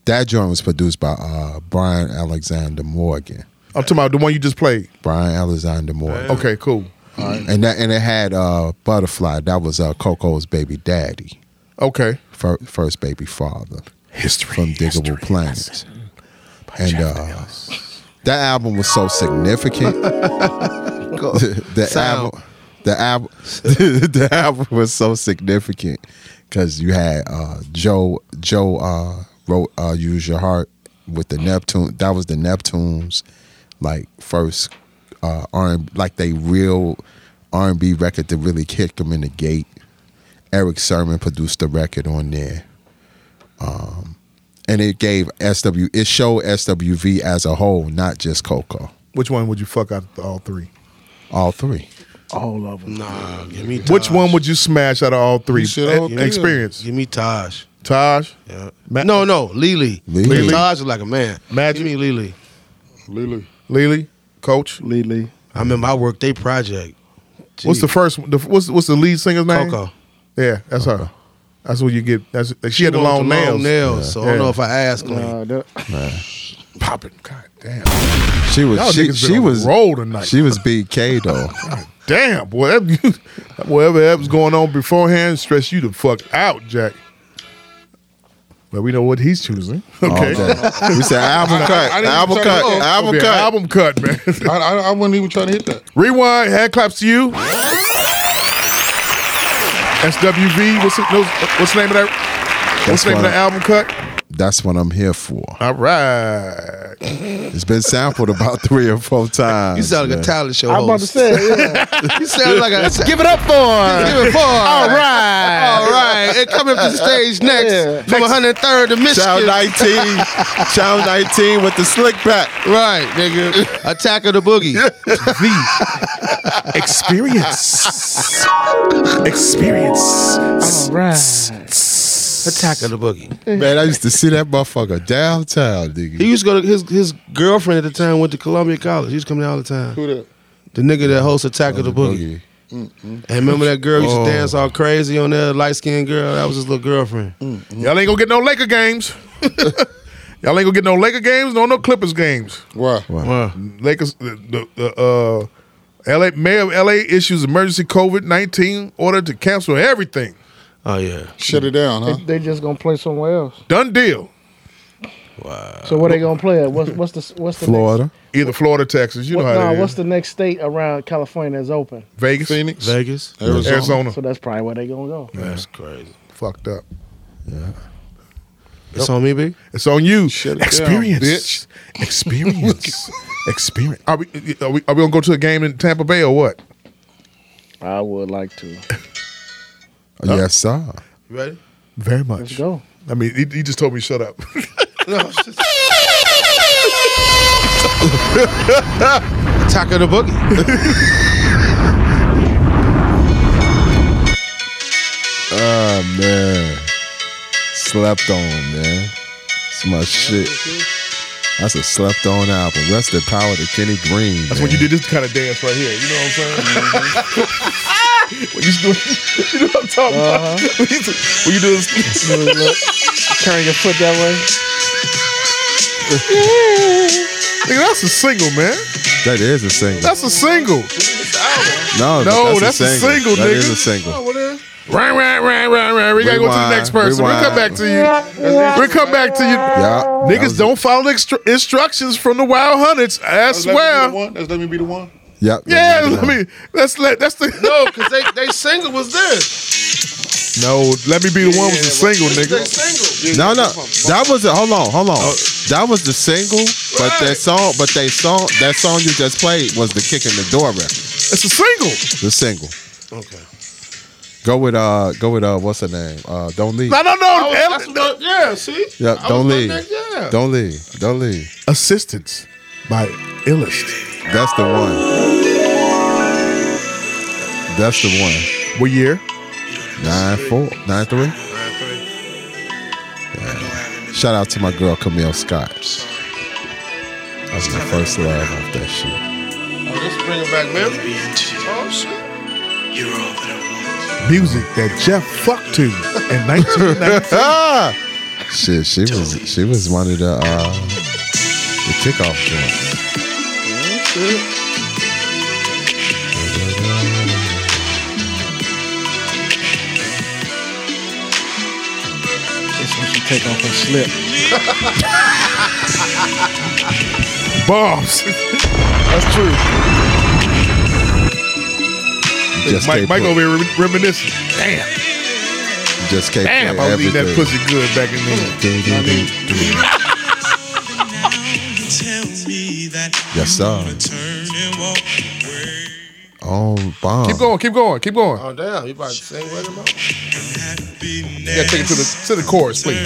C: That joint was produced by uh Brian Alexander Morgan.
A: I'm talking about the one you just played.
C: Brian Alexander Morgan.
A: Okay, cool.
C: And that and it had uh Butterfly. That was uh Coco's baby daddy.
A: Okay.
C: Fir first baby father. History from Diggable Planets. And uh that album was so significant. the, the
I: Sound.
C: album the album the album was so significant because you had uh Joe Joe uh wrote uh Use Your Heart with the Neptune that was the Neptunes like first uh R like they real R and B record to really kick them in the gate. Eric Sermon produced the record on there. Um and it gave SW it showed SWV as a whole, not just Coco.
A: Which one would you fuck out of all three?
C: All three.
J: All of them.
I: Nah, give me Taj.
A: Which one would you smash out of all three?
G: You said all
A: E-
G: three.
A: Experience.
I: Give me Taj.
A: Taj.
I: Yeah.
A: Ma-
I: no, no, Lily.
C: Lili.
I: Lili. Taj is like a man.
A: Magic.
I: Give me Lily.
G: Lily.
A: Lily. Coach.
J: Lily.
I: I remember I worked their project.
A: What's the
I: Gee,
A: first one? The, what's what's the lead singer's name?
I: Coco?
A: Yeah, that's her. That's what you get. That's Oh. she, had the long
I: Long
A: nails.
I: nails. So I
A: Yeah.
I: don't know if I asked him.
J: Nah, that-
A: Popping. God damn.
I: Oh,
C: She
A: Y'all
C: was she,
A: niggas been
C: she
A: on
C: was
A: the roll tonight.
C: She was BK though.
A: Damn, boy. That, whatever that was going on beforehand stressed you the fuck out, Jack. But we know what he's choosing.
I: Oh,
A: Okay.
C: We said album cut,
G: I didn't
C: album
G: even
C: cut,
G: try to-
A: Album
C: album
A: cut.
C: cut.
A: Album cut, man.
G: I, I, I wasn't even trying to hit that.
A: Rewind. Hand claps to you. SWV. What's, it, no, what's the name of that? What's
C: That's
A: the name of
C: what-
A: the album cut?
C: That's what I'm here for.
A: All right.
C: It's been sampled about three or four times.
I: You sound like a talent show
J: I'm about to
I: host.
J: say, yeah.
I: You sound like a. Let's
A: Give it up for.
I: give it four. All
A: right.
I: All right. And coming up to the stage next
J: Yeah.
I: from 103rd to Michigan.
C: Child 19, Child 19 with the slick back.
I: Right, nigga. Attack of the boogie.
A: Experience. Experience.
J: all right.
I: Attack of the boogie.
C: Man, I used to see that motherfucker downtown,
I: He
C: nigga.
I: used to go to his his girlfriend at the time went to Columbia College. He used to come there all the time.
G: Who that? Mm-hmm.
I: The nigga that hosts Attack of the Boogie. Oh. And remember that girl used to dance all crazy on there, light skinned girl? That was his little girlfriend.
G: Mm.
A: Y'all ain't gonna get no Laker games. Y'all ain't gonna get no Laker games, no no Clippers games.
G: Why?
A: Lakers, the, the, the uh, LA mayor of LA issues emergency COVID nineteen order to cancel everything.
I: Oh, yeah.
G: Shut it down, huh?
J: They just gonna play somewhere else.
A: Done deal.
J: So where they gonna play at? What's what's the what's the
C: Florida.
A: Either Florida, Texas, you
J: Next,
A: know
J: what,
A: how
J: nah,
A: that is.
J: what's the next state around California that's open?
A: Vegas,
G: Phoenix,
I: Vegas?
G: Arizona.
A: Arizona,
J: So that's probably where they gonna go.
I: That's crazy.
A: fucked up.
I: It's on me, big?
A: It's on you.
G: Shut it down,
A: Experience, experience, experience. Are we, are we are we gonna go to a game in Tampa Bay or what?
J: I would like to.
C: Yes, sir.
I: You ready?
A: Very much.
J: Let's go.
A: I mean, he, he just told me shut up.
I: Attack of the Boogie.
C: Oh, man. Slept on, man. It's my shit. That's a slept on album. Rest in power to Kenny Green.
A: That's when you did this kind of dance right here. You know what I'm saying? when you, do- you know what I'm talking about? When you do- when you do this,
J: Turn your foot that way.
A: nigga, that's a single, man.
C: That is a single.
A: That's a single.
C: no,
A: No,
C: that's, a single. That
A: nigga. Oh,
C: is a single.
A: Right, right, right, right, right. We gotta go to the
G: Rewind,
A: next person. We'll come back to you. We'll come back to you.
G: Yeah.
A: Niggas don't follow the instru- instructions from the wild hunters. I swear.
G: That's let me be the one.
C: Yep.
A: Yeah, let me. Let's let. That's the.
I: No, because they, they single was this.
A: No, let me be the one with the single,
I: They
A: nigga.
I: single.
C: No, no, that was the hold on, hold on.
A: Oh.
C: That was the single, but that song, but they song, that song you just played was the kick in the door record,
A: It's a single.
C: the single.
I: Okay.
C: Go with uh, go with uh, what's her name? Uh, don't leave.
A: No, no,
I: I
A: no.
I: was- that's
A: Ele-
I: what I- yeah, see?
C: Yeah,
I: I
C: don't
I: was
C: leave.
I: like that, yeah.
C: Don't leave. Don't leave.
A: Assistance by Illest.
C: That's the one. That's the one.
A: What year?
C: Nine four, nine three. Shout out to my girl Camille Scott. That was my first love off that shit.
I: Oh, this bringing back memories. Oh, shit.
A: Music that Jeff fucked to in 1990.
C: Ah, shit. She was she was one of the uh, the kickoff joints.
J: It's when she take off her slip.
A: Bombs. That's true.
C: Just
A: Mike,
C: can't
A: Mike
C: put-
A: over here rem- reminiscing. Damn,
C: Just can't
A: damn,
C: play
A: I was eating that
C: everything.
A: pussy good back in the
C: Yes, sir. Oh, bomb.
A: Keep going, keep going, keep going.
I: Oh, damn. You about to sing with him? huh?
A: You gotta take it to the to the chorus, please.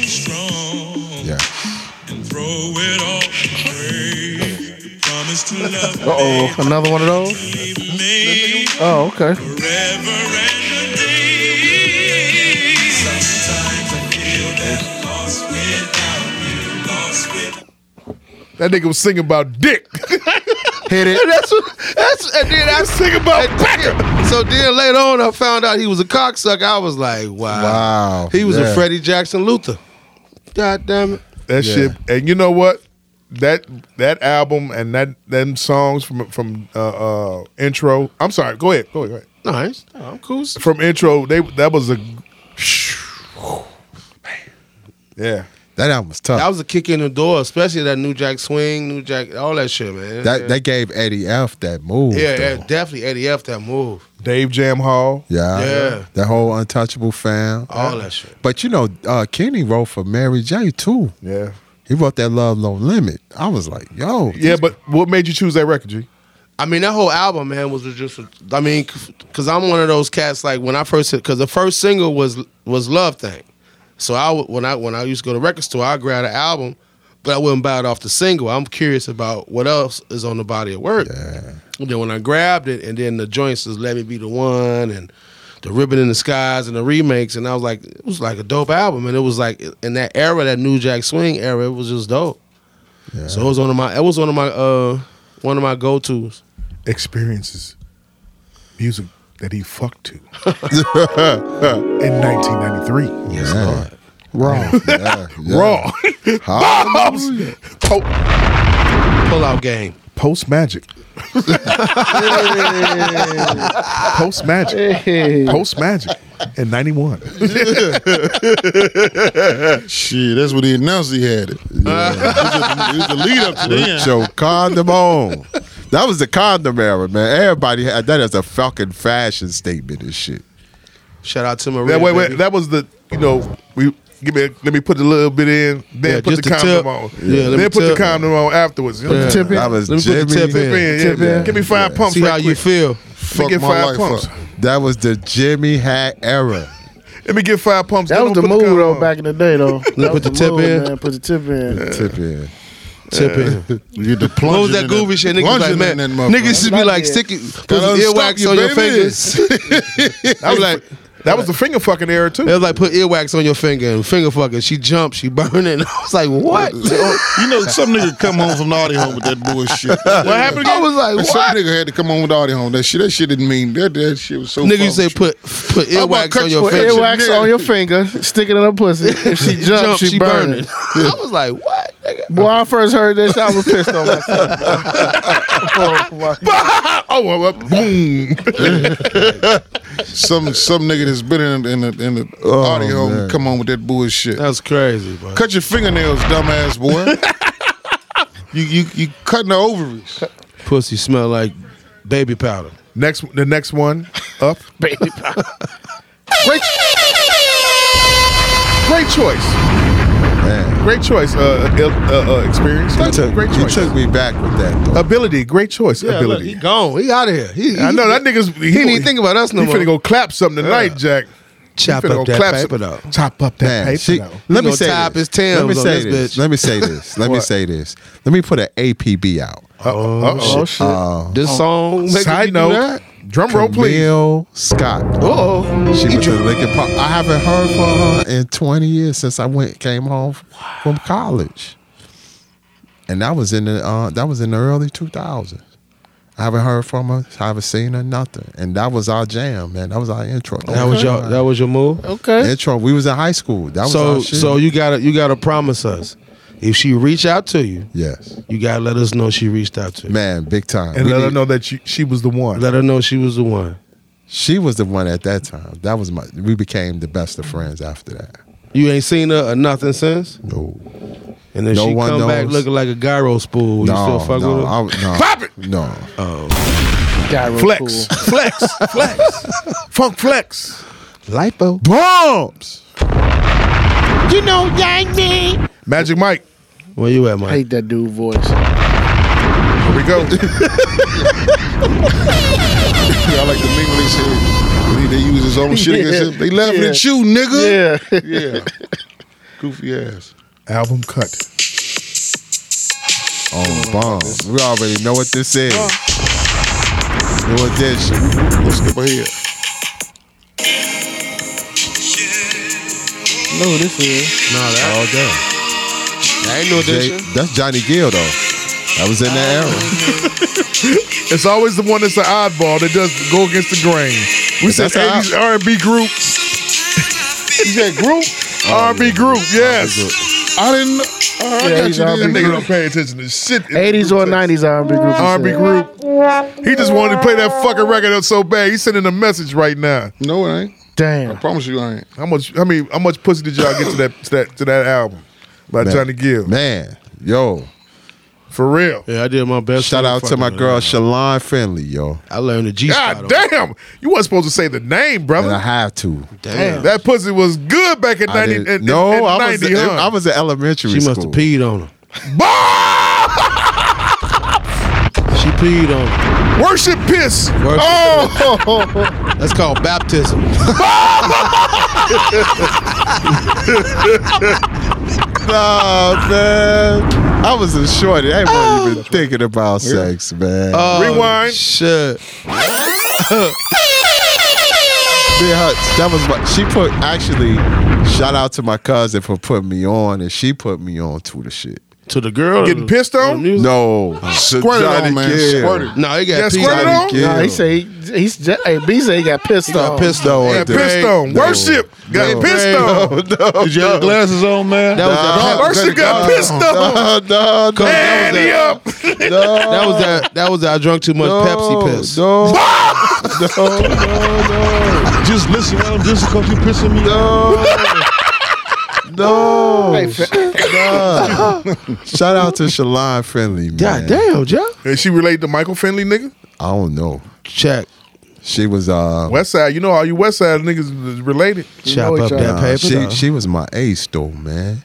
C: Yeah.
J: Uh oh, another one of those. Oh, okay.
A: That nigga was singing about dick.
I: Hit it. that's what, that's, and then I
A: That's singing about Beckham.
I: So then later on, I found out he was a cocksucker. I was like, wow.
C: Wow.
I: He was
C: yeah.
I: a Freddie Jackson Luther. God damn it.
A: That
C: Yeah.
A: shit, and you know what? That that album and that them songs from from uh, uh, intro. I'm sorry. Go ahead. Go ahead. Go ahead.
I: Nice. Oh, I'm cool.
A: From intro, they that was a. Yeah.
C: That album was tough.
I: That was a kick in the door, especially that New Jack Swing, New Jack, all that shit, man.
C: That
I: yeah.
C: they gave Eddie F that move.
I: yeah,
C: though.
I: yeah, definitely Eddie F that move.
A: Dave Jam Hall.
C: yeah,
I: Yeah.
C: That whole Untouchable fam.
I: All that shit.
C: But you know, uh, Kenny wrote for Mary J too.
A: Yeah.
C: He wrote that Love No Limit. I was like, yo,
A: Yeah, but what made you choose that record, G?
I: I mean, that whole album, man, was just. a- I mean, because I'm one of those cats. Like when I first, because the first single was was Love Thing. So I would- when I when I used to go to record store, I would grab the album, but I wouldn't buy it off the single. I'm curious about what else is on the body of work. And then when I grabbed it, and then the joints was "Let Me Be the One" and "The Ribbon in the Skies" and the remakes, and I was like, it was like a dope album, and it was like in that era, that New Jack Swing era, it was just dope. So it was one of my, it was one of my, uh, one of my go tos.
A: Experiences, music that he fucked to in 1993.
C: yes, Lord. Raw. Yeah, yeah.
A: Raw.
C: Hallelujah.
A: Po-
I: Pull out game.
A: Post Magic. Post Magic.
J: Hey,
A: Post Magic in 91.
G: Shit, that's what he announced he had it. it, was the, it was the lead up to the
C: Put
G: end.
C: your condom on. That was the condom era, man. Everybody had that as a fucking fashion statement and shit.
I: Shout out to Maria.
A: That wait,
I: baby.
A: wait, that was the you know we give me let me put a little bit in, then
I: Yeah,
A: put the
I: just the
A: condom
I: tip.
A: on,
I: Yeah, let me
A: then put the
I: tip.
A: condom on afterwards. You know,
J: Yeah. Tip in.
C: That was
I: Let me put the
C: Jimmy.
I: tip
A: Tip in, yeah,
J: Tip
A: yeah.
J: in.
A: Give me five pumps.
I: See
A: right
I: how you
A: quick.
I: feel.
A: Let me
G: Fuck
A: get
G: my
A: five
G: life
A: pumps.
G: up.
C: That was the Jimmy hat era.
A: Let me get five pumps.
J: that
A: then
J: was the
A: don't put
J: move
A: condom
J: though
A: on.
J: back in the day though. That
I: put
J: was
I: the tip
J: move,
I: in.
J: man. Put the tip in.
C: Tip in.
I: Tip in.
G: You get the plunging
I: What was that
G: in
I: goofy shit? Niggas was
G: plunging
I: like, man,
G: in that motherfucker.
I: niggas used to be
J: Like
I: like
J: it.
I: sticking put
G: Gotta
I: earwax
G: stop
I: on
G: your
I: your
G: babies.
I: fingers. I was like,
A: That was the finger fucking era
I: it
A: too.
I: was like put earwax on your finger and finger fucking. She jumped, she burning. I was like, what?
G: You know, some nigga come home from the audio home with that bullshit. what
A: happened
I: I was like,
G: Some
I: what?
G: nigga had to come home with the audio home. That shit, that shit didn't mean that. That shit was so.
I: Nigga,
G: fucking
I: you say
G: true.
I: put put
G: about
I: earwax on
G: cut
I: your
G: your
J: Put
I: finger.
J: earwax on your finger, stick it in her pussy. If she jumps, she, burning.
I: I was like, what? Nigga?
J: Boy, I first heard this, I was pissed on myself.
A: oh Oh, well, well, boom.
G: some some nigga that's been in in the, in the
A: Oh,
G: audio
A: man.
G: come on with that bullshit.
I: That's crazy, bro.
G: Cut your fingernails, dumbass boy. you you you cutting the ovaries.
I: Pussy smell like baby powder.
A: Next, the next one up.
J: baby powder.
A: Great, great choice.
C: Man.
A: Great choice. Uh, uh, uh, uh, experience.
C: You took,
A: great
C: you
A: choice.
C: took me back with that, though.
A: Ability. Great choice.
I: Yeah, look,
A: Ability.
I: he gone. He out of here. He,
A: I
I: he-
A: know that nigga's.
I: He, didn't even think about us no
A: he
I: more.
A: finna go clap something tonight, Jack. He
I: Chop
A: finna
I: up
A: go
I: that
A: clap
I: paper,
A: some-
I: though.
A: Chop up that
C: Man,
A: paper.
C: she,
A: though.
C: let me
I: gonna
C: say
I: tie up his
C: this.
I: Timbs
C: Let me
I: on
C: say
I: this
C: this.
I: bitch.
C: Let me say this. Let me
A: What?
C: say this. Let me put an APB out.
A: Uh-oh.
J: Oh, shit.
C: Uh,
I: This song making
A: Side
I: you do
A: note.
I: that?
A: Drum roll, please.
C: Camille Scott.
I: Oh,
C: She went to Lincoln Park. I haven't heard from her in 20 years since I went came home from college, and that was in the uh, that was in the early 2000s. I haven't heard from her. I haven't seen her. Nothing. And that was our jam, man. That was our intro.
I: that was your that was your move.
J: Okay.
C: intro. We was in high school. That was
I: So
C: our shit.
I: so you gotta you gotta promise us if she reach out to you,
C: yes,
I: you gotta let us know she reached out to you.
C: man, big time.
A: And
C: We
A: let her
C: need-
A: know that you, she was the one.
I: Let her know she was the one.
C: She was the one at that time. That was my. We became the best of friends after that.
I: You ain't seen her or nothing since.
C: No,
I: And if
C: No
I: she
C: one
I: come back
C: knows.
I: looking like a gyro spool, you still
C: no,
I: fuck
C: no,
I: with her?
C: I, no.
A: Pop it!
C: No,
J: Gyro
A: Flex, flex, flex, funk flex.
I: Lipo.
C: bombs.
A: Magic Mike.
I: Where you at,
J: I
I: Mike?
J: hate that dude voice.
A: Here we go.
G: I like the meme when they say when he- they use his own shit against him. They laughing
J: Yeah.
G: at you, nigga.
J: Yeah.
G: Yeah. Goofy ass.
A: Album cut.
C: Oh, bombs. We already know what this is. New edition.
G: Let's skip ahead.
J: No, this is.
C: All day.
I: That ain't no
C: Jay- that's Johnny Gill though. That was in that era.
A: It's always the one that's an oddball that does go against the grain. We
C: But
A: said
C: that's how
A: 80s
C: I-
A: R&B group. Is that group? R&B group, yes.
G: I didn't. Oh, I
J: Yeah,
G: got
J: he's
G: you.
J: R&B
A: That
G: Then,
A: nigga
G: nigga.
A: don't pay attention to shit. in the
J: 80s
A: group
J: or
A: text.
J: 90s R&B group. he
A: R&B
J: said.
A: group. He just wanted to play that fucking record up so bad. He's sending a message right now.
G: No, it ain't.
J: Damn.
G: Promise you, I ain't.
A: How much? How many? How much pussy did y'all get to that to that to that album by
C: Man.
A: Johnny Gill?
C: Man, yo.
A: For real.
I: Yeah, I did my best.
C: Shout out to my girl Shalon Finley, yo.
I: I learned the G
A: God
I: spot.
A: damn! You wasn't supposed to say the name, brother.
C: And I have to.
I: damn.
A: That pussy was good back in
C: I
A: ninety.
C: didn't-
A: in-
C: no,
A: in
C: I was
A: 90, huh?
C: I was in elementary
I: She
C: school.
I: must have peed on her.
A: Bah!
I: She peed on her.
A: Worship piss.
I: Worship.
A: Oh,
I: That's called baptism.
C: Nah, Oh, man. I was a shorty. I wasn't even thinking about sex, man.
I: Oh,
A: Rewind.
I: Shit.
C: Me and her- that was my, she put actually. Shout out to my cousin for putting me on, and she put me on to the shit.
I: To the girl.
A: Getting pissed on?
I: No.
C: No,
G: Squirt it on, man. Squirt it.
I: No, he got
A: Yeah,
I: peed
A: squirt it
I: on.
A: on?
J: Nah, he say he's. j- Hey, B say he got pissed
I: Got
J: off.
I: pissed on.
A: yeah,
I: That
A: pissed on. Worship got
C: No.
A: pissed on.
G: Did you have glasses on, man?
I: That was that-
C: Nah.
A: Worship got
C: No,
A: pissed on.
C: No, no, no,
A: And he up.
C: no.
I: That was that. That was that. I drank too much Pepsi piss.
C: No, no,
G: Just listen to him just because you pissing me off.
C: no,
J: Hey, fa-
C: no, no. Shout out to Shalon Finley, man.
J: ah,
I: God damn, Jack.
A: Is she related to Michael Finley, nigga?
C: I don't know.
I: Check.
C: She was uh,
A: West Side. You know all you West Side niggas is related.
I: Chop
J: know
I: up
J: each
I: that
C: nah,
I: paper.
C: she
I: though.
C: she was my ace though, man.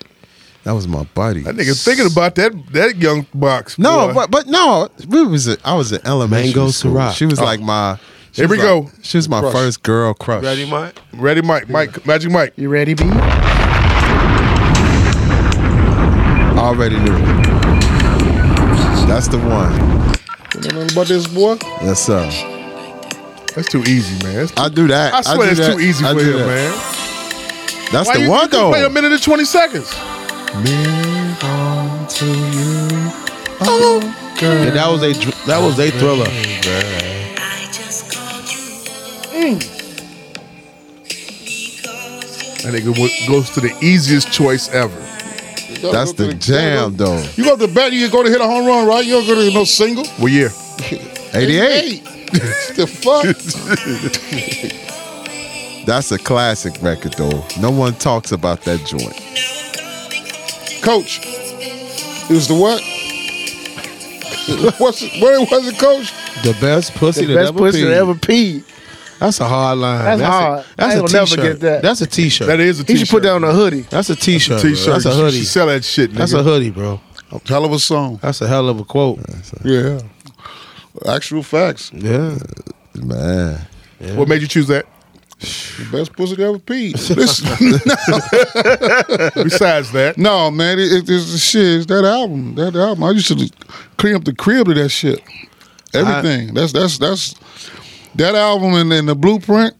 C: That was my buddy.
A: That nigga thinking about that that young box.
C: No,
A: boy.
C: but but no, we was a, I was an elementary
I: Mango Oh.
C: school.
I: Ciroc.
C: She was like my. she
A: Here
C: was
A: we
C: like-
A: go.
C: She was my first girl crush.
I: Ready, Mike?
A: ready, Mike, Mike, Magic Mike.
J: you ready, B?
C: Already knew. it. That's the one.
G: You know nothing about this boy?
C: Yes, sir.
A: That's too easy, man. That's-
C: I do that.
A: I swear
C: do
A: that's
C: that.
A: too easy
C: I
A: for
C: do
A: him,
C: that.
A: man.
C: That's
A: Why
C: the
A: you,
C: one
A: you can
C: though.
A: Play a minute and twenty seconds.
C: Been on to you.
I: Yeah, that was a. dr- That was a thriller.
L: I just called you because
A: That nigga w- goes to the easiest choice ever.
C: That's the jam though.
G: You go to the bat, you go to hit a home run, right? You don't go to no single.
A: Well, yeah.
C: 88.
G: the fuck?
C: That's a classic record, though. No one talks about that joint.
G: coach, it was the what? What's it, what was it, coach?
I: The best pussy
J: The
I: that
J: best
I: ever
J: pussy
I: peed.
J: that ever peed.
I: That's a hard line.
J: That's
I: a-
J: hard.
I: that's
J: I
I: a
J: ain't gonna never
I: t-shirt.
J: get that.
I: That's a t-shirt.
A: That is a
J: He should put that on a hoodie.
I: That's a t-shirt.
A: That's a t-shirt.
I: bro. That's a
A: You should
I: hoodie.
A: sell that shit, nigga.
I: That's a hoodie, bro.
G: Hell of a song.
I: That's a hell of a quote.
G: Yeah. Actual facts.
I: Yeah.
C: Man.
A: What made you choose that?
G: The best pussy that ever peed. Listen, no.
A: Besides that,
G: No, man, it, it, it's the shit. It's that album. That album. I used to clean up the crib to that shit. Everything. that's that's that's that album and, and the blueprint.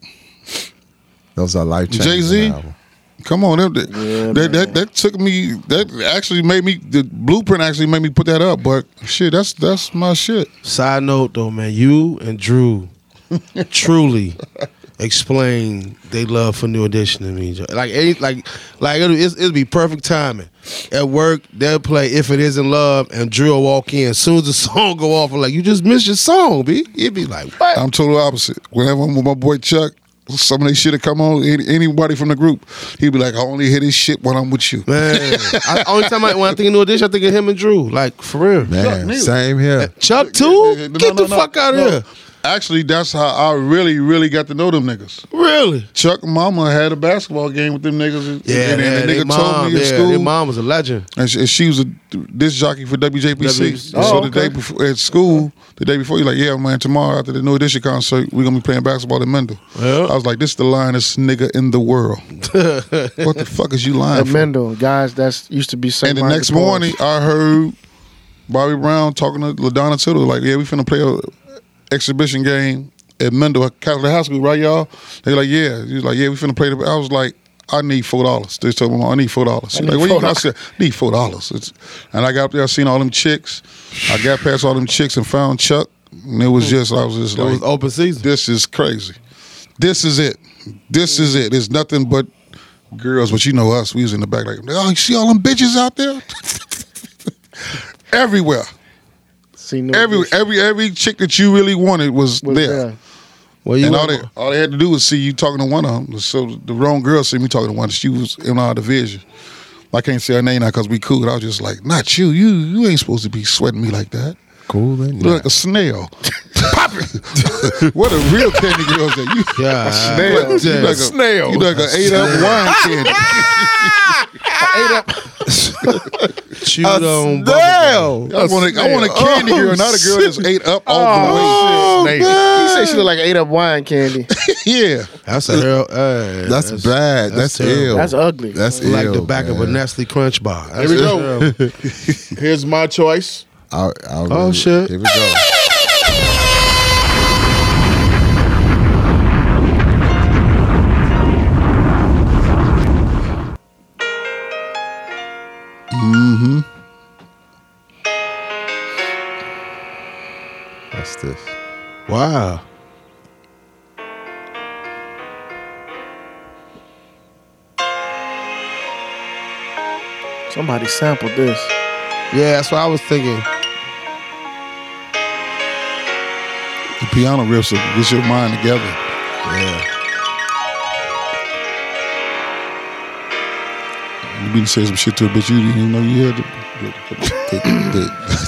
C: Those are life changing.
G: Jay Z.
C: albums.
G: Come on, that, that, that that took me. That actually made me. The blueprint actually made me put that up. But shit, that's that's my shit.
I: Side note though, man, you and Drew truly explain they love for New Edition to me. Joe. Like, any, like, like it'll, it's, it'll be perfect timing. At work, they'll play "If It Isn't Love" and Drew will walk in. As soon as the song go off, I'm like you just missed your song, b. It'd be like what?
G: I'm total opposite. Whenever I'm with my boy Chuck, some of they shit that come on, any- anybody from the group, he'd be like, I only hear this shit when I'm with you.
I: Man, I, only time I, when I think of New Edition, I think of him and Drew. Like for real, Uh,
C: Man, same here.
I: Chuck too.
G: No,
I: Get
G: no,
I: the
G: no,
I: fuck out of
G: no.
I: here.
G: Actually, that's how I really, really got to know them niggas.
I: Really?
G: Chuck Mama had a basketball game with them niggas. and-
I: Yeah,
G: and, and the
I: they
G: nigga
I: mom,
G: told me in
I: yeah, Their
G: school.
I: mom was a legend.
G: And she, and she was a disc jockey for WJPC.
I: WJPC.
G: so
J: Oh,
G: the
J: okay.
G: day before at school, the day before, you're like, yeah, man, tomorrow after the New Edition concert, we're gonna be playing basketball in Mendel.
I: Yeah.
G: I was like, this the linest nigga in the world. what the fuck is you lying
J: At
G: for?
J: Mendel, guys, that's used to be St.
G: And the
J: Martin's
G: next
J: Boys.
G: morning, I heard Bobby Brown talking to LaDonna Tittle, like, yeah, we finna play a exhibition game at Mendel Catholic High School, right, y'all? They like, yeah. He was like, yeah, we finna play. The, I was like, I need four dollars. They told me, I need four dollars. Like, what you gonna-" I said, "I need four dollars. And I got up there, I seen all them chicks. I got past all them chicks and found Chuck. And it was just, I was just
I: Hmm. It
G: like,
I: was open season. Hmm.
G: this is crazy. This is it. This is it. It's nothing but girls, but you know us. We was in the back like, oh, you see all them bitches out there? Everywhere.
J: See, no
G: Every
J: issue
G: every every chick that you really wanted was,
J: with
G: there.
J: that.
I: Well, you
G: And
I: know,
G: all they all they had to do was see you talking to one of them. So the wrong girl see me talking to one. She was in our division. I can't say her name now because we cool. I was just like, not you. You you ain't supposed to be sweating me like that.
C: Cool. ain't
G: You look like a snail. Pop it. what a real candy girl is that? You,
I: God,
G: Snail.
I: what
G: You
I: the-
G: like a snail. You like an eight up wine candy.
I: chewed on bubble gum.
C: Damn.
G: I want a, I want a candy girl, not a girl that's ate up all
A: Oh,
G: the way.
J: He said she looked like ate up wine candy.
G: Yeah.
I: That's a hell. uh,
C: That's, bad. That's,
I: terrible.
C: ill.
J: That's ugly.
C: That's ill.
I: like the back of a
C: man.
I: Nestle Crunch bar.
A: Here we go. Here's my choice.
C: I, I really,
I: Oh, shit.
C: Here we go. That's this.
I: Wow.
J: Somebody sampled this.
I: Yeah, that's what I was thinking.
G: The piano riffs will get your mind together.
I: Yeah.
G: You been saying some shit to a bitch you didn't even know you had the, the, the,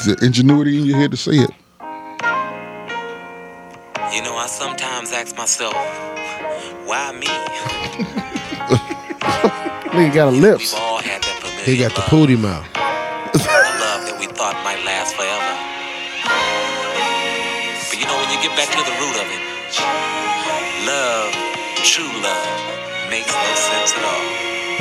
G: the, the ingenuity in your head to say it.
L: You know, I sometimes ask myself, why me?
J: Nigga got a lips.
L: We've all had that familiar
I: He got the
L: love,
I: pooty mouth.
L: a love that we thought might last forever. But you know, when you get back to the root of it, love, true love, makes no sense at all.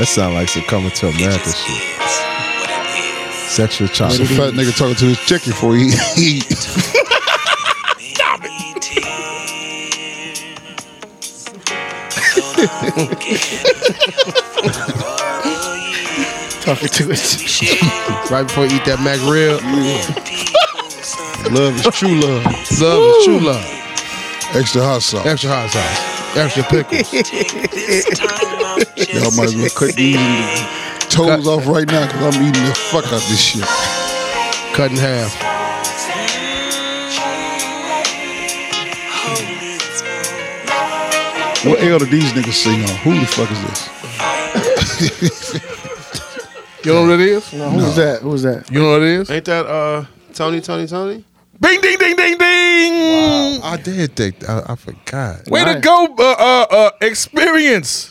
C: That sound like some coming to
L: It
C: America
L: just
C: shit.
L: is what it is.
C: Sexual
G: It's a
C: chocolate.
G: fat nigga talking to his chicken before he eat.
L: Stop it.
J: Talking to it.
I: Right before you eat that mac rib.
G: love is true love.
I: Love is true love.
G: Extra hot sauce.
I: Extra hot sauce. Extra pickles.
G: Y'all might as well cut these toes off right now because I'm eating the fuck out this shit.
I: Cut in half.
G: What elder these niggas see on? Who the fuck is this?
A: You know what it is?
G: No, who was that?
J: Who was that?
A: You know what it is?
I: Ain't that uh Tony, Tony, Tony?
A: Bing, ding, ding, ding, ding.
C: I did think I, I forgot.
A: Way to go, uh, uh, uh, experience.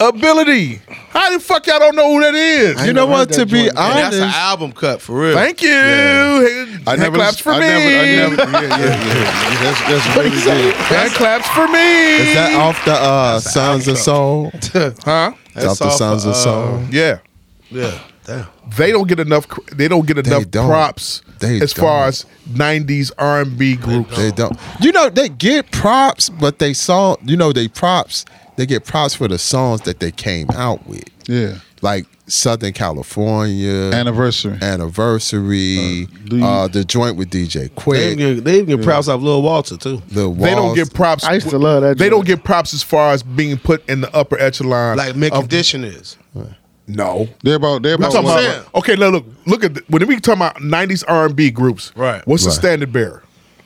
A: Ability. How the fuck y'all don't know who that is?
C: You know what? To be
I: And that's
C: honest,
I: an album cut for real.
A: Thank you.
G: I
A: Hand
G: never
A: claps for
G: I
A: me.
G: Never, I never, yeah, yeah, yeah. yeah. That's, that's really good.
A: Hand claps for me.
C: is that off the uh, Sons of Soul?
A: Huh?
C: It's off the
I: off,
C: Sons of
I: uh,
C: Soul.
A: Yeah.
I: Yeah. Damn.
A: They don't get enough. cr- They don't get enough
C: don't.
A: props
C: They
A: as far
C: don't.
A: as '90s R&B groups.
C: They don't. You know they get props, but they saw. You know they props. They get props for the songs that they came out with,
G: Yeah.
C: like Southern California,
G: Anniversary.
C: Anniversary,
G: do you-
C: uh, the joint with DJ
I: They
C: Quick,
I: even get, they even get props off Lil Walter too.
C: the
A: They don't
C: Walls.
A: get props.
J: I used to love that
A: They don't
J: joint.
A: get props as far as being put in the upper echelon.
I: Like Mick
A: of-
I: Condition is.
A: no.
G: They're about. They're
A: We're
G: about.
A: talking
I: what I'm
G: what-
I: saying.
A: about okay. Now look, look at the, when we talking about '90s R&B groups.
I: Right.
A: What's the
C: Right.
A: standard bearer?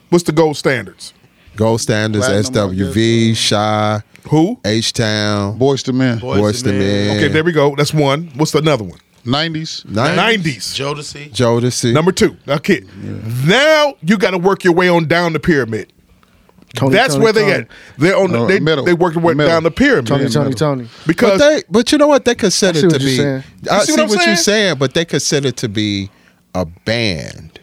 A: What's the gold standards?
C: gold standards,
G: Platinum,
C: SWV, Shy,
A: Who?
C: H Town,
G: Boys to Men.
I: Boy-
C: Boyz II Men,
A: Okay, there we go. That's one. What's the another one?
G: Nineties.
C: Nine,
A: '90s.
I: Jodeci.
C: Jodeci,
A: Number two. Okay. Now you got to work your way on down the pyramid.
J: Tony,
A: That's
J: Tony,
A: where they
J: Tony.
A: at. They're on. The,
G: Uh,
A: they
G: middle.
A: they work their way
G: Middle.
A: down the pyramid
J: Tony,
G: Yeah,
J: Tony,
G: metal.
J: Tony.
C: But
A: because
C: they, but you know what they
J: I
C: consider
J: see
C: to
J: what you're
C: be.
J: saying.
C: I
A: You
C: see, what, you're saying, but they consider to be a band,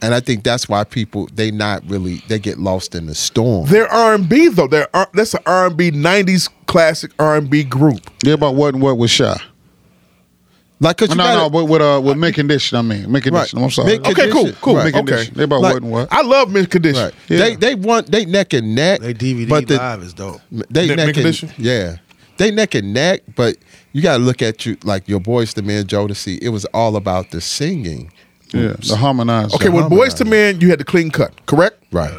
C: and I think that's why people they not really they get lost in the storm.
A: they're R and B though. They're R- that's an R and B '90s classic R and B group.
G: They're about what and what was shy.
C: Like, cause
G: No,
C: you
G: Oh, no,
C: gotta,
G: with with uh with Mint Condition. I mean, Mint
C: Right.
G: Condition. I'm sorry.
C: Mint
A: Okay, cool,
C: Condition.
A: cool.
C: Right.
G: Mint
A: Okay,
G: Condition. They're about
C: Like,
G: what and what.
A: I love mid condition.
C: right.
G: Yeah.
C: they they want they neck and neck.
I: They DVD
C: but the-
I: live is dope.
C: They
A: Neck-
C: neck,
A: neck
C: and,
A: condition?
C: yeah. They neck and neck, but you gotta look at you like your boys, the man Jodeci. It was all about the singing,
G: Yeah, the harmonizer.
A: Okay, with Boys to Men, you had the clean cut, correct?
C: right?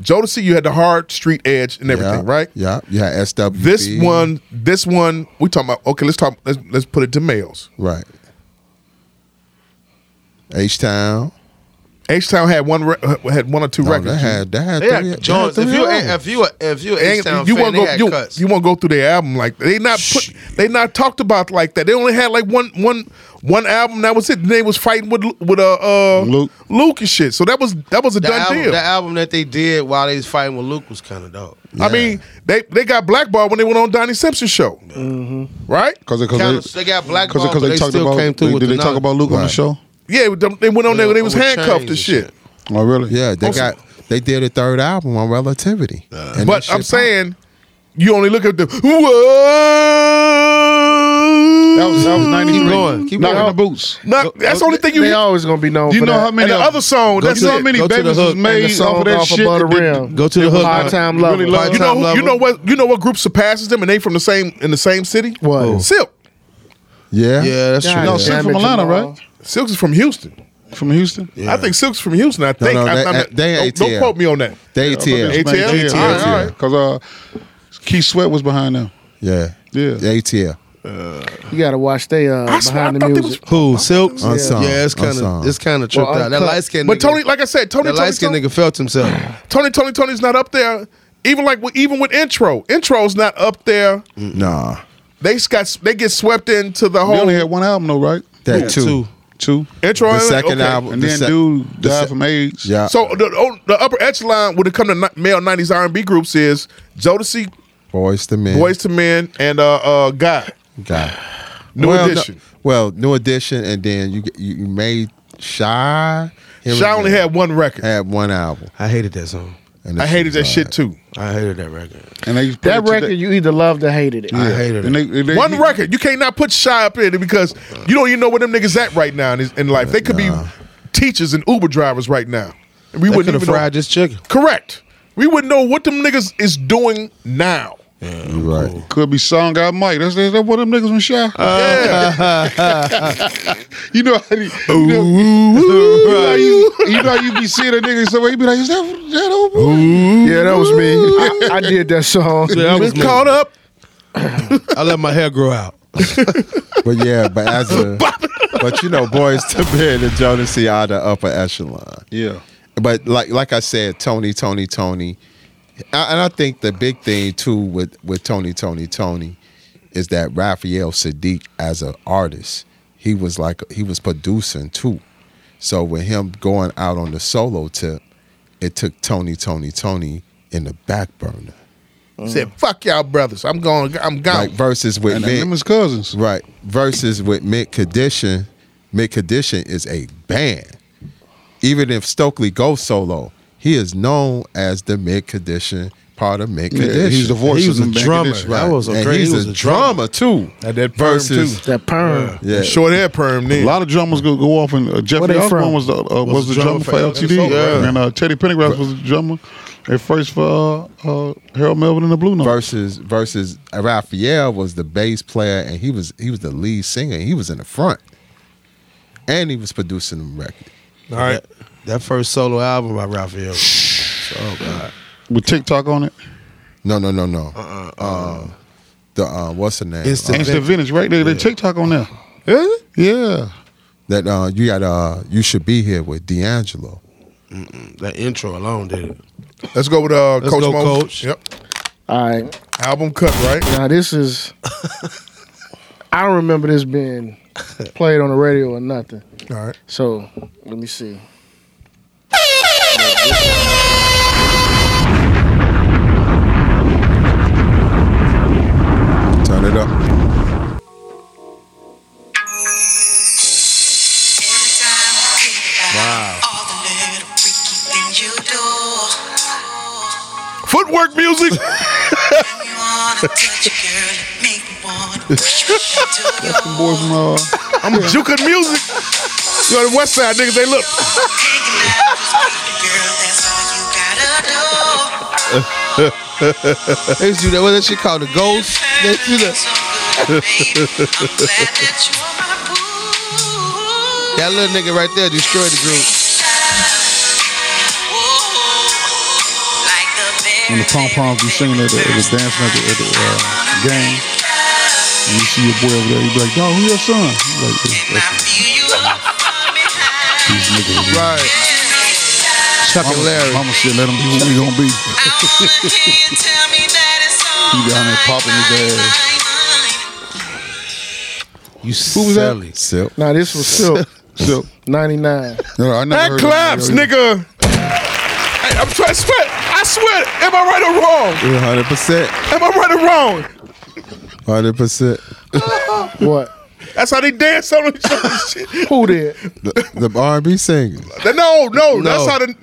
A: Jodeci, you had the hard street edge and everything,
C: yeah.
A: right?
C: Yeah, yeah. SWV.
A: This one, this one, we talking about. Okay, let's talk. Let's let's put it to males.
C: right? H Town.
A: H Town had one re- uh, had one or two
C: No,
A: records.
C: They had, they had,
I: They
C: three-
I: had Jones.
C: they
I: If
C: had
I: you
C: three
I: if
C: albums.
I: you if you
A: They
I: H
A: ain't-
I: Town
A: you
I: fan,
A: won't
I: they
A: go
I: had
A: you,
I: cuts.
A: you won't go through their album like that. they not put, they not talked about like that. They only had like one one one album that was it. And they was fighting with with uh, uh
G: Luke.
A: Luke and shit. So that was that was a
I: The
A: done
I: album,
A: deal.
I: the album that they did while they was fighting with Luke was kind of dope.
A: I mean, they they got blackballed when they went on Donnie Simpson's show,
I: Mm-hmm.
A: right?
G: Because they,
I: Kinda-
G: cause
I: they got black
G: they,
I: ball, but they
G: talked
I: still
G: about.
I: came through
G: they-
I: with
G: did
I: the
G: they talk
I: knowledge.
G: about Luke on the
C: Right.
G: show?
A: Yeah, they- they went on there.
I: With-
A: They was
I: with
A: handcuffed
I: chains
A: and
I: and
A: shit.
I: shit.
G: Oh, really?
C: yeah, they got, they did a third album on Relativity. And that
A: But
C: shit
A: I'm
C: popped.
A: saying, you only look at the whoa.
G: That was that was ninety
I: Keep
G: three.
I: going, keep
G: Knocking the
I: going.
G: boots.
A: Not- that's the only thing you
J: They
A: hear.
J: always gonna be known.
G: You
J: for
G: know
J: that.
G: how many
A: and the
G: of-
A: other song.
G: Go
A: That's
G: to
A: it.
G: the- how many
I: go to
G: babies
I: the
G: was
I: hook and
J: And
G: made
J: the song
G: off of that
J: off
G: shit?
J: Above the
G: that did-
J: Rim.
I: Go to the hook.
J: High time
G: You
J: love.
G: really love
A: you know
I: Part-time
A: who,
I: lover.
A: you know what you know what group surpasses them and they from the same in the same city?
J: What? Who?
A: Silk.
C: yeah,
I: Yeah, that's true.
J: God
G: No,
J: damn
G: Silk
J: it,
G: from Atlanta,
J: Jamal.
G: right?
A: Silk's is from Houston.
G: From Houston.
A: I think Silk's from Houston. I
C: No,
A: think
C: no,
A: I,
C: they-
A: I'm not-
C: they
A: don't, don't
C: ATL.
A: quote me on that.
C: they ATL,
A: ATL?
G: ATL.
A: All right, all right.
G: Because uh, Keith Sweat was behind them.
C: yeah,
G: Yeah.
C: ATL.
J: You gotta watch they uh,
A: I, swear, I
J: behind the
A: thought they
J: music.
A: was
I: Who Silk?
C: Unsigned.
I: Yeah, it's kind of
C: Unsigned.
I: it's kind of tripped
J: Well,
I: out. That
J: uncut.
I: light skinned
A: But
I: nigga,
A: Tony, like I said, Tony
I: that
A: Tony,
I: light skinned
A: Tony,
I: nigga felt himself.
A: Tony Tony Tony's not up there. Even like with- even with intro, intro's not up there.
C: Mm. Nah,
A: They s- got s- they get swept into the
G: They
A: whole
G: only had one album though, right?
C: that too.
G: Two.
A: intro.
C: The
A: and-
C: second
A: okay.
C: album, uh,
G: And
C: the
G: then
C: sec-
G: dude
C: the
G: died
C: sec-
G: from AIDS.
C: yeah.
A: So the, oh, the upper echelon when it comes to ni- male '90s R&B groups is Jodeci,
C: Boys to Men,
A: Boys to Men, and uh, uh, God.
C: God.
A: New
C: well, no-
A: Edition.
C: well, new edition, and then you you you made Shy. Here
A: Shy
C: we
A: only
C: go.
A: had one record.
C: had one album.
I: I hated that song.
C: And
A: I hated that shit too.
I: I hated that record.
G: And they put it
J: That
G: to
J: record,
G: the-
J: you either loved or hated it.
I: I hated
G: and
I: it.
G: they, and they,
A: One
G: he-
A: record. You can't not put Shy up in it because you don't even know where them niggas at right now in, his- in life. They could be teachers and Uber drivers right now. And we
I: They could
A: wouldn't
I: have
A: even know.
I: fried this chicken.
A: Correct. We wouldn't know what them niggas is doing now.
C: You right.
G: Could be song out Mike. That's that's that one of them niggas from Shy.
A: yeah.
G: you know how you, you know, you, know how you, you know how you be seeing a nigga somewhere, you be like, is that that old boy?
J: Yeah, that was me. I, I did that song.
I: Yeah, I was
A: Been caught up.
I: I let my hair grow out.
C: But yeah, but as a but you know, Boys to Men and Jodeci are the upper echelon.
G: Yeah.
C: But like like I said, Tony, Tony, Tony, I- and I think the big thing too with with Tony Tony Tony is that Raphael Sadiq as an artist, he was like he was producing too. So with him going out on the solo tip, it took Tony Tony Tony in the back burner.
A: Said fuck y'all brothers. I'm going. I'm gone.
C: Uh-huh. Like versus with
A: And
C: Mick,
A: them
C: his cousins, right? Versus with Mick Condition, Mick Condition is a band. Even if Stokely goes solo, he is known as the Mick Condition part of Mick
G: Yeah,
C: Condition.
G: he's the voice He was of a the Mick drummer. Condition.
C: Right.
G: That was a
C: and
G: great-
C: he's
G: he was
C: a,
G: a
C: drummer too.
A: At that
G: perm,
C: versus
G: too. That perm.
C: yeah,
A: Short hair perm.
G: A
A: Then.
G: lot of drummers go, go off, and uh, Jeffrey
A: they
G: Osborne
A: from?
G: was the uh, was, the drummer, for LTD,
C: Yeah.
G: and uh, Teddy Pendergrass was the drummer at first for uh, uh, Harold Melvin and the Blue Note.
C: versus versus Raphael was the bass player and he was he was the lead singer. He was in the front, and he was producing the record.
A: All right.
I: That, that first solo album by Raphael. oh God.
G: with TikTok on it.
C: No, no, no, no. Uh,
G: Uh-uh,
C: the uh, what's the name?
G: Instant,
C: Uh,
G: Vintage, right there. They TikTok on there.
A: Is
G: Yeah.
C: That uh, you got uh, you should be here with D'Angelo.
I: That intro alone did it.
A: Let's go with uh,
I: Let's
A: Coach
I: go,
A: Mo.
I: Coach.
A: Yep.
J: All right.
A: Album cut, right?
J: Now this is. I don't remember this being played on the radio or nothing.
A: All right.
J: So let me see.
C: Turn it up.
I: Wow.
A: Footwork music.
G: That's some boys from uh,
A: I'm juking music. You know the West Side niggas. They look.
I: They used to do that. What that shit called? The ghost? They used to do that. that little nigga right there destroyed the group.
G: when the pom poms be singing at the, at the dancing at the, at the uh, game. And you see your boy over there, you be like, "Dog, who your son?" I'm Like, "That's- that's these niggas,
A: Right.
I: Chuck and Larry.
G: Mama shit, let him be who we gonna be. he down there popping his ass.
I: You
G: Who was that?
I: silly.
C: Silk.
J: Now this was Silk
G: So,
J: '99.
G: no, I never
A: That
G: heard
A: claps,
G: of him.
A: nigga. Hey, I'm trying to sweat. I swear. Am I right or wrong?
C: One hundred percent.
A: Am I right or wrong?
C: One hundred percent.
J: What?
A: That's how they dance on each other's shit.
J: Who did?
C: The R and B singer.
A: No, no,
I: No.
A: That's how the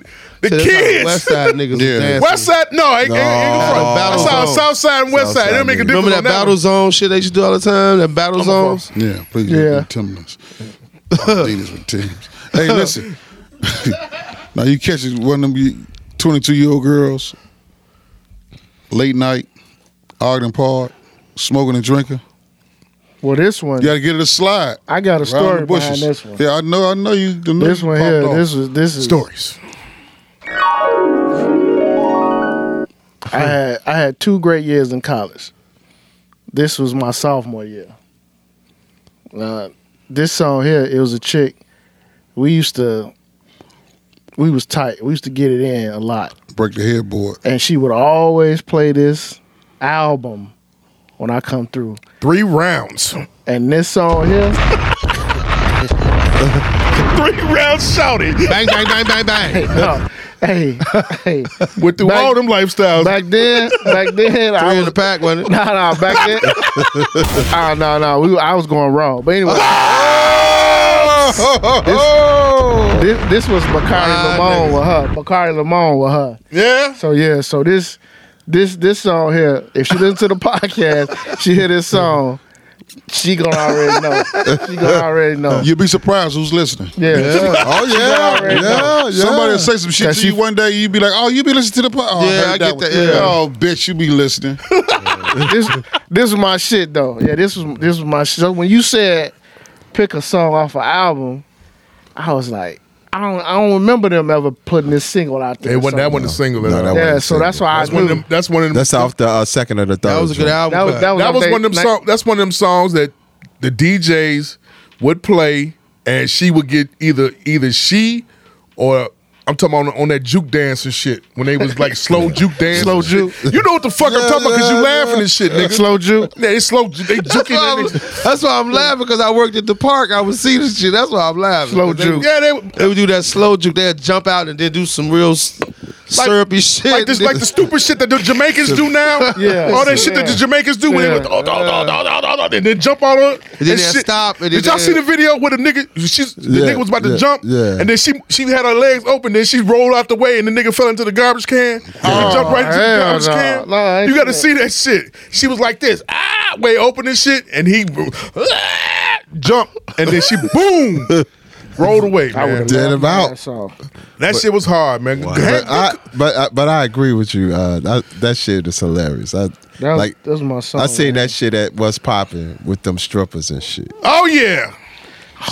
A: the
I: See, that's how
A: kids.
I: West Side niggas was
G: Yeah.
I: dancing.
A: West Side, no, ain't, ain't, ain't
C: No.
A: front.
I: Battle
A: That's how
I: Zone.
A: South Side and West
C: South
A: Side. It
C: Side
A: don't make a
C: niggas.
A: difference.
I: Remember
A: on
I: that battle zone shit they used to do all the time? That battle zone?
G: Yeah, please.
J: Yeah.
G: Yeah. Timberlands. Adidas with Timbs. Hey, listen. now you catch one of them 22 year old girls, late night, Ogden Park, smoking and drinking.
J: Well, this one.
G: You got to get it a slide.
J: I got a
G: Around
J: story
G: the
J: behind
G: bushes.
J: this one.
G: Yeah, I know. I know you. I know
J: This
G: you
J: one
G: popped
J: here.
G: off.
J: This is this is
A: Stories.
J: I had I had two great years in college. This was my sophomore year. Uh, this song here, it was a chick. We used to, we was tight. We used to get it in a lot,
G: break the headboard.
J: and she would always play this album when I come through.
A: Three rounds.
J: And this song here,
A: Three rounds shouted
I: Bang, bang, bang, bang, bang.
J: no, hey, hey,
A: with through
J: Back-
A: all them lifestyles.
J: back then, back then, I
I: Three in
J: was
I: the pack, wasn't it?
J: No, no, back then. Oh, no, no. We, I was going wrong. But anyway.
C: Oh!
J: this, this, this was Bakari
I: My
J: Lamone with her. Bakari Lamone with her.
A: yeah.
J: So, yeah, so this this this song here, if she listens to the podcast, she hear this song, she gonna already know. She gonna already know.
G: You'll be surprised who's listening.
J: yeah.
C: Oh yeah,
J: already
C: yeah, yeah.
G: Somebody will say some shit
J: Cause
G: to
J: she-
G: you one day. You be like, "Oh, you be listening to the podcast." Oh,
I: Yeah,
G: heard
I: I get
G: one.
I: that, yeah.
G: Oh, bitch, you be listening.
J: this this was my shit though. Yeah, this was this was my shit. So when you said pick a song off an album, I was like, I don't I don't remember them ever putting this single out there.
A: It wasn't,
J: So-
A: that wasn't a single.
C: No,
A: at
C: that
A: all.
C: wasn't
J: Yeah,
C: a
J: so that's
C: single.
J: why
A: That's
J: I
A: one
J: knew.
A: of them. That's one of them.
C: That's off the uh, second or the third.
I: That was a good
C: joint.
I: album.
J: that was that was,
A: that was
J: they-
A: one of them.
J: like-
A: Song, that's one of them songs that the DJs would play, and she would get either either she or I'm talking about on, on that juke dance and shit when they was like slow juke dance, slow juke. You know what the fuck I'm talking about because you laughing and shit, nigga.
I: Slow
A: juke. Yeah, they slow. ju- They
I: That's why,
A: juking.
I: I'm,
A: in it.
I: that's why I'm laughing because I worked at the park. I would see this shit. That's why I'm laughing.
A: Slow
I: 'Cause they-
A: juke. Yeah, they-
I: they would do that slow juke. They'd jump out and then do some real s- syrupy shit.
A: Like this, like the stupid shit that the Jamaicans do now.
I: Yeah.
A: all that shit that the Jamaicans do when they went, oh, oh, oh, oh, oh, oh, oh, and then jump all over.
I: And then
A: and
I: they'll
A: shit.
I: stop, and then
A: Did y'all
I: they-
A: see the video where the nigga, she's, the
G: Yeah,
A: nigga was about to
G: yeah,
A: jump,
G: yeah.
A: and then she she had her legs open, then she rolled out the way, and the nigga fell into the garbage can. She
J: Oh,
A: jumped right into the
J: hell
A: garbage
J: no.
A: can.
J: No, I ain't
A: you got to see
J: seen
A: that shit. She was like this, ah, way open and shit, and he ah, jumped, and then she boom. Rolled away, man.
C: Dead about.
A: That shit was hard, man.
C: But I, but I, but I agree with you. Uh, that, that shit is hilarious. I
J: That was-
C: like.
J: that was my song,
C: I seen that shit at what's popping with them strippers and shit.
A: Oh yeah.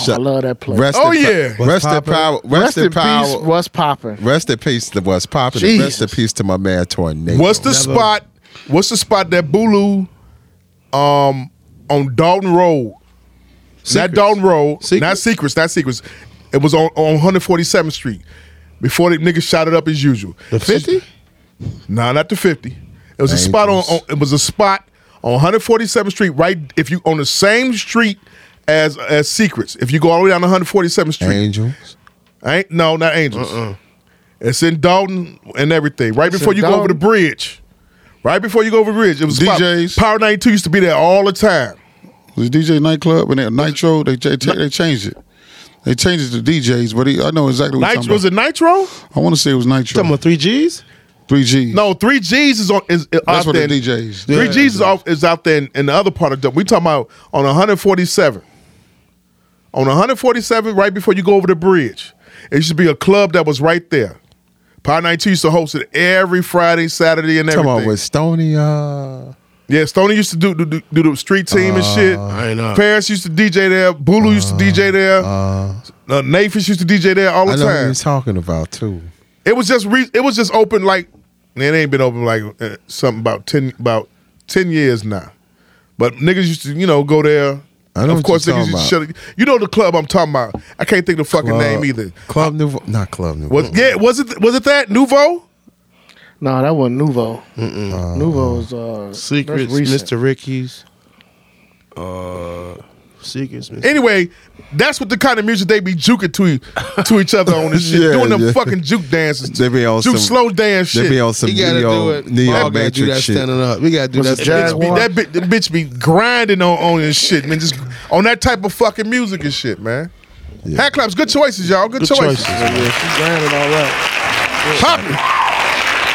C: So-
J: Oh, I love that place.
C: Rest
J: oh
C: in pa-
J: yeah.
C: rest in power. Rest in
J: Peace,
C: power.
J: what's popping?
C: Rest in peace to what's popping. and Rest in peace to my man Tornado.
A: What's the spot? What's the spot that Bulu, um, on Dalton Road? Not Dalton Road. Not secrets. Not secrets. It was on on 147th Street. Before the niggas shot it up as usual. The 50? Nah, not the 50. It was a spot on, on. It was a spot on 147th Street. Right, if you on the same street as as secrets. If you go all the way down to 147th Street.
C: Angels.
A: Ain't no, not Angels. It's in Dalton and everything. Right
G: It's
A: before
G: in
A: you go over the
G: Dalton?
A: bridge. Right before you go over the bridge, it was a spot-
G: DJs.
A: Power 92 used to be there all the time.
G: It was DJ nightclub and they, Nitro. They cha- cha- they changed it. They changed it to DJs, but he, I know exactly what
A: Nitro-
G: Nitro,
A: was it Nitro?
G: I want to say it was Nitro. Talking about
I: three Gs.
G: Three Gs.
A: No, three G's is on is, is
G: That's
A: out
G: what
A: there.
G: the DJs.
A: Three
G: Yeah.
A: G's is, off, is out there in, in the other part of Dalton. We talking about on 147. On 147, right before you go over the bridge, it should be a club that was right there. Power 92 used to host it every Friday, Saturday, and
C: Come
A: everything.
C: on with Stony. Uh,
A: Yeah, Stoney used to do do, do, do the street team and shit.
I: I know.
A: Paris used to DJ there. Bulu used to DJ there.
C: uh,
A: Uh, Nathan used to DJ there all the
C: I know what
A: time.
C: you're talking about too.
A: It was just re- it was just open like it ain't been open like uh, something about ten about ten years now. But niggas used to you know go there.
C: I know
A: of
C: what
A: course,
C: you're
A: niggas
C: talking
A: used to shut it. You know the club I'm talking about. I can't think of the fucking
C: Club-
A: name either.
C: Club Nouveau, not Club Nouveau.
A: Was yeah was it was it that Nouveau?
J: No, that wasn't Nouveau. Nouveau's uh,
I: Secrets,
J: that's recent.
I: Mr. Ricky's. Uh, secrets, Mr.
A: Anyway, that's what the kind of music they be juking to to each other on this shit,
C: Yeah,
A: doing them
C: yeah.
A: fucking juke dances,
C: They be on
A: juke
C: some
A: slow dance shit.
C: They be on some
I: We gotta do
C: neo
I: it.
C: neo
I: Y'all gotta do that
C: matrix shit.
I: standing up. We gotta do
J: Was
I: that.
J: it Jazz
I: standing up.
A: Bitch be- that, bit, that bitch be grinding on, on this shit, man. Just on that type of fucking music and shit, man. Hat claps, good choices, y'all. Good,
I: Good
A: choices.
I: choices.
A: Poppin'.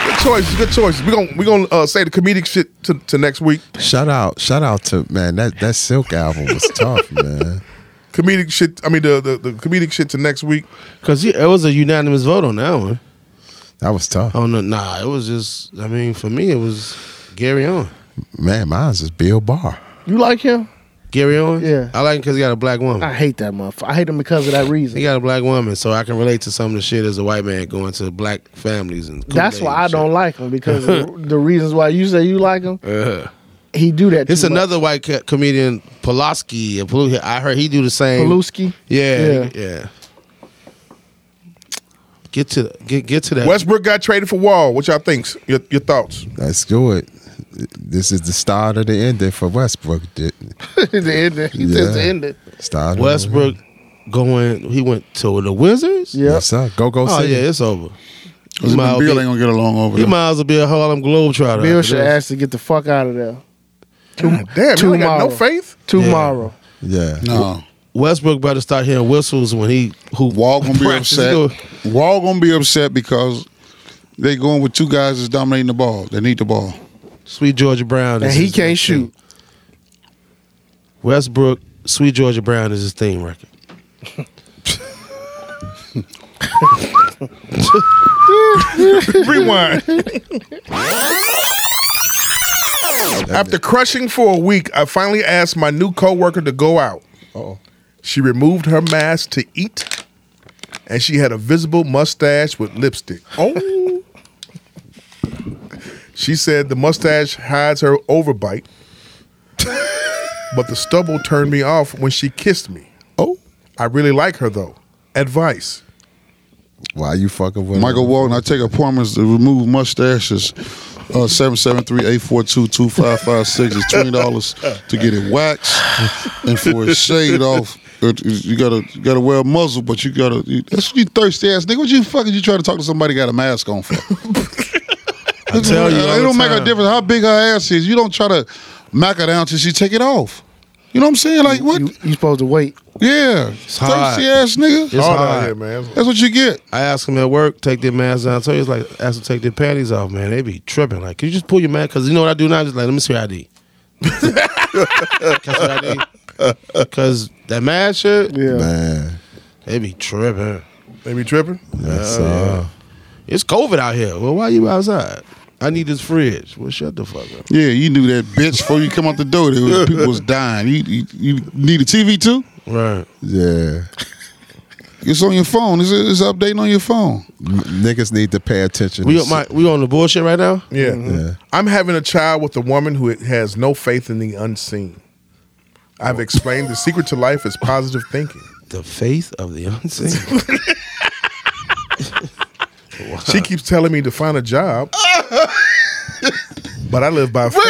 A: Good choices, good choices. We're gonna we gonna uh, say the comedic shit to, to next week.
C: Shout out, shout out to man. That that Silk album was tough, man.
A: Comedic shit. I mean the, the, the comedic shit to next week.
I: Cause it was a unanimous vote on that one.
C: That was tough,
I: Oh no, nah, it was just. I mean, for me, it was Gary on.
C: man. Mine's is Bill Barr.
J: You like him?
I: Gary on.
J: Yeah.
I: I like him because he got a black woman.
J: I hate that motherfucker. I hate him because of that reason.
I: He got a black woman, so I can relate to some of the shit as a white man going to black families and.
J: That's why I
I: Kool-Aid
J: don't like him because of the reasons why you say you like him,
I: and shit. Uh,
J: he do that.
I: It's
J: too much.
I: another white co- comedian, Pulaski. uh, Pulu- I heard he do the same.
J: Paluski.
I: Yeah,
J: Yeah.
I: yeah. Get to get get to that.
A: Westbrook got traded for Wall. What y'all thinks? Your, your thoughts?
C: Let's do it. This is the start of the ending for Westbrook. Didn't
J: the end. It. He just ended.
C: start of the
I: Westbrook going. He went to the Wizards.
J: Yeah.
C: Yes, sir. Go go.
I: Oh
C: City.
I: yeah, it's over.
G: Bill
I: He might,
G: ain't
I: be,
G: gonna get along over
I: he
G: there.
I: might as well be a Harlem Globetrotter.
J: Bill
I: after
J: should
I: this.
J: ask to get the fuck out of there
A: Damn, you ain't got no
J: Tomorrow.
A: faith.
J: tomorrow.
C: yeah.
G: No,
I: Westbrook better start hearing whistles when he who
G: Wall gonna be
I: practice
G: upset.
I: doing-
G: Wall gonna be upset because they going with two guys that's dominating the ball. They need the ball.
I: Sweet Georgia Brown,
J: And
I: is
J: he
I: his-
J: can't shoot.
I: Westbrook, Sweet Georgia Brown is his theme record.
A: Rewind. After crushing for a week, I finally asked my new coworker to go out.
C: Oh,
A: She removed her mask to eat, and she had a visible mustache with lipstick. Oh. she said the mustache hides her overbite, but the stubble turned me off when she kissed me.
C: oh,
A: I really like her though. Advice
C: Why you fucking with
G: Michael Walton, I take appointments to remove mustaches. Uh, 773-842-2556 is $20 to get it waxed and for a shade off. uh, You gotta you gotta wear a muzzle, but you gotta. You, that's you thirsty ass nigga. What you fucking you trying to talk to somebody got a mask on for?
I: I tell you, all
G: it
I: the
G: don't make a
I: time.
G: difference how big her ass is. You don't try to knock her down till she take it off. You know what I'm saying? Like what? You,
J: supposed to wait.
G: Yeah,
I: hard.
G: thirsty ass nigga.
I: It's Hard out hard. here,
A: man.
G: That's what you get.
I: I asked them at work, take their masks down. So he's like, ask them to take their panties off, man. They be tripping. Like, can you just pull your mask? Because you know what I do now? I'm just like, let me see your ID. That's what I do. Because that mask shit,
J: yeah.
C: Man,
I: they be tripping.
A: They be tripping?
C: that's
I: Hell
C: uh,
I: yeah. It's COVID out here. Well, why you outside? I need this fridge. Well, shut the fuck up.
G: Yeah, you knew that bitch before you come out the door. There was, people was dying. You, you you need a TV too?
I: Right.
C: yeah.
G: It's on your phone. It's, it's updating on your phone.
C: N- Niggas need to pay attention.
I: We
C: to
I: on, my, we on the bullshit right now?
A: Yeah.
C: Yeah.
A: I'm having a child with a woman who has no faith in the unseen. I've explained the secret to life is positive thinking.
I: The faith of the unseen.
A: She keeps telling me to find a job, but I live by faith.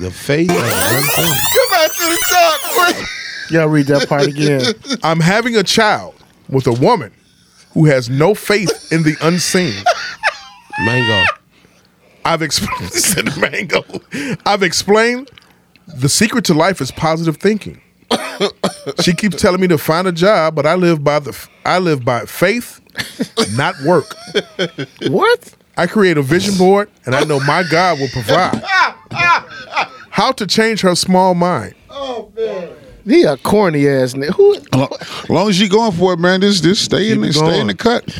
I: the faith of the unseen.
J: Y'all read that part again.
A: I'm having a child with a woman who has no faith in the unseen.
I: Mango.
A: I've explained said mango. I've explained the secret to life is positive thinking. she keeps telling me to find a job, but I live by the f- I live by faith, not work.
J: what?
A: I create a vision board, and I know my God will provide. How to change her small mind?
J: He a corny ass nigga. Who?
G: As long as you going for it, man, this this stay in
I: Keep
G: the,
I: it
G: stay in
I: going.
G: the cut.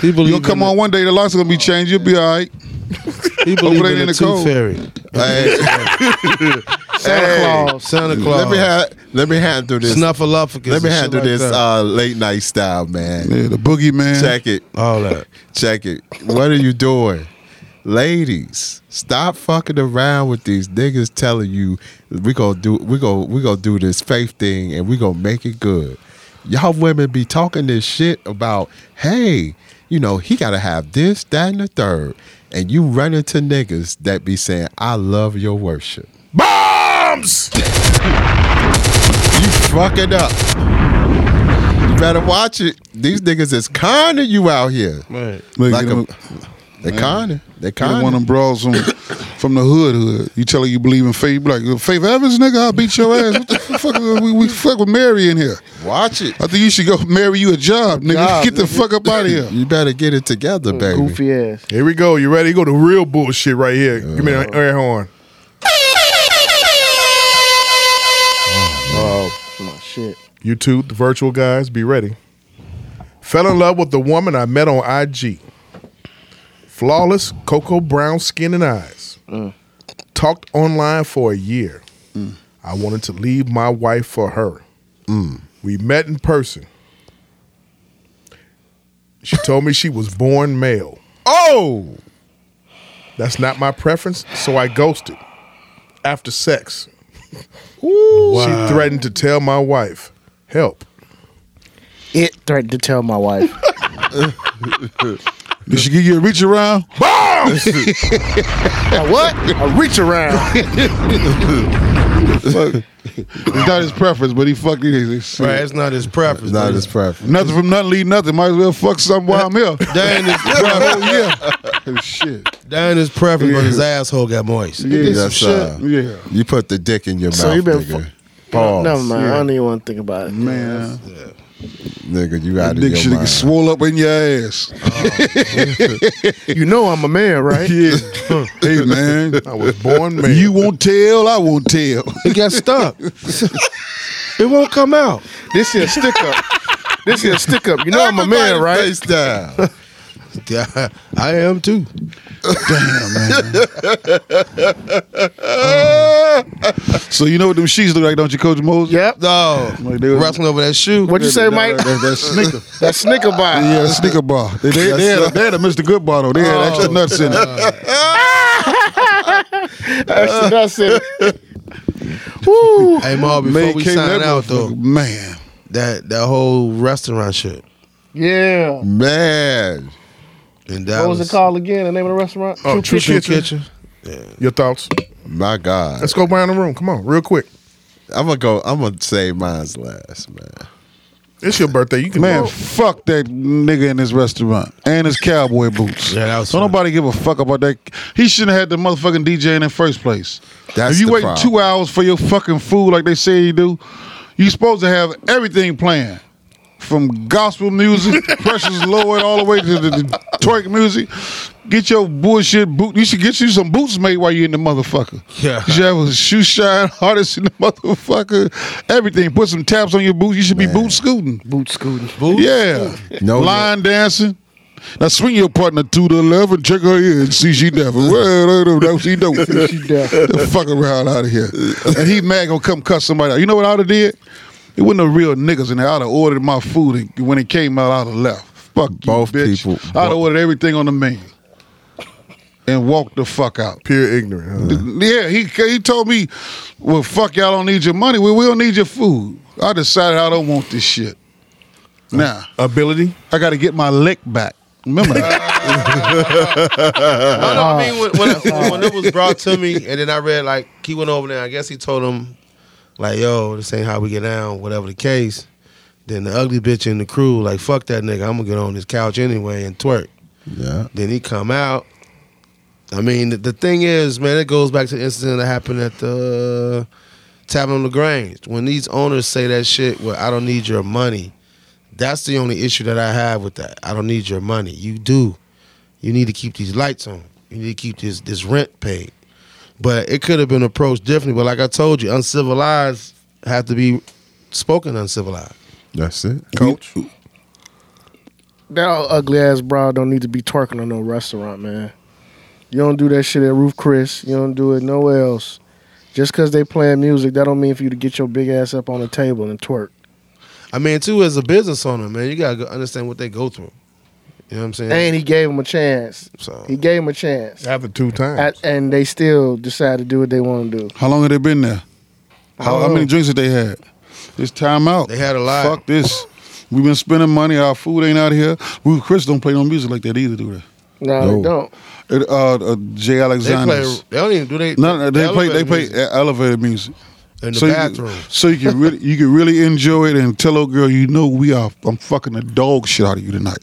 I: He
G: You
I: believe
G: gonna come
I: in
G: on one day, the locks gonna be changed. You'll be all right.
I: the, he believe
G: Hopefully
I: in
G: in the
I: the tooth
G: cold.
I: fairy.
C: Hey,
J: Santa Claus.
I: Santa Claus.
C: let me ha- let me handle this.
I: Snuffleupagus.
C: let me
I: and shit
C: handle
I: like
C: this
I: that.
C: uh, late night style, man.
G: Yeah, the boogeyman.
C: Check it.
I: All that.
C: Check it. What are you doing? Ladies, stop fucking around with these niggas telling you we gonna do we gonna we gonna do this faith thing and we gonna make it good. Y'all women be talking this shit about, hey, you know, he gotta have this, that, and the third. And you run into niggas that be saying, I love your worship.
A: Bombs!
C: You fucking up. You better watch it. These niggas is conning you out here.
I: Right.
G: Look,
C: Like
G: you
C: a-
G: know,
C: They conning. They
G: You know, one of
C: conning.
G: them brawls from, from the hood. Hood. You tell her you believe in faith. You be like, Faith Evans, nigga, I'll beat your ass. What the fuck? uh, We, we fuck with Mary in here.
C: Watch it.
G: I think you should go marry you a job, nigga.
C: Job,
G: Get the
C: nigga.
G: fuck up out of here.
C: You better get it together, baby.
J: Goofy ass.
A: Here we go. You ready? Go to real bullshit right here. Give me an air horn.
J: Oh, shit.
A: You two, the virtual guys, be ready. Fell in love with the woman I met on IG. Flawless, cocoa brown skin and eyes. Talked online for a year. I wanted to leave my wife for her. We met in person. She told me she was born male.
C: Oh,
A: That's not my preference, so I ghosted. After sex, she threatened to tell my wife, help.
J: It threatened to tell my wife.
G: Did she give you a reach around?
J: Like, what? A reach around.
G: Fuck. it's not his preference, but he fucked it. It's-
I: Right, it's not his preference.
C: not
I: but
C: his preference.
G: Nothing from nothing lead nothing. Might as well fuck something while I'm here.
I: That ain't his
G: Oh,
I: preference.
G: yeah. Oh, shit.
I: That ain't his preference, but his asshole got moist.
G: Yeah,
C: Yes,
G: some
I: uh,
C: sir.
G: shit. Yeah.
C: You put the dick in your
J: So
C: mouth,
J: you been
C: nigga. Pause.
J: Never mind. I don't even want to think about it.
G: Man,
C: nigga, you
G: that
C: out of your
G: dick should
C: mind.
G: get swole up in your ass.
J: You know I'm a man, right?
G: Yeah. hey, man.
A: I was born male.
G: You won't tell, I won't tell.
I: It got stuck. it won't come out.
J: This here stick up. This here stick up. You know I'm a man,
C: Everybody
J: right?
C: Face down.
I: Yeah, I am too.
G: So you know what them sheets look like, don't you, Coach Moses?
J: Yep.
I: No,
G: they were-
I: wrestling over that shoe.
J: What you say, Mike?
G: That, that sneaker.
J: That snicker bar.
G: Yeah, that sneaker bar. They, they, they, had a, they had a Mr. Good bar, though. They had extra nuts in it.
J: That's, that's it. Woo.
I: Hey, Ma, before
G: Man
I: we
G: came
I: sign
G: that
I: out though,
G: motherfucker- Man.
I: that that whole restaurant shit.
J: Yeah.
C: Man.
I: And
J: What was it called again? The name of the restaurant?
A: Oh, True, Kitchen. Your thoughts?
C: My God.
A: Let's go around the room. Come on, real quick.
C: I'm gonna go. I'm gonna say mine's last, man.
A: It's your birthday. You can
G: Man,
A: go.
G: fuck that nigga in his restaurant and his cowboy boots. Yeah, that was. Don't nobody give a fuck about that. He shouldn't have had the motherfucking DJ in the first place.
C: That's
G: if you
C: the
G: wait
C: problem.
G: two hours for your fucking food like they say you do, you supposed to have everything playing. From gospel music, Precious Lord, all the way to the, the twerk music. Get your bullshit boot. You should get you some boots made while you're in the motherfucker.
I: Yeah.
G: You should have a shoe shine, artist in the motherfucker. Everything. Put some taps on your boots. You should be boot scooting.
J: Boot scooting.
G: Yeah.
C: No,
G: Line dancing. Now swing your partner to the left and check her in and see she deaf. Well, no, she don't.
J: She deaf.
G: The fuck around out of here. And he mad gonna come cut somebody out. You know what I oughta did? It wasn't no real niggas in there. I'd have ordered my food and when it came out, I'd have left. Fuck you,
C: Both
G: bitch.
C: people-
G: I'd have ordered everything on the menu and walked the fuck out.
A: Pure ignorant. Huh?
G: Yeah, he he told me, "Well, fuck y'all don't need your money. Well, we don't need your food." I decided I don't want this shit. Now
A: Ability.
G: I got to get my lick back. Remember that?
I: No, no, I mean when, when, I- when it was brought to me, and then I read like he went over there. I guess he told him like, "Yo, this ain't how we get down." Whatever the case, then the ugly bitch in the crew like, "Fuck that nigga, I'm gonna get on this couch anyway and twerk."
C: Yeah.
I: Then he come out. I mean, the, the thing is, man, it goes back to the incident that happened at the uh, Tavern on the Grange. When these owners say that shit, well, I don't need your money. That's the only issue that I have with that. I don't need your money. You do. You need to keep these lights on. You need to keep this this rent paid. But it could have been approached differently. But like I told you, uncivilized have to be spoken uncivilized.
C: That's it.
A: Coach.
J: That ugly ass broad don't need to be twerking on no restaurant, man. You don't do that shit at Roof Chris. You don't do it nowhere else. Just because they playing music, that don't mean for you to get your big ass up on the table and twerk.
I: I mean, too, as a business owner, man, you gotta go- understand what they go through. You know what I'm saying?
J: And he gave him a chance.
I: so
J: He gave him a chance.
A: After two times.
J: At, and they still decide to do what they want to do.
G: how long have they been there? How, how many drinks did they had? It's time out.
I: Oh. They had a lot.
G: Fuck this. We've been spending money. Our food ain't out here. We Chris don't play no music like that either, do they?
J: No,
C: No.
J: they don't.
G: It, uh, uh, Jay
I: They play.
G: Alexander's.
I: They don't even do they.
G: No, no, they play. They
I: elevator
G: play
I: music
G: elevated music.
I: in the
G: so
I: bathroom.
G: You, so you can really you can really enjoy it and tell old girl, you know we are I'm fucking the dog shit out of you tonight.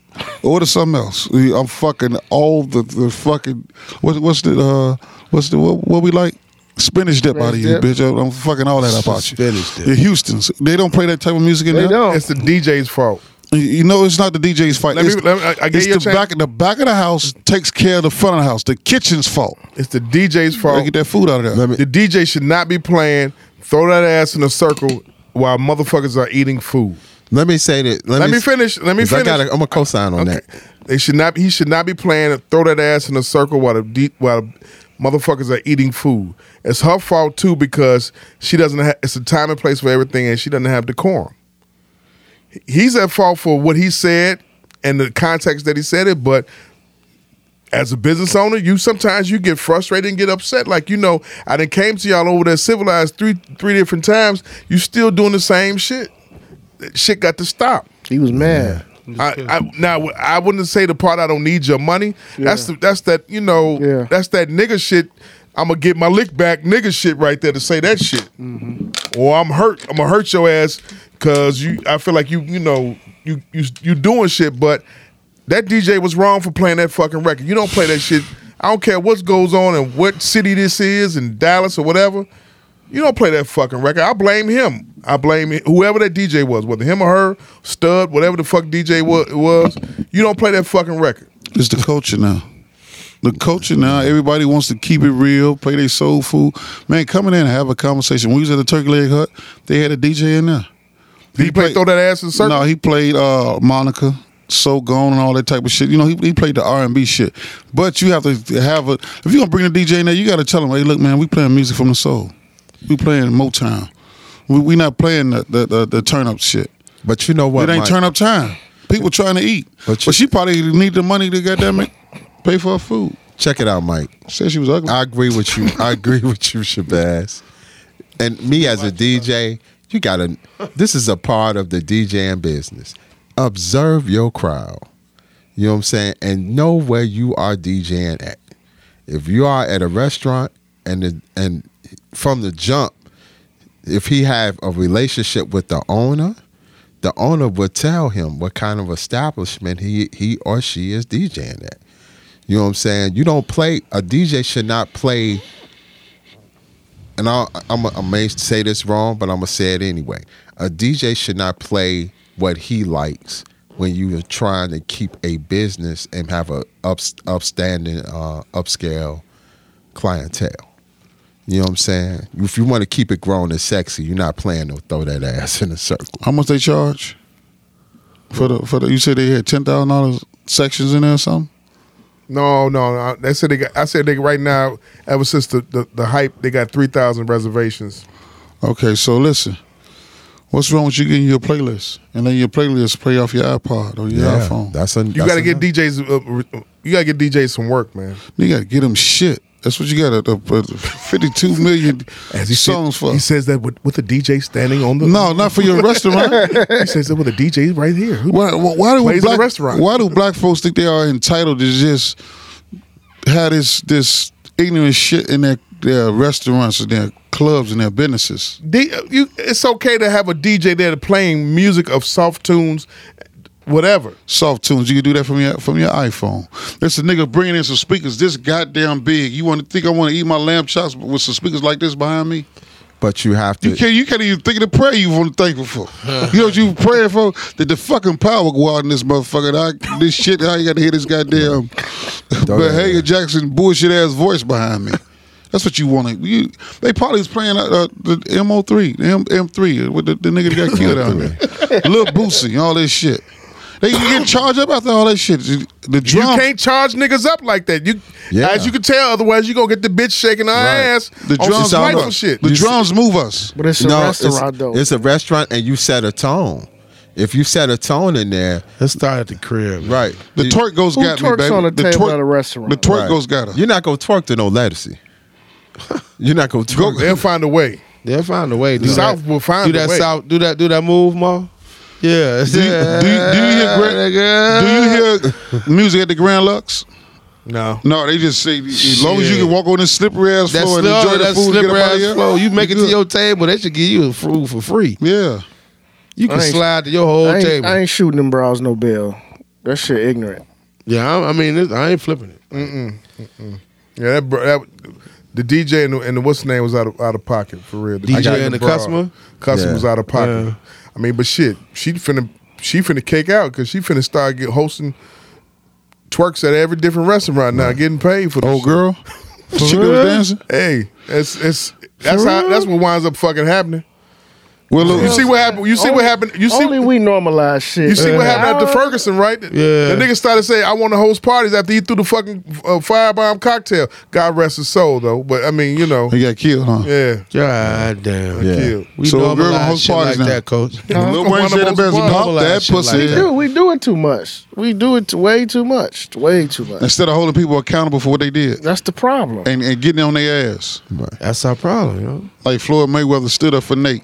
G: Order something else. We- I'm fucking all the, the fucking what, what's the uh what's the what, what we like? Spinach dip out of you,
J: Spinach
G: bitch. I'm fucking all that up out you.
I: Spinach dip.
G: The Houston's. They don't play that type of music in
J: They
G: there.
J: don't.
A: It's the DJ's fault.
G: You know, it's not the DJ's fight.
A: Let me-
G: it's
A: let me- I- I gave
G: it's
A: you a
G: the
A: chance.
G: back, the back of the house takes care of the front of the house. The kitchen's fault.
A: It's the DJ's
G: Gotta
A: fault.
G: get that food out of there.
C: Let me-
A: The DJ should not be playing. Throw that ass in a circle while motherfuckers are eating food.
C: Let me say that. Let,
A: Let
C: me
A: me finish. Let me
C: 'cause
A: finish.
C: I gotta, I'm gonna co-sign on that.
A: They should not. He should not be playing. Throw that ass in a circle while the de- while the motherfuckers are eating food. It's her fault too because she doesn't. Ha- it's a time and place for everything, and she doesn't have decorum. He's at fault for what he said and the context that he said it, but. As a business owner, you sometimes you get frustrated and get upset. Like you know, I done came to y'all over there civilized three three different times. You still doing the same shit. That Shit got to stop.
J: He was mad.
A: I, I now I wouldn't say the part I don't need your money. That's the, that's that you know
J: Yeah.
A: that's that nigga shit. I'm gonna get my lick back nigga shit right there to say that shit. Or I'm hurt. I'm gonna hurt your ass because you. I feel like you you know you you you doing shit, but that DJ was wrong for playing that fucking record. You don't play that shit. I don't care what goes on and what city this is in Dallas or whatever. You don't play that fucking record. I blame him. I blame whoever that DJ was, whether him or her, stud, whatever the fuck DJ wa- was. You don't play that fucking record.
G: It's the culture now. The culture now, everybody wants to keep it real, play their soul food. Man, come in and have a conversation. When we was at the Turkey Leg Hut, they had a DJ in there.
A: Did he play
G: played-
A: throw that ass in the circle?
G: No, he played uh, Monica, So Gone, and all that type of shit. You know, he, he played the R and B shit. But you have to have a. If you're gonna bring a DJ in there, you got to tell him, hey, look, man, we playing music from the soul. We playing Motown. We we not playing the the, the, the turn up shit.
C: But you know what?
G: it ain't
C: Mike?
G: turn up time. People trying to eat.
C: But
G: But,
C: you-
G: she probably need the money to goddamn it pay for her food.
C: Check it out, Mike.
G: Said she was ugly.
C: I agree with you. I agree with you, Shabazz. And me as a DJ, you gotta. This is a part of the DJing business. observe your crowd. You know what I'm saying? And know where you are DJing at. If you are at a restaurant and the, and from the jump, if he have a relationship with the owner, the owner would tell him what kind of establishment he he or she is DJing at. You know what I'm saying? You don't play a DJ should not play and I, I'm, I may say this wrong, but I'm gonna say it anyway. A DJ should not play what he likes when you are trying to keep a business and have a up, upstanding, uh, upscale clientele. You know what I'm saying? If you want to keep it grown and sexy, you're not playing to throw that ass in a circle.
G: How much they charge for the for the? You said they had ten thousand dollars sections in there or something.
A: No, no, no. They said they got. I said they right now. Ever since the the, the hype, they got three thousand reservations.
G: Okay, so listen, what's wrong with you getting your playlist and then your playlist play off your iPod or your
C: Yeah,
G: iPhone?
C: that's a- You
A: You got to get DJs. Uh, re- you got to get DJs some work, man.
G: You got to get them shit. That's what you got. Uh, uh, Fifty-two million songs for.
A: He says that with, with the DJ standing on the.
G: No, not for your restaurant.
A: he says that with a DJ right here. Who
G: Why, why, why do
A: plays in
G: black,
A: the restaurant?
G: Why do black folks think they are entitled to just have this this ignorant shit in their, their restaurants and their clubs and their businesses?
A: D, uh, you, it's okay to have a DJ there playing music of soft tunes, whatever.
G: Soft tunes, you can do that from your from your iPhone. There's a nigga bringing in some speakers this goddamn big. You want to think I want to eat my lamb chops with some speakers like this behind me?
C: But you have to.
G: You can't. You can't even think of the prayer you want to thankful for. you know what you praying for? That the fucking power go out in this motherfucker. I, this shit. How you got to hear this goddamn Mahalia Jackson bullshit ass voice behind me? That's what you wanted. You, they probably was playing uh, uh, the Mo3, the M, M3, with the, the nigga that got killed out there, Lil Boosie, all this shit. They you get charged up after all that shit. The- The
A: You
G: drum,
A: can't charge niggas up like that. You,
C: Yeah.
A: as you can tell, otherwise you gonna get the bitch shaking her ass.
G: the
A: on
G: drums,
A: some
G: move
A: spiteful
G: us.
A: shit.
G: the drums move us.
J: But it's a
C: no,
J: restaurant
C: it's,
J: though.
C: it's a restaurant, and you set a tone. If you set a tone in there,
I: Let's start at the crib.
C: right?
G: The twerk goes
J: Who
G: got me,
J: twerks
G: baby.
J: on the table
G: twerk,
J: at a restaurant?
G: The twerk
C: Right.
G: goes got her.
C: You're not gonna twerk to no lettucey. You're not gonna twerk.
A: They'll find a way.
I: They'll find a way. Do
A: South
I: that.
A: will find
I: do
A: a
I: that
A: way.
I: South. Do that. Do that move, ma. Yeah.
G: Do you, do, you, do you hear Grand, Do you hear music at the Grand Lux?
A: No,
G: No, they just say as long as you
I: Shit.
G: can walk on this slippery ass
I: That
G: floor and enjoy
I: slow,
G: the
I: that
G: food, and get
I: slippery
G: up out of
I: ass
G: here.
I: flow. You make it
G: good.
I: to your table, they should give you food for free.
G: Yeah,
I: You can
J: I ain't-
I: slide to your whole
J: I, ain't,
I: table.
J: I ain't shooting them bras no bill. That shit ignorant.
I: yeah, I, I mean, this, I ain't flipping it.
A: yeah, that, bro, that the DJ and the, and the what's the name was out of out of pocket for real. The
I: DJ
A: I got
I: and the
A: broad.
I: customer?
A: customer
C: Yeah.
A: was out of pocket.
I: Yeah.
A: I mean, but shit, she finna she finna cake out because she finna start get hosting twerks at every different restaurant now, getting paid for. This
G: old
A: shit.
G: girl, she goes dancing.
A: Hey, it's it's that's how that's what winds up fucking happening.
G: Well,
A: You
G: look,
A: see what happened? You see what happened? You see
J: Only we normalize shit. Uh,
A: you see what happened after
J: I-
A: Ferguson, right?
I: Yeah.
A: The nigga started saying, "I want to host parties." After he threw the fucking uh, firebomb cocktail. God rest his soul, though. But I mean, you know,
G: he got killed, huh?
A: yeah,
I: God damn.
C: Yeah.
A: killed.
I: We
G: So, girl,
I: normalize
G: host
I: shit
G: parties
I: like
G: now.
I: that, coach.
G: Lil Wayne said the best.
A: Normalize
G: Pop that
I: shit like
G: pussy.
I: that.
J: Dude, we do it too much. We do it t- way too much. Way too much.
G: Instead of holding people accountable for what they did
J: That's the problem.
G: and, and getting on their ass,
I: That's our problem, yo.
G: like Floyd Mayweather stood up for Nate.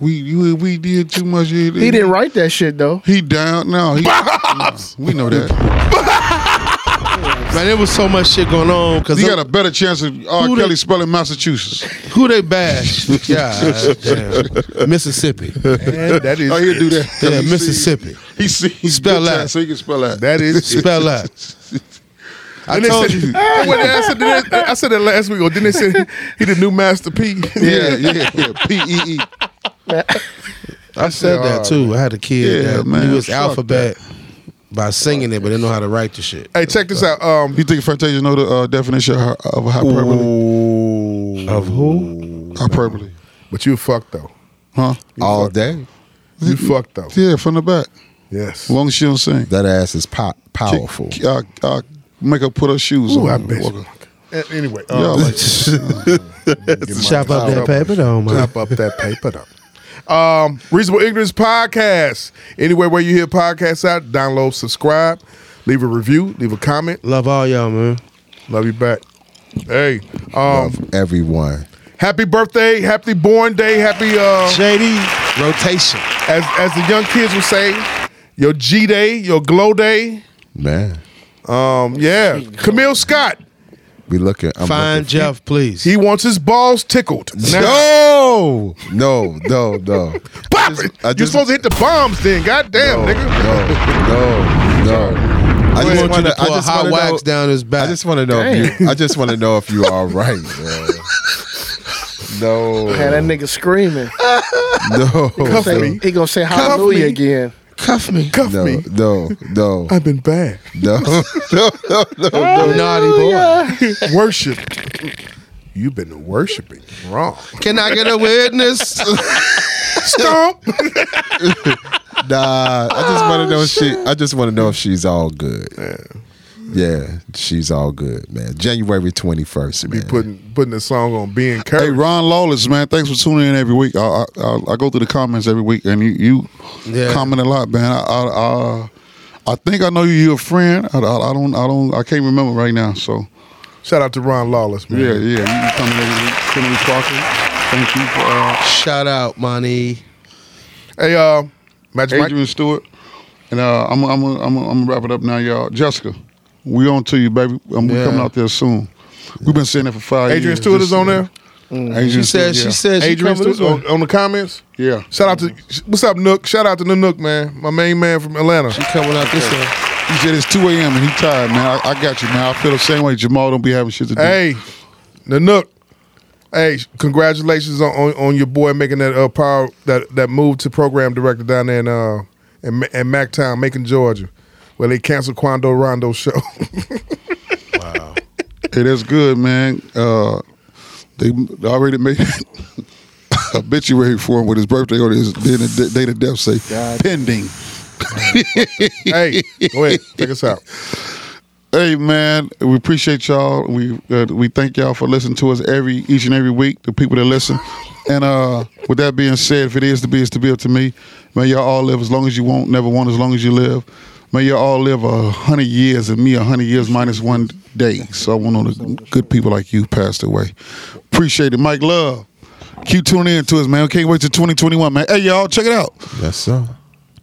G: We you, we did too much. He
J: He didn't write that shit though.
G: He down. No, he, no, we know that.
I: Man, there was so much shit going on because
G: You got a better chance of R.
I: Who the-
G: Kelly spelling Massachusetts.
I: who they bash. God damn. Mississippi.
A: Man, that
G: Oh, he'll
A: is
G: do that.
I: Yeah,
G: He see-
I: Mississippi.
G: He see he
I: Spell
G: spell
I: out.
G: out, so he can spell out.
A: that is.
I: Spell out. I
A: And they
I: told
A: said-
I: you.
A: Well, I said, that- I said that last week. Or didn't they say he, he the new Master P?
G: Yeah, yeah, yeah. P E E.
I: I said that too. I had a kid
G: Yeah,
I: that
G: man,
I: knew his
G: fuck
I: alphabet by singing it, but didn't know how to write the shit.
A: Hey, check this out. Um,
G: You think Fantasia know the uh, definition of hy- of hyperbole?
I: Of who?
G: Hyperbole,
A: but you fucked though.
G: huh?
C: all day.
A: You fucked though.
G: Yeah, from the back.
A: Yes.
G: As long as she don't sing.
C: That ass is pop- powerful.
G: I, I make her put her shoes
A: Ooh, I
G: on.
A: bet. you- A- Anyway, um,
G: Y'all like
I: Chop up that paper, though, man.
A: Chop up that paper though. Um, Reasonable Ignorance Podcast. Anywhere where you hear podcasts out, download, subscribe, leave a review, leave a comment.
I: Love all y'all, man.
A: Love you back. Hey, um,
C: Everyone.
A: happy birthday, happy born day, happy uh,
I: JD rotation.
A: as as the young kids would say, your G Day, your Glow Day.
C: Man,
A: Um, yeah, Camille Scott.
C: we looking. I'm looking-
I: please.
A: He wants his balls tickled.
C: No, Oh! no, no, no.
A: Pop it! You're supposed to hit the bombs then. God damn, nigga.
C: No, no, no.
I: We
C: I just
I: want you
C: want
I: to
C: to. I
I: pour
C: just
I: hot
C: want to know.
I: wax down his back.
C: I just want to know. If you, I just want to know if you all right. Man. No,
J: Man, that nigga screaming.
C: no,
A: Cuff
C: no,
A: me.
J: He gonna say
A: Cuff
J: hallelujah
A: me.
J: again.
I: Cuff me.
A: Cuff me.
C: no, no,
A: I've been bad.
C: no, no, no, no.
I: Naughty boy.
A: Worship. You've been worshiping wrong.
I: Can I get a witness?
A: Stomp.
C: Nah, I just want to know if she. I just want to know if she's all good. Yeah, she's all good, man. January twenty first,
A: Be
C: man.
A: putting putting a song on being
G: Hey,
A: encouraged.
G: Ron Lawless, man, thanks for tuning in every week. I I, I, I go through the comments every week, and you, you
I: Yeah.
G: comment a lot, man. I I, I, I think I know you. You're a friend. I, I, I don't. I don't. I can't remember right now. So
A: Shout out to Ron Lawless, man.
G: yeah, yeah. You can come in every week. Kennedy Parker. Thank you. Uh,
I: Shout out, money.
A: Hey, uh, Magic Mike.
G: Adrian Stewart. And uh, I'm I'm I'm I'm gonna wrap it up now, y'all. Jessica, we on to you, baby. I'm we
I: Yeah.
G: coming out there soon. We've been saying that for five
A: Adrian
G: years.
A: Stewart
G: Just-
A: is on there.
G: Adrian
I: She said.
G: Stewart,
I: She
G: yeah.
I: said. She
A: Adrian
I: coming
A: Stewart
I: this way.
A: on, on the comments.
G: Yeah.
A: Shout out to what's up, Nook. Shout out to the Nook, man. My main man from Atlanta.
I: She coming out this way.
G: He said it's 2 a.m. and he tired, man. I, I got you, man. I feel the same way. Jamal don't be having shit to do.
A: Hey, the Nook. Hey, congratulations on, on, on your boy making that uh, power that that move to program director down there in uh in, Ma- in MacTown, Macon, Georgia, where they canceled Quando Rondo's show.
G: Hey, that's good, man. Uh, they already made obituary for him with his birthday or his then the date of death say pending.
A: hey, go ahead, check us out.
G: Hey, man, we appreciate y'all. We uh, we thank y'all for listening to us every each and every week. The people that listen, and uh, with that being said, if it is to be, it's to be up to me. May y'all all live as long as you want, never want as long as you live. May y'all all live a hundred years, and me a hundred years minus one day. So I want all the good people like you passed away. Appreciate it, Mike Love. Keep tuning in to us, man. Can't wait till 2021, man. Hey, y'all, check it out.
C: Yes, sir.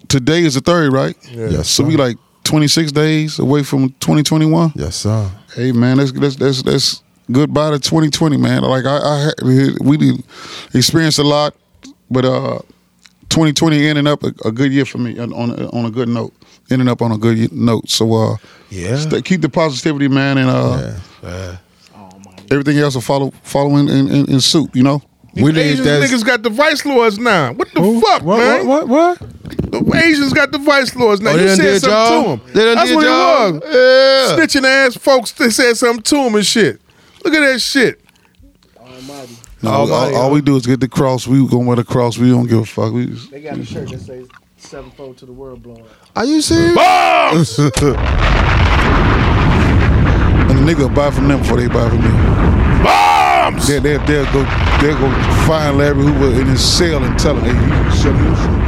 G: Today is the third, right?
C: Yes,
G: So
C: sir.
G: we like 26 days away from 2021.
C: Yes, sir.
G: Hey man, that's that's that's that's goodbye to 2020, man. Like I, I had- we did experience a lot, but uh, 2020 ending up a, a good year for me on on a- on a good note. Ending up on a good y- note. So uh,
I: Yeah.
G: stay- keep the positivity, man, and uh, everything else will follow follow in, in, in, in suit. You know,
C: We need
A: Asians
C: that.
A: niggas got the vice lords now. What the fuck,
C: what,
A: man?
C: What? What? What?
A: The Asians got the vice lords now.
I: Oh, they
A: you
I: done
A: said
I: did y'all?
A: something to them.
I: They done
A: That's
I: did
A: what
I: y'all?
A: it was. Snitching ass folks that said something to him and shit. Look at that shit.
G: No, all, all, all we do is get the cross. We gonna wear the cross. We don't give a fuck. We
J: They got a shirt that says sevenfold to the world blowing up.
I: Are you serious?
G: And the nigga buy from them before they buy from me. Bombs! They, they, they'll go they'll go find Larry Hoover in his cell and tell him, hey, you sell me this shit.